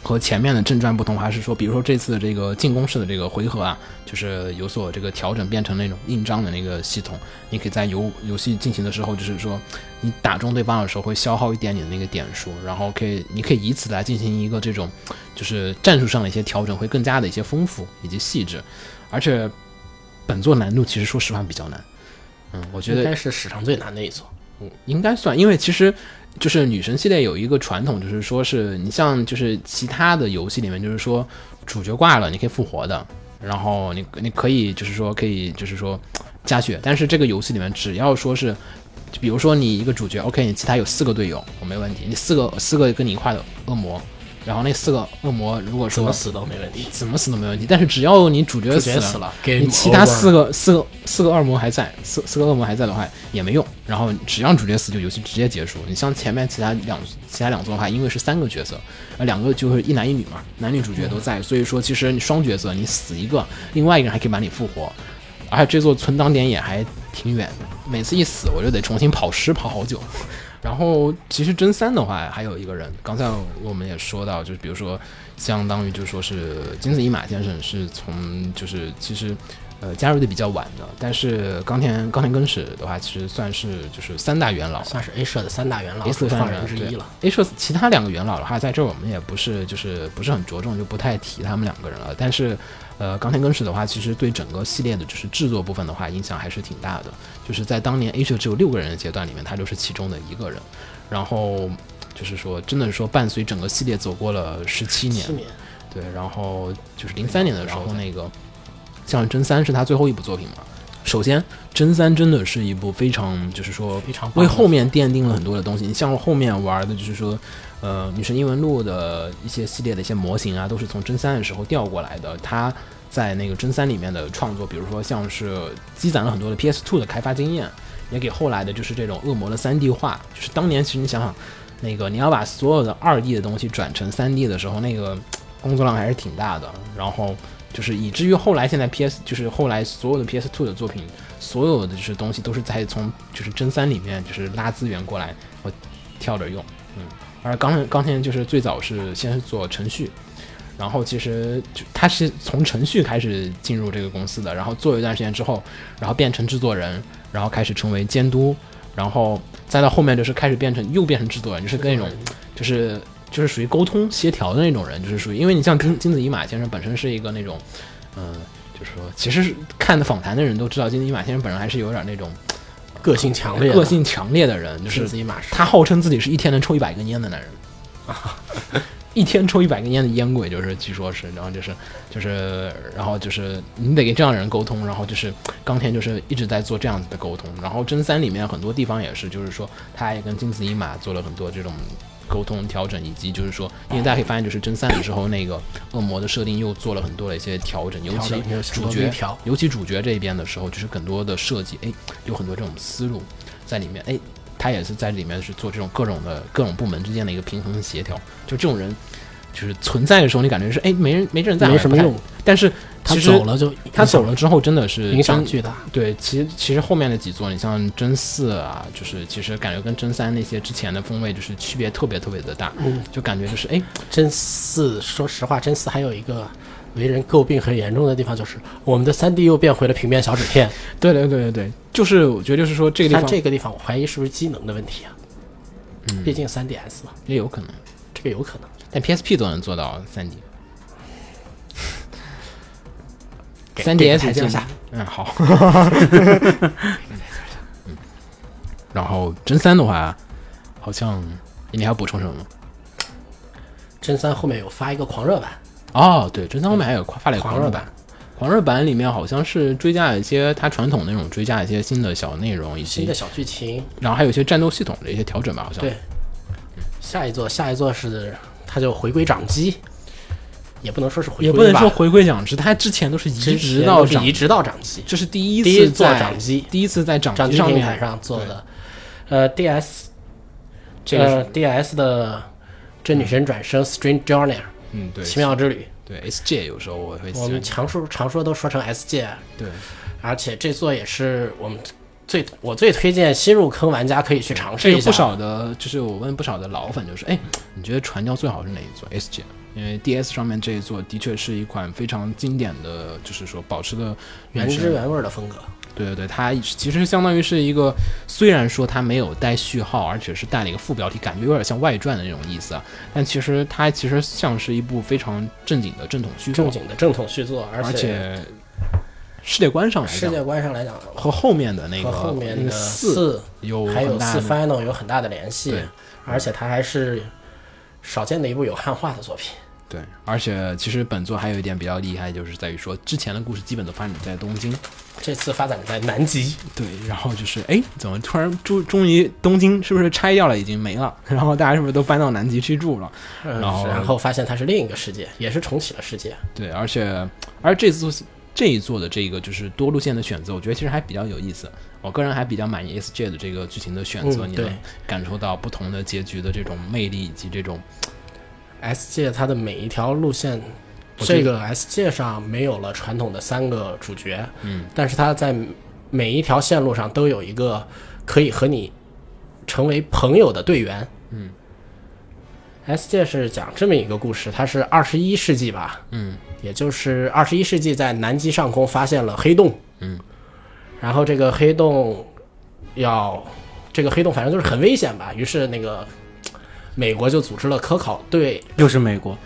A: 和前面的正传不同，还是说，比如说这次的这个进攻式的这个回合啊，就是有所这个调整，变成那种印章的那个系统，你可以在游游戏进行的时候，就是说你打中对方的时候会消耗一点你的那个点数，然后可以你可以以此来进行一个这种就是战术上的一些调整，会更加的一些丰富以及细致，而且本作难度其实说实话比较难，嗯，我觉
B: 应
A: 得
B: 该是史上最难的一座。
A: 应该算，因为其实就是女神系列有一个传统，就是说是你像就是其他的游戏里面，就是说主角挂了你可以复活的，然后你你可以就是说可以就是说加血，但是这个游戏里面只要说是。就比如说你一个主角，OK，你其他有四个队友，我没问题。你四个四个跟你一块的恶魔，然后那四个恶魔如果
B: 怎
A: 说
B: 么死都没问题，
A: 怎么死都没问题，但是只要你主角
B: 主
A: 死
B: 角
A: 了，
B: 死了，
A: 你
B: game
A: 其他
B: over
A: 四个四个四个恶魔还在，四四个恶魔还在的话也没用。然后只要主角死，就游戏直接结束。你像前面其他两其他两座的话，因为是三个角色，呃，两个就是一男一女嘛，男女主角都在，所以说其实你双角色你死一个，另外一个人还可以把你复活。而且这座存档点也还挺远的，每次一死我就得重新跑尸跑好久。 [LAUGHS] 然后其实真三的话，还有一个人，刚才我们也说到，就是比如说，相当于就说是金子一马先生是从就是其实。呃，加入的比较晚的，但是冈田冈田根史的话，其实算是就是三大元老
B: 算是 A 社的三大元老
A: A 社
B: 主
A: 三
B: 创
A: 大元
B: 人
A: 老
B: 之
A: 对
B: 一了。
A: A 社其他两个元老的话，在这儿我们也不是就是不是很着重，就不太提他们两个人了。但是，呃，冈田根史的话，其实对整个系列的就是制作部分的话，影响还是挺大的。就是在当年 A 社只有六个人的阶段里面，他就是其中的一个人。然后就是说，真的是说伴随整个系列走过了十七年
B: 去，年
A: 对，然后就是零三年的时候，那个像真三是他最后一部作品嘛。首先，真三真的是一部非常，就是说
B: 非常棒
A: 为
B: 的
A: 后面奠定了很多的东西。你像我后面玩的，就是说，呃，女神异闻录的一些系列的一些模型啊，都是从真三的时候调过来的。它在那个真三里面的创作，比如说像是积攒了很多的 PS2 的开发经验，也给后来的就是这种恶魔的 3D 化。就是当年其实你想想，那个你要把所有的 2D 的东西转成 3D 的时候，那个工作量还是挺大的。然后就是以至于后来现在 PS 就是后来所有的 PS2 的作品，所有的就是东西都是在从就是真三里面就是拉资源过来，我跳着用，嗯。而钢钢铁就是最早是先是做程序，然后其实就他是从程序开始进入这个公司的，然后做一段时间之后，然后变成制作人，然后开始成为监督，然后再到后面就是开始变成又变成制作人，就是跟那种就是就是属于沟通协调的那种人，就是属于因为你像金金子一马先生本身是一个那种，嗯、就是说其实是看访谈的人都知道金子一马先生本人还是有点那种
B: 个性强烈的，
A: 个性强烈的人，就是
B: 是自己马是
A: 他号称自己是一天能抽一百根烟的男人，
B: [LAUGHS]
A: 一天抽一百根烟的烟鬼，就是据说是，然后就是就是，然后就是你得跟这样的人沟通，然后就是冈田就是一直在做这样子的沟通，然后真三里面很多地方也是，就是说他也跟金子一马做了很多这种。沟通调整，以及就是说，因为大家可以发现，就是真三的时候，那个恶魔的设定又做了很多的一些调整，尤
B: 调
A: 其
B: 整有很
A: 主
B: 多
A: 角
B: 微调，
A: 尤其主角这边的时候，就是很多的设计，哎，有很多这种思路在里面，哎，他也是在里面是做这种各种的各种部门之间的一个平衡协调。就这种人，就是存在的时候，你感觉是哎，没人没这人在，
B: 没什么用，。
A: 但是
B: 他
A: 其实
B: 走了就
A: 他走了之后，真的是
B: 影响
A: 真
B: 巨大。
A: 对，其实其实后面的几座，你像真四啊，就是其实感觉跟真三那些之前的风味就是区别特别特别的大，
B: 嗯
A: 就感觉就是哎，
B: 真四，说实话，真四还有一个为人诟病很严重的地方，就是我们的三 D 又变回了平面小纸片。
A: 对对对对对，就是我觉得就是说这个地
B: 它
A: 方
B: 这个地方，我怀疑是不是机能的问题啊？
A: 嗯
B: 毕竟三 DS 嘛，
A: 也有可能，
B: 这个有可能。
A: 但 PSP 都能做到三 D。
B: 给
A: 三
B: 给个
A: DS
B: 台阶下，
A: 嗯，好。 [LAUGHS] 然后真三的话，好像你还要补充什么吗？
B: 真三后面有发一个狂热版，
A: 哦，对，真三后面还有发了一个
B: 狂
A: 热
B: 热
A: 版
B: 版，
A: 狂热版里面好像是追加了一些它传统那种追加一些新的小内容，以
B: 新
A: 及
B: 的小剧情。
A: 然后还有一些战斗系统的一些调整吧，好像
B: 对，下一座，下一座是它就回归掌机，也不能说是回
A: 也不
B: 归
A: 能
B: 吧，
A: 说回归讲值，它之前都是移
B: 之
A: 植
B: 前
A: 到
B: 都是
A: 掌
B: 移，植到掌机。
A: 这是第一
B: 第一
A: 次
B: 座
A: 在
B: 掌机
A: 第一次在掌
B: 掌
A: 机
B: 机
A: 上
B: 平
A: 面
B: 台上做的，呃，DS
A: 这个是
B: 呃 DS 的《真女神转生》Strange Journey
A: 嗯对
B: 奇妙之旅，
A: 对 SJ 有时候我会
B: 我
A: 喜
B: 们
A: 欢
B: 常说常说都说成 SJ，
A: 对
B: 而且这座也是我们最我最推荐新入坑玩家可以去尝
A: 这
B: 试一
A: 个
B: 下。
A: 不少的，就是我问不少的老粉，就是哎，你觉得传教最好是哪一座 S 级？因为 DS 上面这一座的确是一款非常经典的，就是说保持的
B: 原
A: 生
B: 汁原味的风格，
A: 对对对，它其实相当于是一个，虽然说它没有带序号，而且是带了一个副标题，感觉有点像外传的那种意思啊。但其实它其实像是一部非常正经的正统虚
B: 正
A: 构，
B: 经的正统续作，而
A: 而且世界观上来
B: 世
A: 讲
B: 界观上来讲
A: 和后面的那个
B: 和后
A: 那
B: 面
A: 个
B: 的
A: 四
B: 四
A: 有
B: 还有
A: 很大
B: 四
A: 的
B: Final 有很大的联系
A: 对，
B: 而且它还是少见的一部有汉化的作品。
A: 对，而且其实本作还有一点比较厉害，就是在于说之前的故事基本都发展在东京，
B: 这次发展在南极，
A: 对，然后就是哎，怎么突然终终于东京是不是拆掉了，已经没了， [LAUGHS] 然后大家是不是都搬到南极去住了？
B: 嗯
A: 然后
B: 然后发现它是另一个世界，也是重启了世界。
A: 对，而且而这次这一座的这个就是多路线的选择，我觉得其实还比较有意思。我个人还比较满意 SJ 的这个剧情的选择，
B: 嗯
A: 你
B: 对
A: 能感受到不同的结局的这种魅力以及这种
B: S 界它的每一条路线，
A: 我觉得
B: 这个 S 界上没有了传统的三个主角，
A: 嗯，
B: 但是它在每一条线路上都有一个可以和你成为朋友的队员。
A: 嗯
B: ，S 界是讲这么一个故事，它是二十一世纪吧，
A: 嗯
B: 也就是二十一世纪在南极上空发现了黑洞，
A: 嗯，
B: 然后这个黑洞要这个黑洞反正就是很危险吧，于是那个美国就组织了科考队，
C: 又是美国，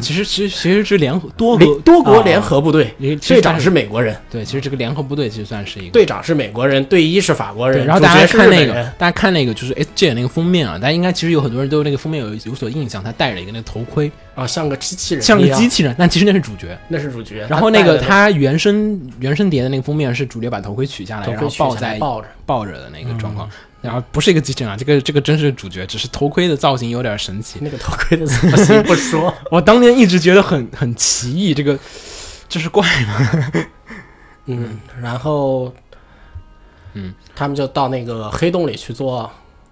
A: 其实其实其实是联合多
B: 美
A: 个
B: 多国联
A: 啊
B: 合部队，
A: 因为其实
B: 队长
A: 它
B: 是美国人，
A: 对，其实这个联合部队其实算是一个
B: 队长是美国人，队医是法国
A: 对，
B: 人，
A: 然后
B: 主
A: 大
B: 角
A: 家
B: 是
A: 看
B: 日
A: 那
B: 本
A: 个
B: 人，，
A: 大家看那个就是 S J 那个封面啊，大家应该其实有很多人都对那个封面有有所印象，他戴着一个那个头盔，
B: 啊，像个机器人，
A: 像个机，器人，但其实那是主角。
B: 那是主角。
A: 然后那个
B: 啊戴着
A: 他原声原声碟的那个封面是主角把头盔取下来，
B: 头
A: 然
B: 盔
A: 后
B: 取
A: 抱
B: 下
A: 在
B: 来抱嗯着，
A: 抱着的那个状况。然后不是一个机器人啊，这个这个真是主角，只是头盔的造型有点神奇。
B: 那个头盔的造型不
A: [LAUGHS]
B: 说，
A: 我当年一直觉得很很奇异，这个这是怪吗？
B: 嗯，然后，
A: 嗯，
B: 他们就到那个黑洞里去做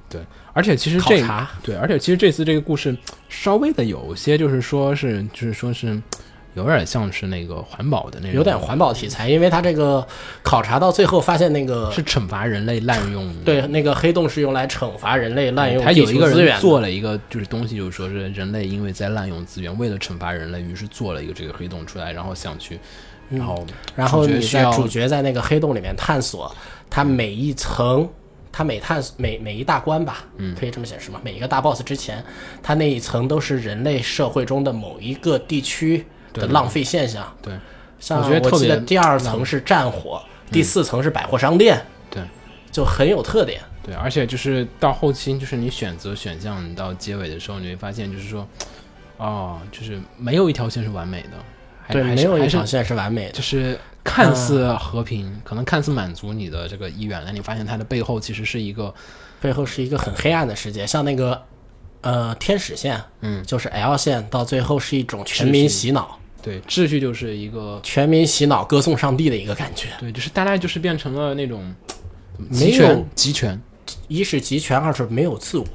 A: 对，而且其实
B: 考
A: 这个
B: 察，
A: 对，而且其实这次这个故事稍微的有些就是说是就是说是有点像是那个环保的那种，
B: 有点环保题材，因为他这个考察到最后发现那个
A: 是惩罚人类滥用。
B: 对那个黑洞是用来惩罚人类滥用
A: 他
B: 地
A: 有一
B: 球
A: 个
B: 资源
A: 人
B: 的，
A: 做了一个就是东西，就是说是人类因为在滥用资源，为了惩罚人类，于是做了一个这个黑洞出来，然后想去，
B: 嗯
A: 然后
B: 然
A: 主
B: 后
A: 角
B: 你
A: 需
B: 在
A: 要
B: 主角在那个黑洞里面探索，它每一层，它每探索每每一大关吧，
A: 嗯
B: 可以这么显示吗？每一个大 boss 之前，它那一层都是人类社会中的某一个地区的浪费现象。
A: 对
B: 像
A: 我觉得特
B: 记
A: 别嗯
B: 得第二层是战火，第四层是百货商店，
A: 对
B: 就很有特点。
A: 对，而且就是到后期，就是你选择选项到结尾的时候，你会发现就是说，哦，就是没有一条线是完美的，还
B: 对，
A: 还是
B: 没有一
A: 还是
B: 条线是嗯完美的。
A: 就是看似和平，可能看似满足你的这个意愿，但你发现它的背后其实是一个，
B: 背后是一个很黑暗的世界，像那个呃天使线，
A: 嗯，
B: 就是 L 线，到最后是一种全民洗脑，
A: 对，秩序就是一个，
B: 全民洗脑歌颂上帝的一个感觉。
A: 对，就是大家就是变成了那种怎么
B: 没
A: 集
B: 有
A: 权，集权，
B: 一是集权，二是没有自我，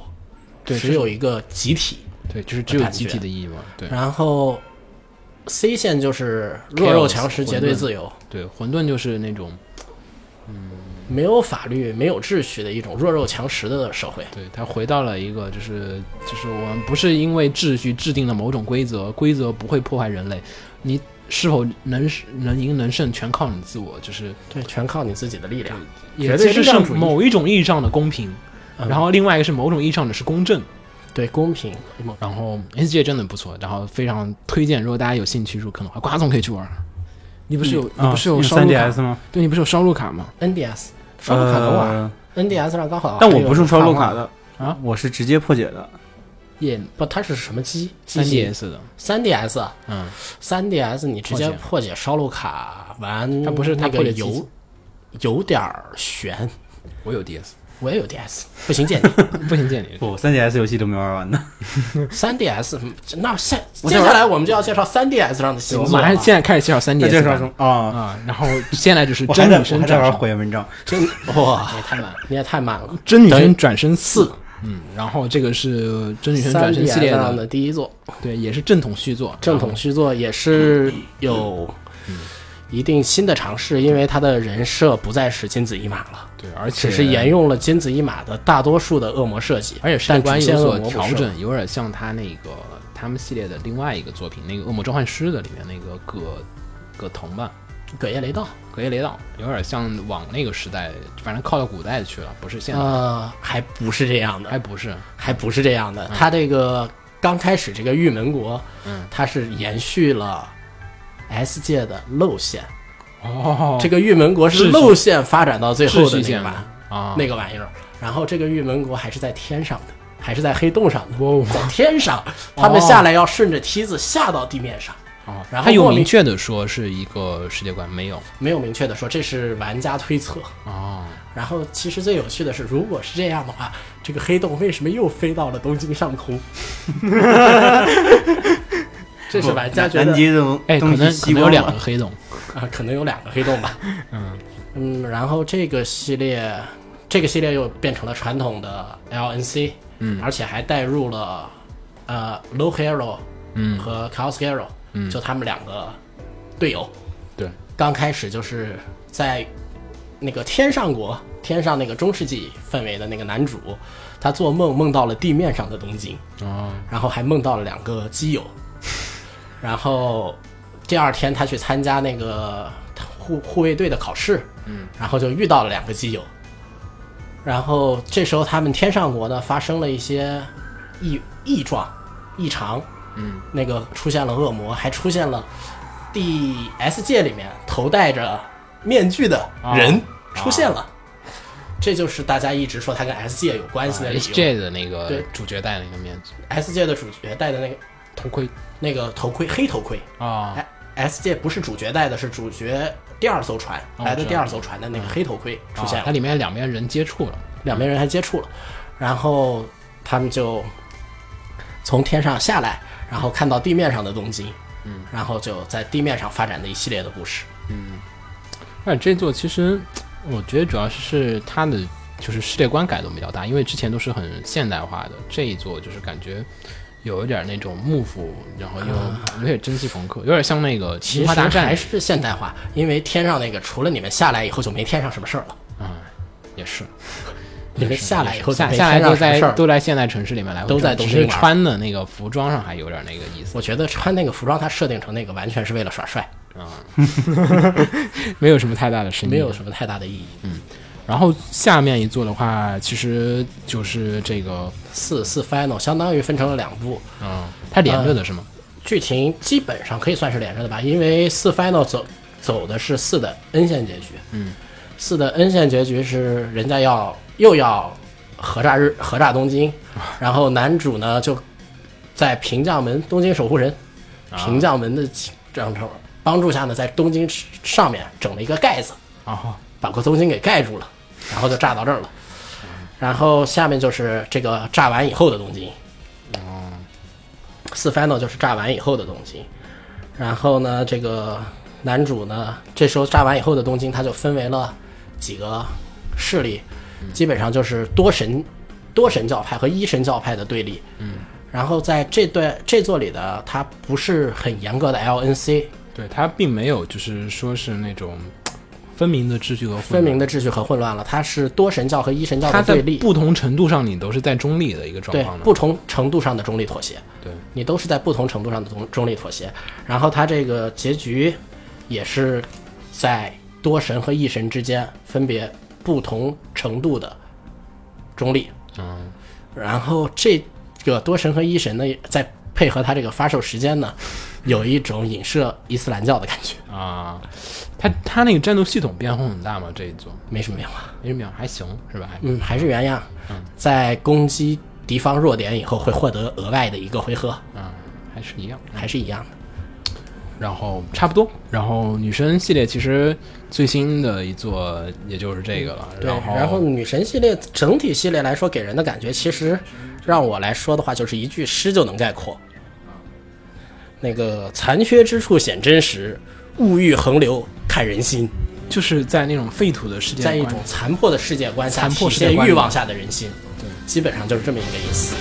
A: 对
B: 只有一个集体。
A: 对，就是只有
B: 感觉
A: 集体的意义嘛，对
B: 然后 C 线就是弱
A: Chaos，
B: 肉强食，结
A: 混沌
B: 对自由，
A: 对，混沌就是那种，嗯
B: 没有法律、没有秩序的一种弱肉强食的社会。
A: 对，他回到了一个就是就是我们不是因为秩序制定了某种规则，规则不会破坏人类，你是否能能赢能胜全靠你自我，就是
B: 对，全靠你自己的力量。
A: 也
B: 绝对
A: 其实
B: 是这
A: 是
B: 样主义
A: 某一种意义上的公平，
B: 嗯
A: 然后另外一个是某种意义上的是公正。
B: 对，公平。嗯
A: 然后 S G 真的不错，然后非常推荐，如果大家有兴趣入坑的话，瓜总可以去玩儿。你不是有、你
B: 嗯
C: 啊
A: 不是有烧
C: 三
A: 录卡？
C: DS 吗？
A: 对，你不是有烧录卡吗？
B: NDS 刷录卡能玩
C: 呃
B: ，NDS 上刚好。
C: 但我不是刷录卡，的
A: 啊，
C: 我是直接破解的。
A: 耶、
B: 不，它是什么机？
A: 三 DS 的，
B: 三 DS 啊。
A: 嗯，
B: 三 DS 你直接
A: 破解
B: 破解烧录卡玩，
A: 它不是它
B: 那个
A: 破解机
B: 有
A: 子
B: 有点儿悬。
A: 我有 DS，
B: 我也有 DS，不行鉴定。
A: [LAUGHS] 不行见你。
C: 不，三 DS 游戏都没玩完呢。
B: 三 DS，嗯那下
A: 我
B: 接
A: 再玩
B: 下来我们就要介绍三 DS 上的新
A: 我
B: 作
A: 马
B: 了
A: 上。现在开始介绍三 DS
C: 那介绍
A: 版
C: 什么啊？
A: 啊，然后现在就是
C: 我还在
A: 真女
C: 我
A: 神
C: 还在
A: 转
C: 玩
A: 身，
C: 火焰文章，
B: 真哇，
A: 也太慢了。
B: 你也太慢了。
A: 真女
B: 等于
A: 神转身四，嗯，然后这个是真女神
B: 三
A: 转身系
B: DS
A: 列
B: 上的
A: 的，
B: 第一作
A: 对，也是正统续作，
B: 正统续作也是有一定新的尝试，因为它的人设不再是金子一马了，
A: 对，而且
B: 只是沿用了金子一马的大多数的恶魔设计，
A: 而且世界
B: 但
A: 观
B: 主
A: 有
B: 线恶
A: 所
B: 魔不
A: 调
B: 是
A: 整，有点像他那个他们系列的另外一个作品，那个《恶魔召唤师》的里面那个葛葛藤吧，
B: 葛叶雷道。
A: 葛耶雷道，有点像往那个时代，反正靠到古代去了，不是现代，
B: 呃，还不是这样
A: 还
B: 的，
A: 不是，
B: 还不是这样的。它这个刚开始这个玉门国，
A: 嗯，
B: 它是延续了 S 界的露线。
A: 哦
B: 这个玉门国
A: 秩
B: 是
A: 序
B: 露线发展到最后
A: 秩
B: 的
A: 序
B: 那
A: 线
B: 个玩
A: 啊，
B: 那个玩意儿，然后这个玉门国还是在天上的，还是在黑洞上的，
A: 哇
B: 在天上，他们下来要顺着梯子下到地面上。
A: 哦，
B: 啊然后
A: 他有
B: 莫名
A: 明确的说是一个世界观，没有
B: 没有明确的说这是玩家推测。
A: 哦，
B: 然后其实最有趣的是，如果是这样的话，这个黑洞为什么又飞到了东京上
C: [LAUGHS]
B: 空？ [LAUGHS] 这是玩家觉
C: 南
B: 得
C: 极的东
A: 哎，可
C: 东西
A: 能可
C: 西
A: 能有
C: 光
A: 两
C: 了
A: 个。黑洞，
B: 啊，可能有两个黑洞吧。 [LAUGHS] 嗯嗯，然后这个系列，这个系列又变成了传统的 LNC，嗯，而且还带入了呃 Low Hero，嗯，和 Chaos Hero，嗯，就他们两个队友，
A: 对，
B: 刚开始就是在那个天上国，天上那个中世纪氛围的那个男主，他做梦梦到了地面上的东京，
A: 哦，
B: 然后还梦到了两个基 [LAUGHS] 友，然后第二天他去参加那个护护卫队的考试，嗯，然后就遇到了两个基友，然后这时候他们天上国呢发生了一些异异状异常，
A: 嗯，
B: 那个出现了恶魔，还出现了 D S 界里面头戴着面具的人
A: 啊
B: 出现了。这就是大家一直说他跟啊 S 界有关系的理由。
A: H J 的那个
B: 对
A: 主角戴了一个面具
B: S 界的主角戴的那个
A: 头盔
B: 那个头盔，黑头盔。
A: 啊，
B: 哎，S 界不是主角戴的，是主角第二艘船
A: 哦
B: 来的
A: 是啊
B: 第二艘船的那个黑头盔出现
A: 啊
B: 了
A: 它，里面两边人接触了，
B: 两边人还接触了，然后他们就从天上下来，然后看到地面上的东京，嗯，然后就在地面上发展的一系列的故事。
A: 而且这座其实我觉得主要是它的就是世界观改动比较大，因为之前都是很现代化的，这一座就是感觉。有一点那种幕府，然后又有点蒸汽朋克，有点像那个《
B: 啊其
A: 奇
B: 实
A: 葩大战
B: 还》是现代化，因为天上那个除了你们下来以后就没天上什么事儿了，
A: 啊，也是。
B: 你们下来以后就
A: 下
B: 没
A: 下来
B: 天上
A: 都
B: 什么
A: 在
B: 事儿了。
A: 都在现代城市里面来回
B: 都在
A: 转只
B: 东京
A: 是
B: 玩
A: 穿的那个服装上还有点那个意思
B: 我觉得穿那个服装，它设定成那个完全是为了耍帅，
A: 啊，没有什么太大的深意。
B: 没有什么太大的意义。
A: 然后下面一座的话，其实就是这个，
B: 四四 final 相当于分成了两部，
A: 嗯，它连着的是吗？
B: 剧情基本上可以算是连着的吧，因为四 final 走走的是四的 N 线结局，
A: 嗯，
B: 四的 N 线结局是人家要又要核炸日核炸东京，然后男主呢就在平将门东京守护人平将门的这样头帮助下呢，在东京上面整了一个盖子，
A: 啊，
B: 把个东京给盖住了，然后就炸到这儿了。然后下面就是这个炸完以后的东京，哦四 final 就是炸完以后的东京。然后呢，这个男主呢，这时候炸完以后的东京，他就分为了几个势力，基本上就是多神多神教派和一神教派的对立。嗯。然后在这对这座里的，它不是很严格的 LNC，
A: 对，它并没有就是说是那种分明的秩序和混
B: 分明
A: 的。
B: 的秩序和混乱了。它是多神教和一神教
A: 它
B: 嗯的
A: 在
B: 对立，
A: 不同程度上，你都是在中立的一个状
B: 对
A: 况的。
B: 不同程度上的中立妥协，
A: 对，
B: 你都是在不同程度上的中中立妥协。然后它这个结局也是在多神和异神之间分别不同程度的中立。
A: 嗯，
B: 然后这个多神和异神呢，再配合它这个发售时间呢，有一种影射伊斯兰教的感觉，
A: 啊，它它那个战斗系统变化很大吗？这一座
B: 没什么变化。
A: 没什么变化，还行是吧？还
B: 嗯，还是原样，在攻击敌方弱点以后会获得额外的一个回合，
A: 嗯，还是一样。
B: 还是一样的。
A: 然后差不多，然后女生系列其实最新的一座也就是这个了。
B: 对，
A: 后，
B: 然后女神系列整体系列来说，给人的感觉其实，让我来说的话，就是一句诗就能概括。那个残缺之处显真实，物欲横流看人心，
A: 就是在那种废土的世界
B: 在
A: 观，
B: 一种残破的世界观下
A: 残破
B: 体
A: 世界
B: 现
A: 观
B: 欲
A: 里
B: 望下的人心。对，基本上就是这么一个意思。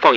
D: 放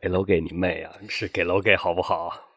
E: 哎给楼给你妹啊！是给楼给好不好？